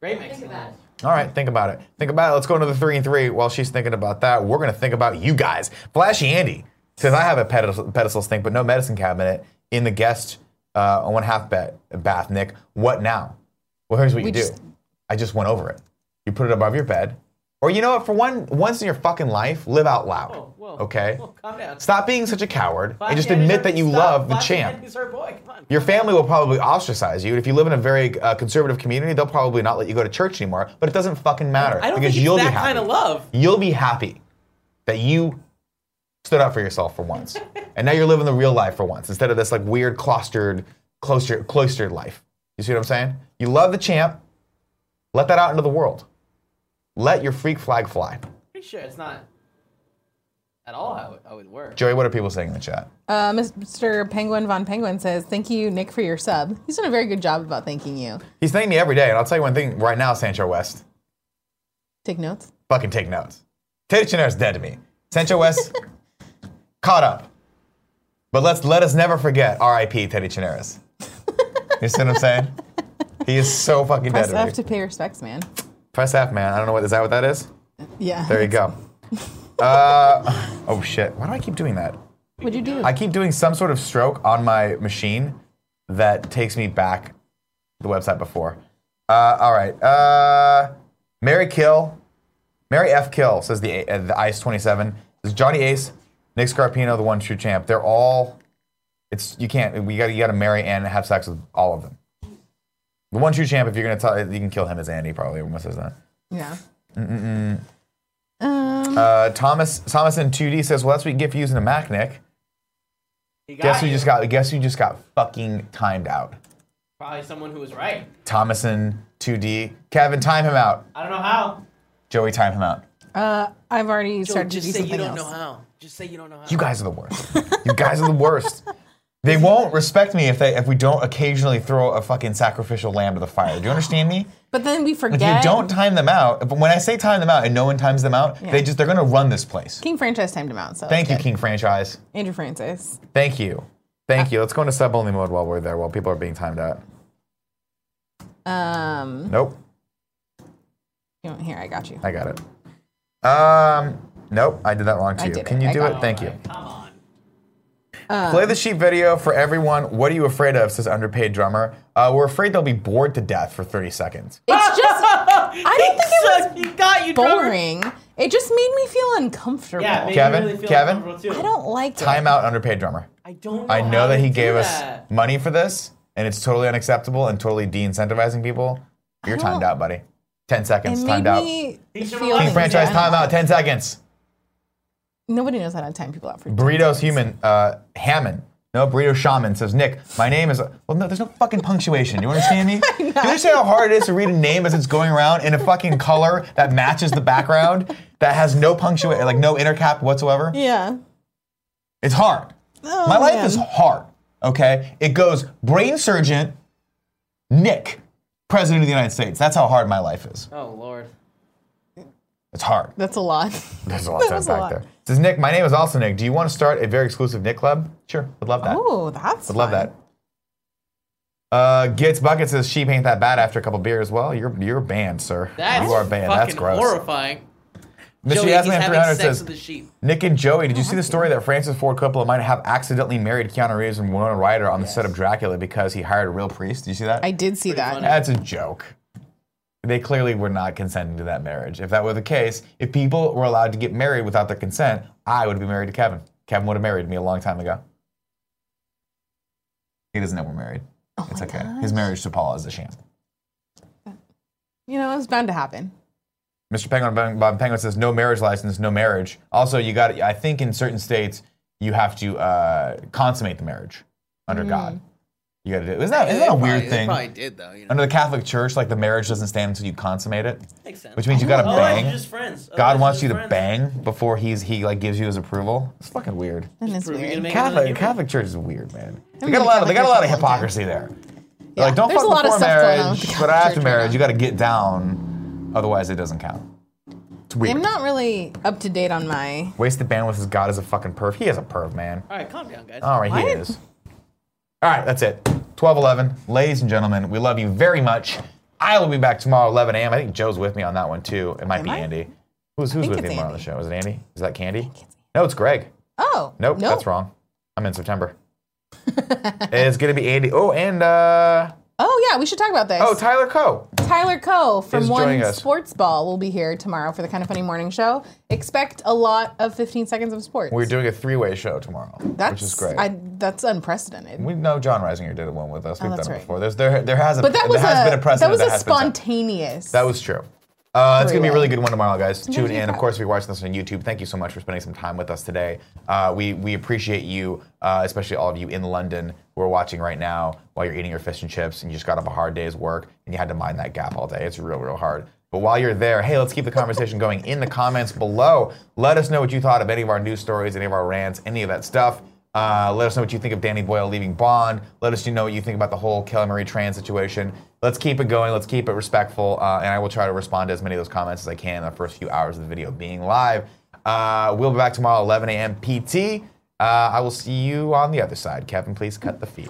Speaker 7: Great Mexican. Think
Speaker 1: All right, think about it. Think about it. Let's go into the three and three. While she's thinking about that, we're going to think about you guys. Flashy Andy says, I have a pedestal, pedestal sink, but no medicine cabinet in the guest uh, on one half bet, bath, Nick. What now? Well, here's what
Speaker 2: We
Speaker 1: you do.
Speaker 2: just-
Speaker 1: I just went over it. You put it above your bed. Or you know what? For one, once in your fucking life, live out loud. okay?
Speaker 7: Oh, calm down.
Speaker 1: Stop being such a coward
Speaker 7: Flash
Speaker 1: and just
Speaker 7: Andy's
Speaker 1: admit
Speaker 7: her-
Speaker 1: that you
Speaker 7: stop.
Speaker 1: love the
Speaker 7: Flash
Speaker 1: champ.
Speaker 7: Andy's her boy. Come on.
Speaker 1: Your family will probably ostracize you. And if you live in a very uh, conservative community, they'll probably not let you go to church anymore. But it doesn't fucking matter
Speaker 7: I don't
Speaker 1: because
Speaker 7: think
Speaker 1: you'll
Speaker 7: it's
Speaker 1: be
Speaker 7: that
Speaker 1: happy.
Speaker 7: kind of love.
Speaker 1: You'll be happy that you stood up for yourself for once, and now you're living the real life for once instead of this like weird cloistered, cloistered, cloistered life. You see what I'm saying? You love the champ. Let that out into the world. Let your freak flag fly.
Speaker 7: Pretty sure it's not at all how it, how it works.
Speaker 1: Joey, what are people saying in the chat?
Speaker 2: Uh, Mr. Penguin Von Penguin says, "Thank you, Nick, for your sub. He's done a very good job about thanking you.
Speaker 1: He's thanking me every day, and I'll tell you one thing right now, Sancho West.
Speaker 2: Take notes.
Speaker 1: fucking take notes. Teddy Chenaire's dead to me. Sancho West caught up. But let's let us never forget R.I.P. Teddy Chenares. you see what I'm saying? He is so fucking
Speaker 2: Press
Speaker 1: dead
Speaker 2: F
Speaker 1: to
Speaker 2: to
Speaker 1: me.
Speaker 2: pay respects, man.
Speaker 1: Press F, man. I don't know what is that what that is?
Speaker 2: Yeah.
Speaker 1: There you go. Uh, oh shit. Why do I keep doing that?
Speaker 2: What'd you do?
Speaker 1: I keep doing some sort of stroke on my machine that takes me back the website before. Uh, all right. Uh, Mary Kill, Mary F. Kill says the uh, the Ice Twenty Seven. This Johnny Ace, Nick Scarpino, the one true champ. They're all. It's you can't. We got you got to marry and have sex with all of them. The one true champ. If you're gonna tell, you can kill him as Andy. Probably everyone says that.
Speaker 2: Yeah.
Speaker 1: Mm-mm-mm.
Speaker 2: Um,
Speaker 1: Uh, Thomas Thomas in 2D says, "Well, that's what you get for using a Mac, Nick." Guess who just got? Guess who just got fucking timed out?
Speaker 7: Probably someone who was right.
Speaker 1: Thomason, 2D, Kevin, time him out.
Speaker 7: I don't know how.
Speaker 1: Joey, time him out.
Speaker 2: Uh, I've already
Speaker 7: Joe,
Speaker 2: started to
Speaker 7: just
Speaker 2: do
Speaker 7: say
Speaker 2: something
Speaker 7: you don't
Speaker 2: else.
Speaker 7: know how. Just say you don't know how.
Speaker 1: You guys are the worst. you guys are the worst. They won't respect me if they if we don't occasionally throw a fucking sacrificial lamb to the fire. Do you understand me?
Speaker 2: But then we
Speaker 1: If
Speaker 2: forget.
Speaker 1: you don't time them out, but when I say time them out and no one times them out,
Speaker 2: Yeah.
Speaker 1: they just they're gonna run this place.
Speaker 2: King franchise timed him out. So
Speaker 1: Thank you,
Speaker 2: it's good.
Speaker 1: King Franchise.
Speaker 2: Andrew Francis.
Speaker 1: Thank you. Thank you. Let's go into sub only mode while we're there, while people are being timed out.
Speaker 2: Um,
Speaker 1: Nope.
Speaker 2: you know, here I got you.
Speaker 1: I got it. Um nope, I did that wrong
Speaker 2: I
Speaker 1: to you.
Speaker 2: did
Speaker 1: Can
Speaker 2: it.
Speaker 1: you
Speaker 2: I
Speaker 1: do
Speaker 2: got
Speaker 1: it?
Speaker 2: it.
Speaker 1: Thank you.
Speaker 2: Um,
Speaker 1: Play the sheep video for everyone. What are you afraid of? Says underpaid drummer. Uh, we're afraid they'll be bored to death for 30 seconds.
Speaker 2: It's just. I don't think it was
Speaker 7: got you, drummer.
Speaker 2: boring. It just made me feel uncomfortable.
Speaker 7: Yeah, it made me
Speaker 1: Kevin,
Speaker 7: really feel
Speaker 1: Kevin?
Speaker 7: uncomfortable, too.
Speaker 2: I don't like
Speaker 1: Time
Speaker 2: it.
Speaker 1: out, underpaid drummer.
Speaker 7: I don't know.
Speaker 1: I
Speaker 7: how
Speaker 1: know that
Speaker 7: to
Speaker 1: he
Speaker 7: do
Speaker 1: gave
Speaker 7: that.
Speaker 1: us money for this, and it's totally unacceptable and totally de incentivizing people. You're timed out, buddy. 10 seconds,
Speaker 2: It made
Speaker 1: timed out. King
Speaker 2: me feel. things
Speaker 1: franchise
Speaker 2: that-
Speaker 1: time out, 10 seconds.
Speaker 2: Nobody knows how to time people out for.
Speaker 1: Burritos human, uh, Hammond. No, Burrito Shaman says, Nick, my name is. Well, no, there's no fucking punctuation. You understand me? Do you understand how hard it is to read a name as it's going around in a fucking color that matches the background that has no punctuation, like no intercap whatsoever?
Speaker 2: Yeah.
Speaker 1: It's hard.
Speaker 2: Oh,
Speaker 1: My life
Speaker 2: man.
Speaker 1: is hard. Okay, it goes brain surgeon, Nick, president of the United States. That's how hard my life is.
Speaker 7: Oh lord.
Speaker 1: It's hard.
Speaker 2: That's a lot.
Speaker 1: There's a lot
Speaker 2: That
Speaker 1: of
Speaker 2: was
Speaker 1: back
Speaker 2: a lot.
Speaker 1: there. Says Nick, my name is also Nick. Do you want to start a very exclusive Nick club? Sure, would love that.
Speaker 2: Oh, that's.
Speaker 1: would love that. Uh, Gets bucket says she ain't that bad after a couple beers. Well, you're you're banned, sir.
Speaker 7: That's
Speaker 1: you are banned.
Speaker 7: fucking
Speaker 1: That's gross.
Speaker 7: horrifying.
Speaker 1: Mr.
Speaker 7: Joey, he's
Speaker 1: Yasman
Speaker 7: having
Speaker 1: 300
Speaker 7: sex
Speaker 1: says,
Speaker 7: with the sheep.
Speaker 1: Nick and Joey, did you see the story that Francis Ford Coppola might have accidentally married Keanu Reeves and Winona Ryder on the set of Dracula because he hired a real priest? Did you see that?
Speaker 2: I did see that.
Speaker 1: That's a joke. They clearly were not consenting to that marriage. If that were the case, if people were allowed to get married without their consent, I would be married to Kevin. Kevin would have married me a long time ago. He doesn't know we're married.
Speaker 3: Oh
Speaker 1: it's okay. His marriage to Paula is a sham.
Speaker 2: You know, it was bound to happen.
Speaker 1: Mr. Penguin Bob- Bob Penguin says no marriage license, no marriage. Also, you got. I think in certain states you have to uh, consummate the marriage under
Speaker 3: Mm.
Speaker 1: God. You got to do. Isn't that, isn't that a
Speaker 3: They
Speaker 1: weird
Speaker 3: probably- they
Speaker 1: thing?
Speaker 3: probably did, though, you know.
Speaker 1: Under the Catholic Church, like the marriage doesn't stand until you consummate it.
Speaker 3: Makes sense.
Speaker 1: Which means you got to
Speaker 7: Oh,
Speaker 3: Otherwise,
Speaker 1: bang.
Speaker 3: you're just friends.
Speaker 1: God
Speaker 3: Otherwise,
Speaker 1: wants you
Speaker 3: you're
Speaker 1: to
Speaker 3: just
Speaker 1: bang before he's he like gives you his approval. It's fucking weird.
Speaker 2: That is weird.
Speaker 1: Catholic Catholic Church is weird, man. They
Speaker 2: been
Speaker 1: got a
Speaker 2: to
Speaker 1: lot. Of, they got a
Speaker 2: Catholic
Speaker 1: lot of
Speaker 2: Church for
Speaker 1: hypocrisy
Speaker 2: a long
Speaker 1: there. They're like, don't
Speaker 2: there's
Speaker 1: fuck
Speaker 2: a lot of
Speaker 1: before
Speaker 2: stuff going on with
Speaker 1: marriage,
Speaker 2: the
Speaker 1: but
Speaker 2: Catholic
Speaker 1: after
Speaker 2: Church right
Speaker 1: marriage, you got to get down, otherwise it doesn't count. It's weird.
Speaker 2: I'm not really up to date on my.
Speaker 1: Waste the bandwidth as God is a fucking perv. He is a perv, man.
Speaker 7: All right, calm down, guys.
Speaker 1: All right, he is. All right, that's it. 1211. Ladies and gentlemen, we love you very much. I will be back tomorrow, 11 a.m. I think Joe's with me on that one, too. It might be Andy. Who's, who's with me tomorrow on the show? Is it Andy? Is that Candy? No, it's Greg.
Speaker 2: Oh.
Speaker 1: Nope,
Speaker 2: no.
Speaker 1: that's wrong. I'm in September. it's going to be Andy. Oh, and uh,
Speaker 2: Oh yeah, we should talk about this.
Speaker 1: oh, Tyler Coe.
Speaker 2: Tyler Coe from
Speaker 1: Is
Speaker 2: One
Speaker 1: joining us.
Speaker 2: Sports Ball will be here tomorrow for the Kind of Funny Morning Show. Expect a lot of 15 seconds of sports.
Speaker 1: We're doing a three way show tomorrow,
Speaker 2: that's,
Speaker 1: which is great.
Speaker 2: I, that's unprecedented.
Speaker 1: we know John Reisinger did one with us.
Speaker 2: Oh,
Speaker 1: We've
Speaker 2: that's
Speaker 1: done it
Speaker 2: right.
Speaker 1: before. There's, there, there has, a,
Speaker 2: but that was
Speaker 1: there has
Speaker 2: a,
Speaker 1: been a
Speaker 2: that
Speaker 1: precedent
Speaker 2: was
Speaker 1: that
Speaker 2: a
Speaker 1: has been set.
Speaker 2: spontaneous.
Speaker 1: That was true. Uh, it's going to be a
Speaker 2: Three-way.
Speaker 1: really good one tomorrow, guys.
Speaker 2: Sometimes
Speaker 1: Tune
Speaker 2: you
Speaker 1: in. Of
Speaker 2: have-
Speaker 1: course, if you're watching this on YouTube, thank you so much for spending some time with us today. Uh, we, we appreciate you, uh, especially all of you in London who are watching right now while you're eating your fish and chips and you just got up a hard day's work and you had to mind that gap all day. It's real, real hard. But while you're there, hey, let's keep the conversation going in the comments below. Let us know what you thought of any of our news stories, any of our rants, any of that stuff. Uh, let us know what you think of Danny Boyle leaving Bond. Let us know what you think about the whole Kelly Marie Tran situation. Let's keep it going. Let's keep it respectful. Uh, and I will try to respond to as many of those comments as I can in the first few hours of the video being live. Uh, we'll be back tomorrow, 11 a.m. PT. Uh, I will see you on the other side. Kevin, please cut the feed.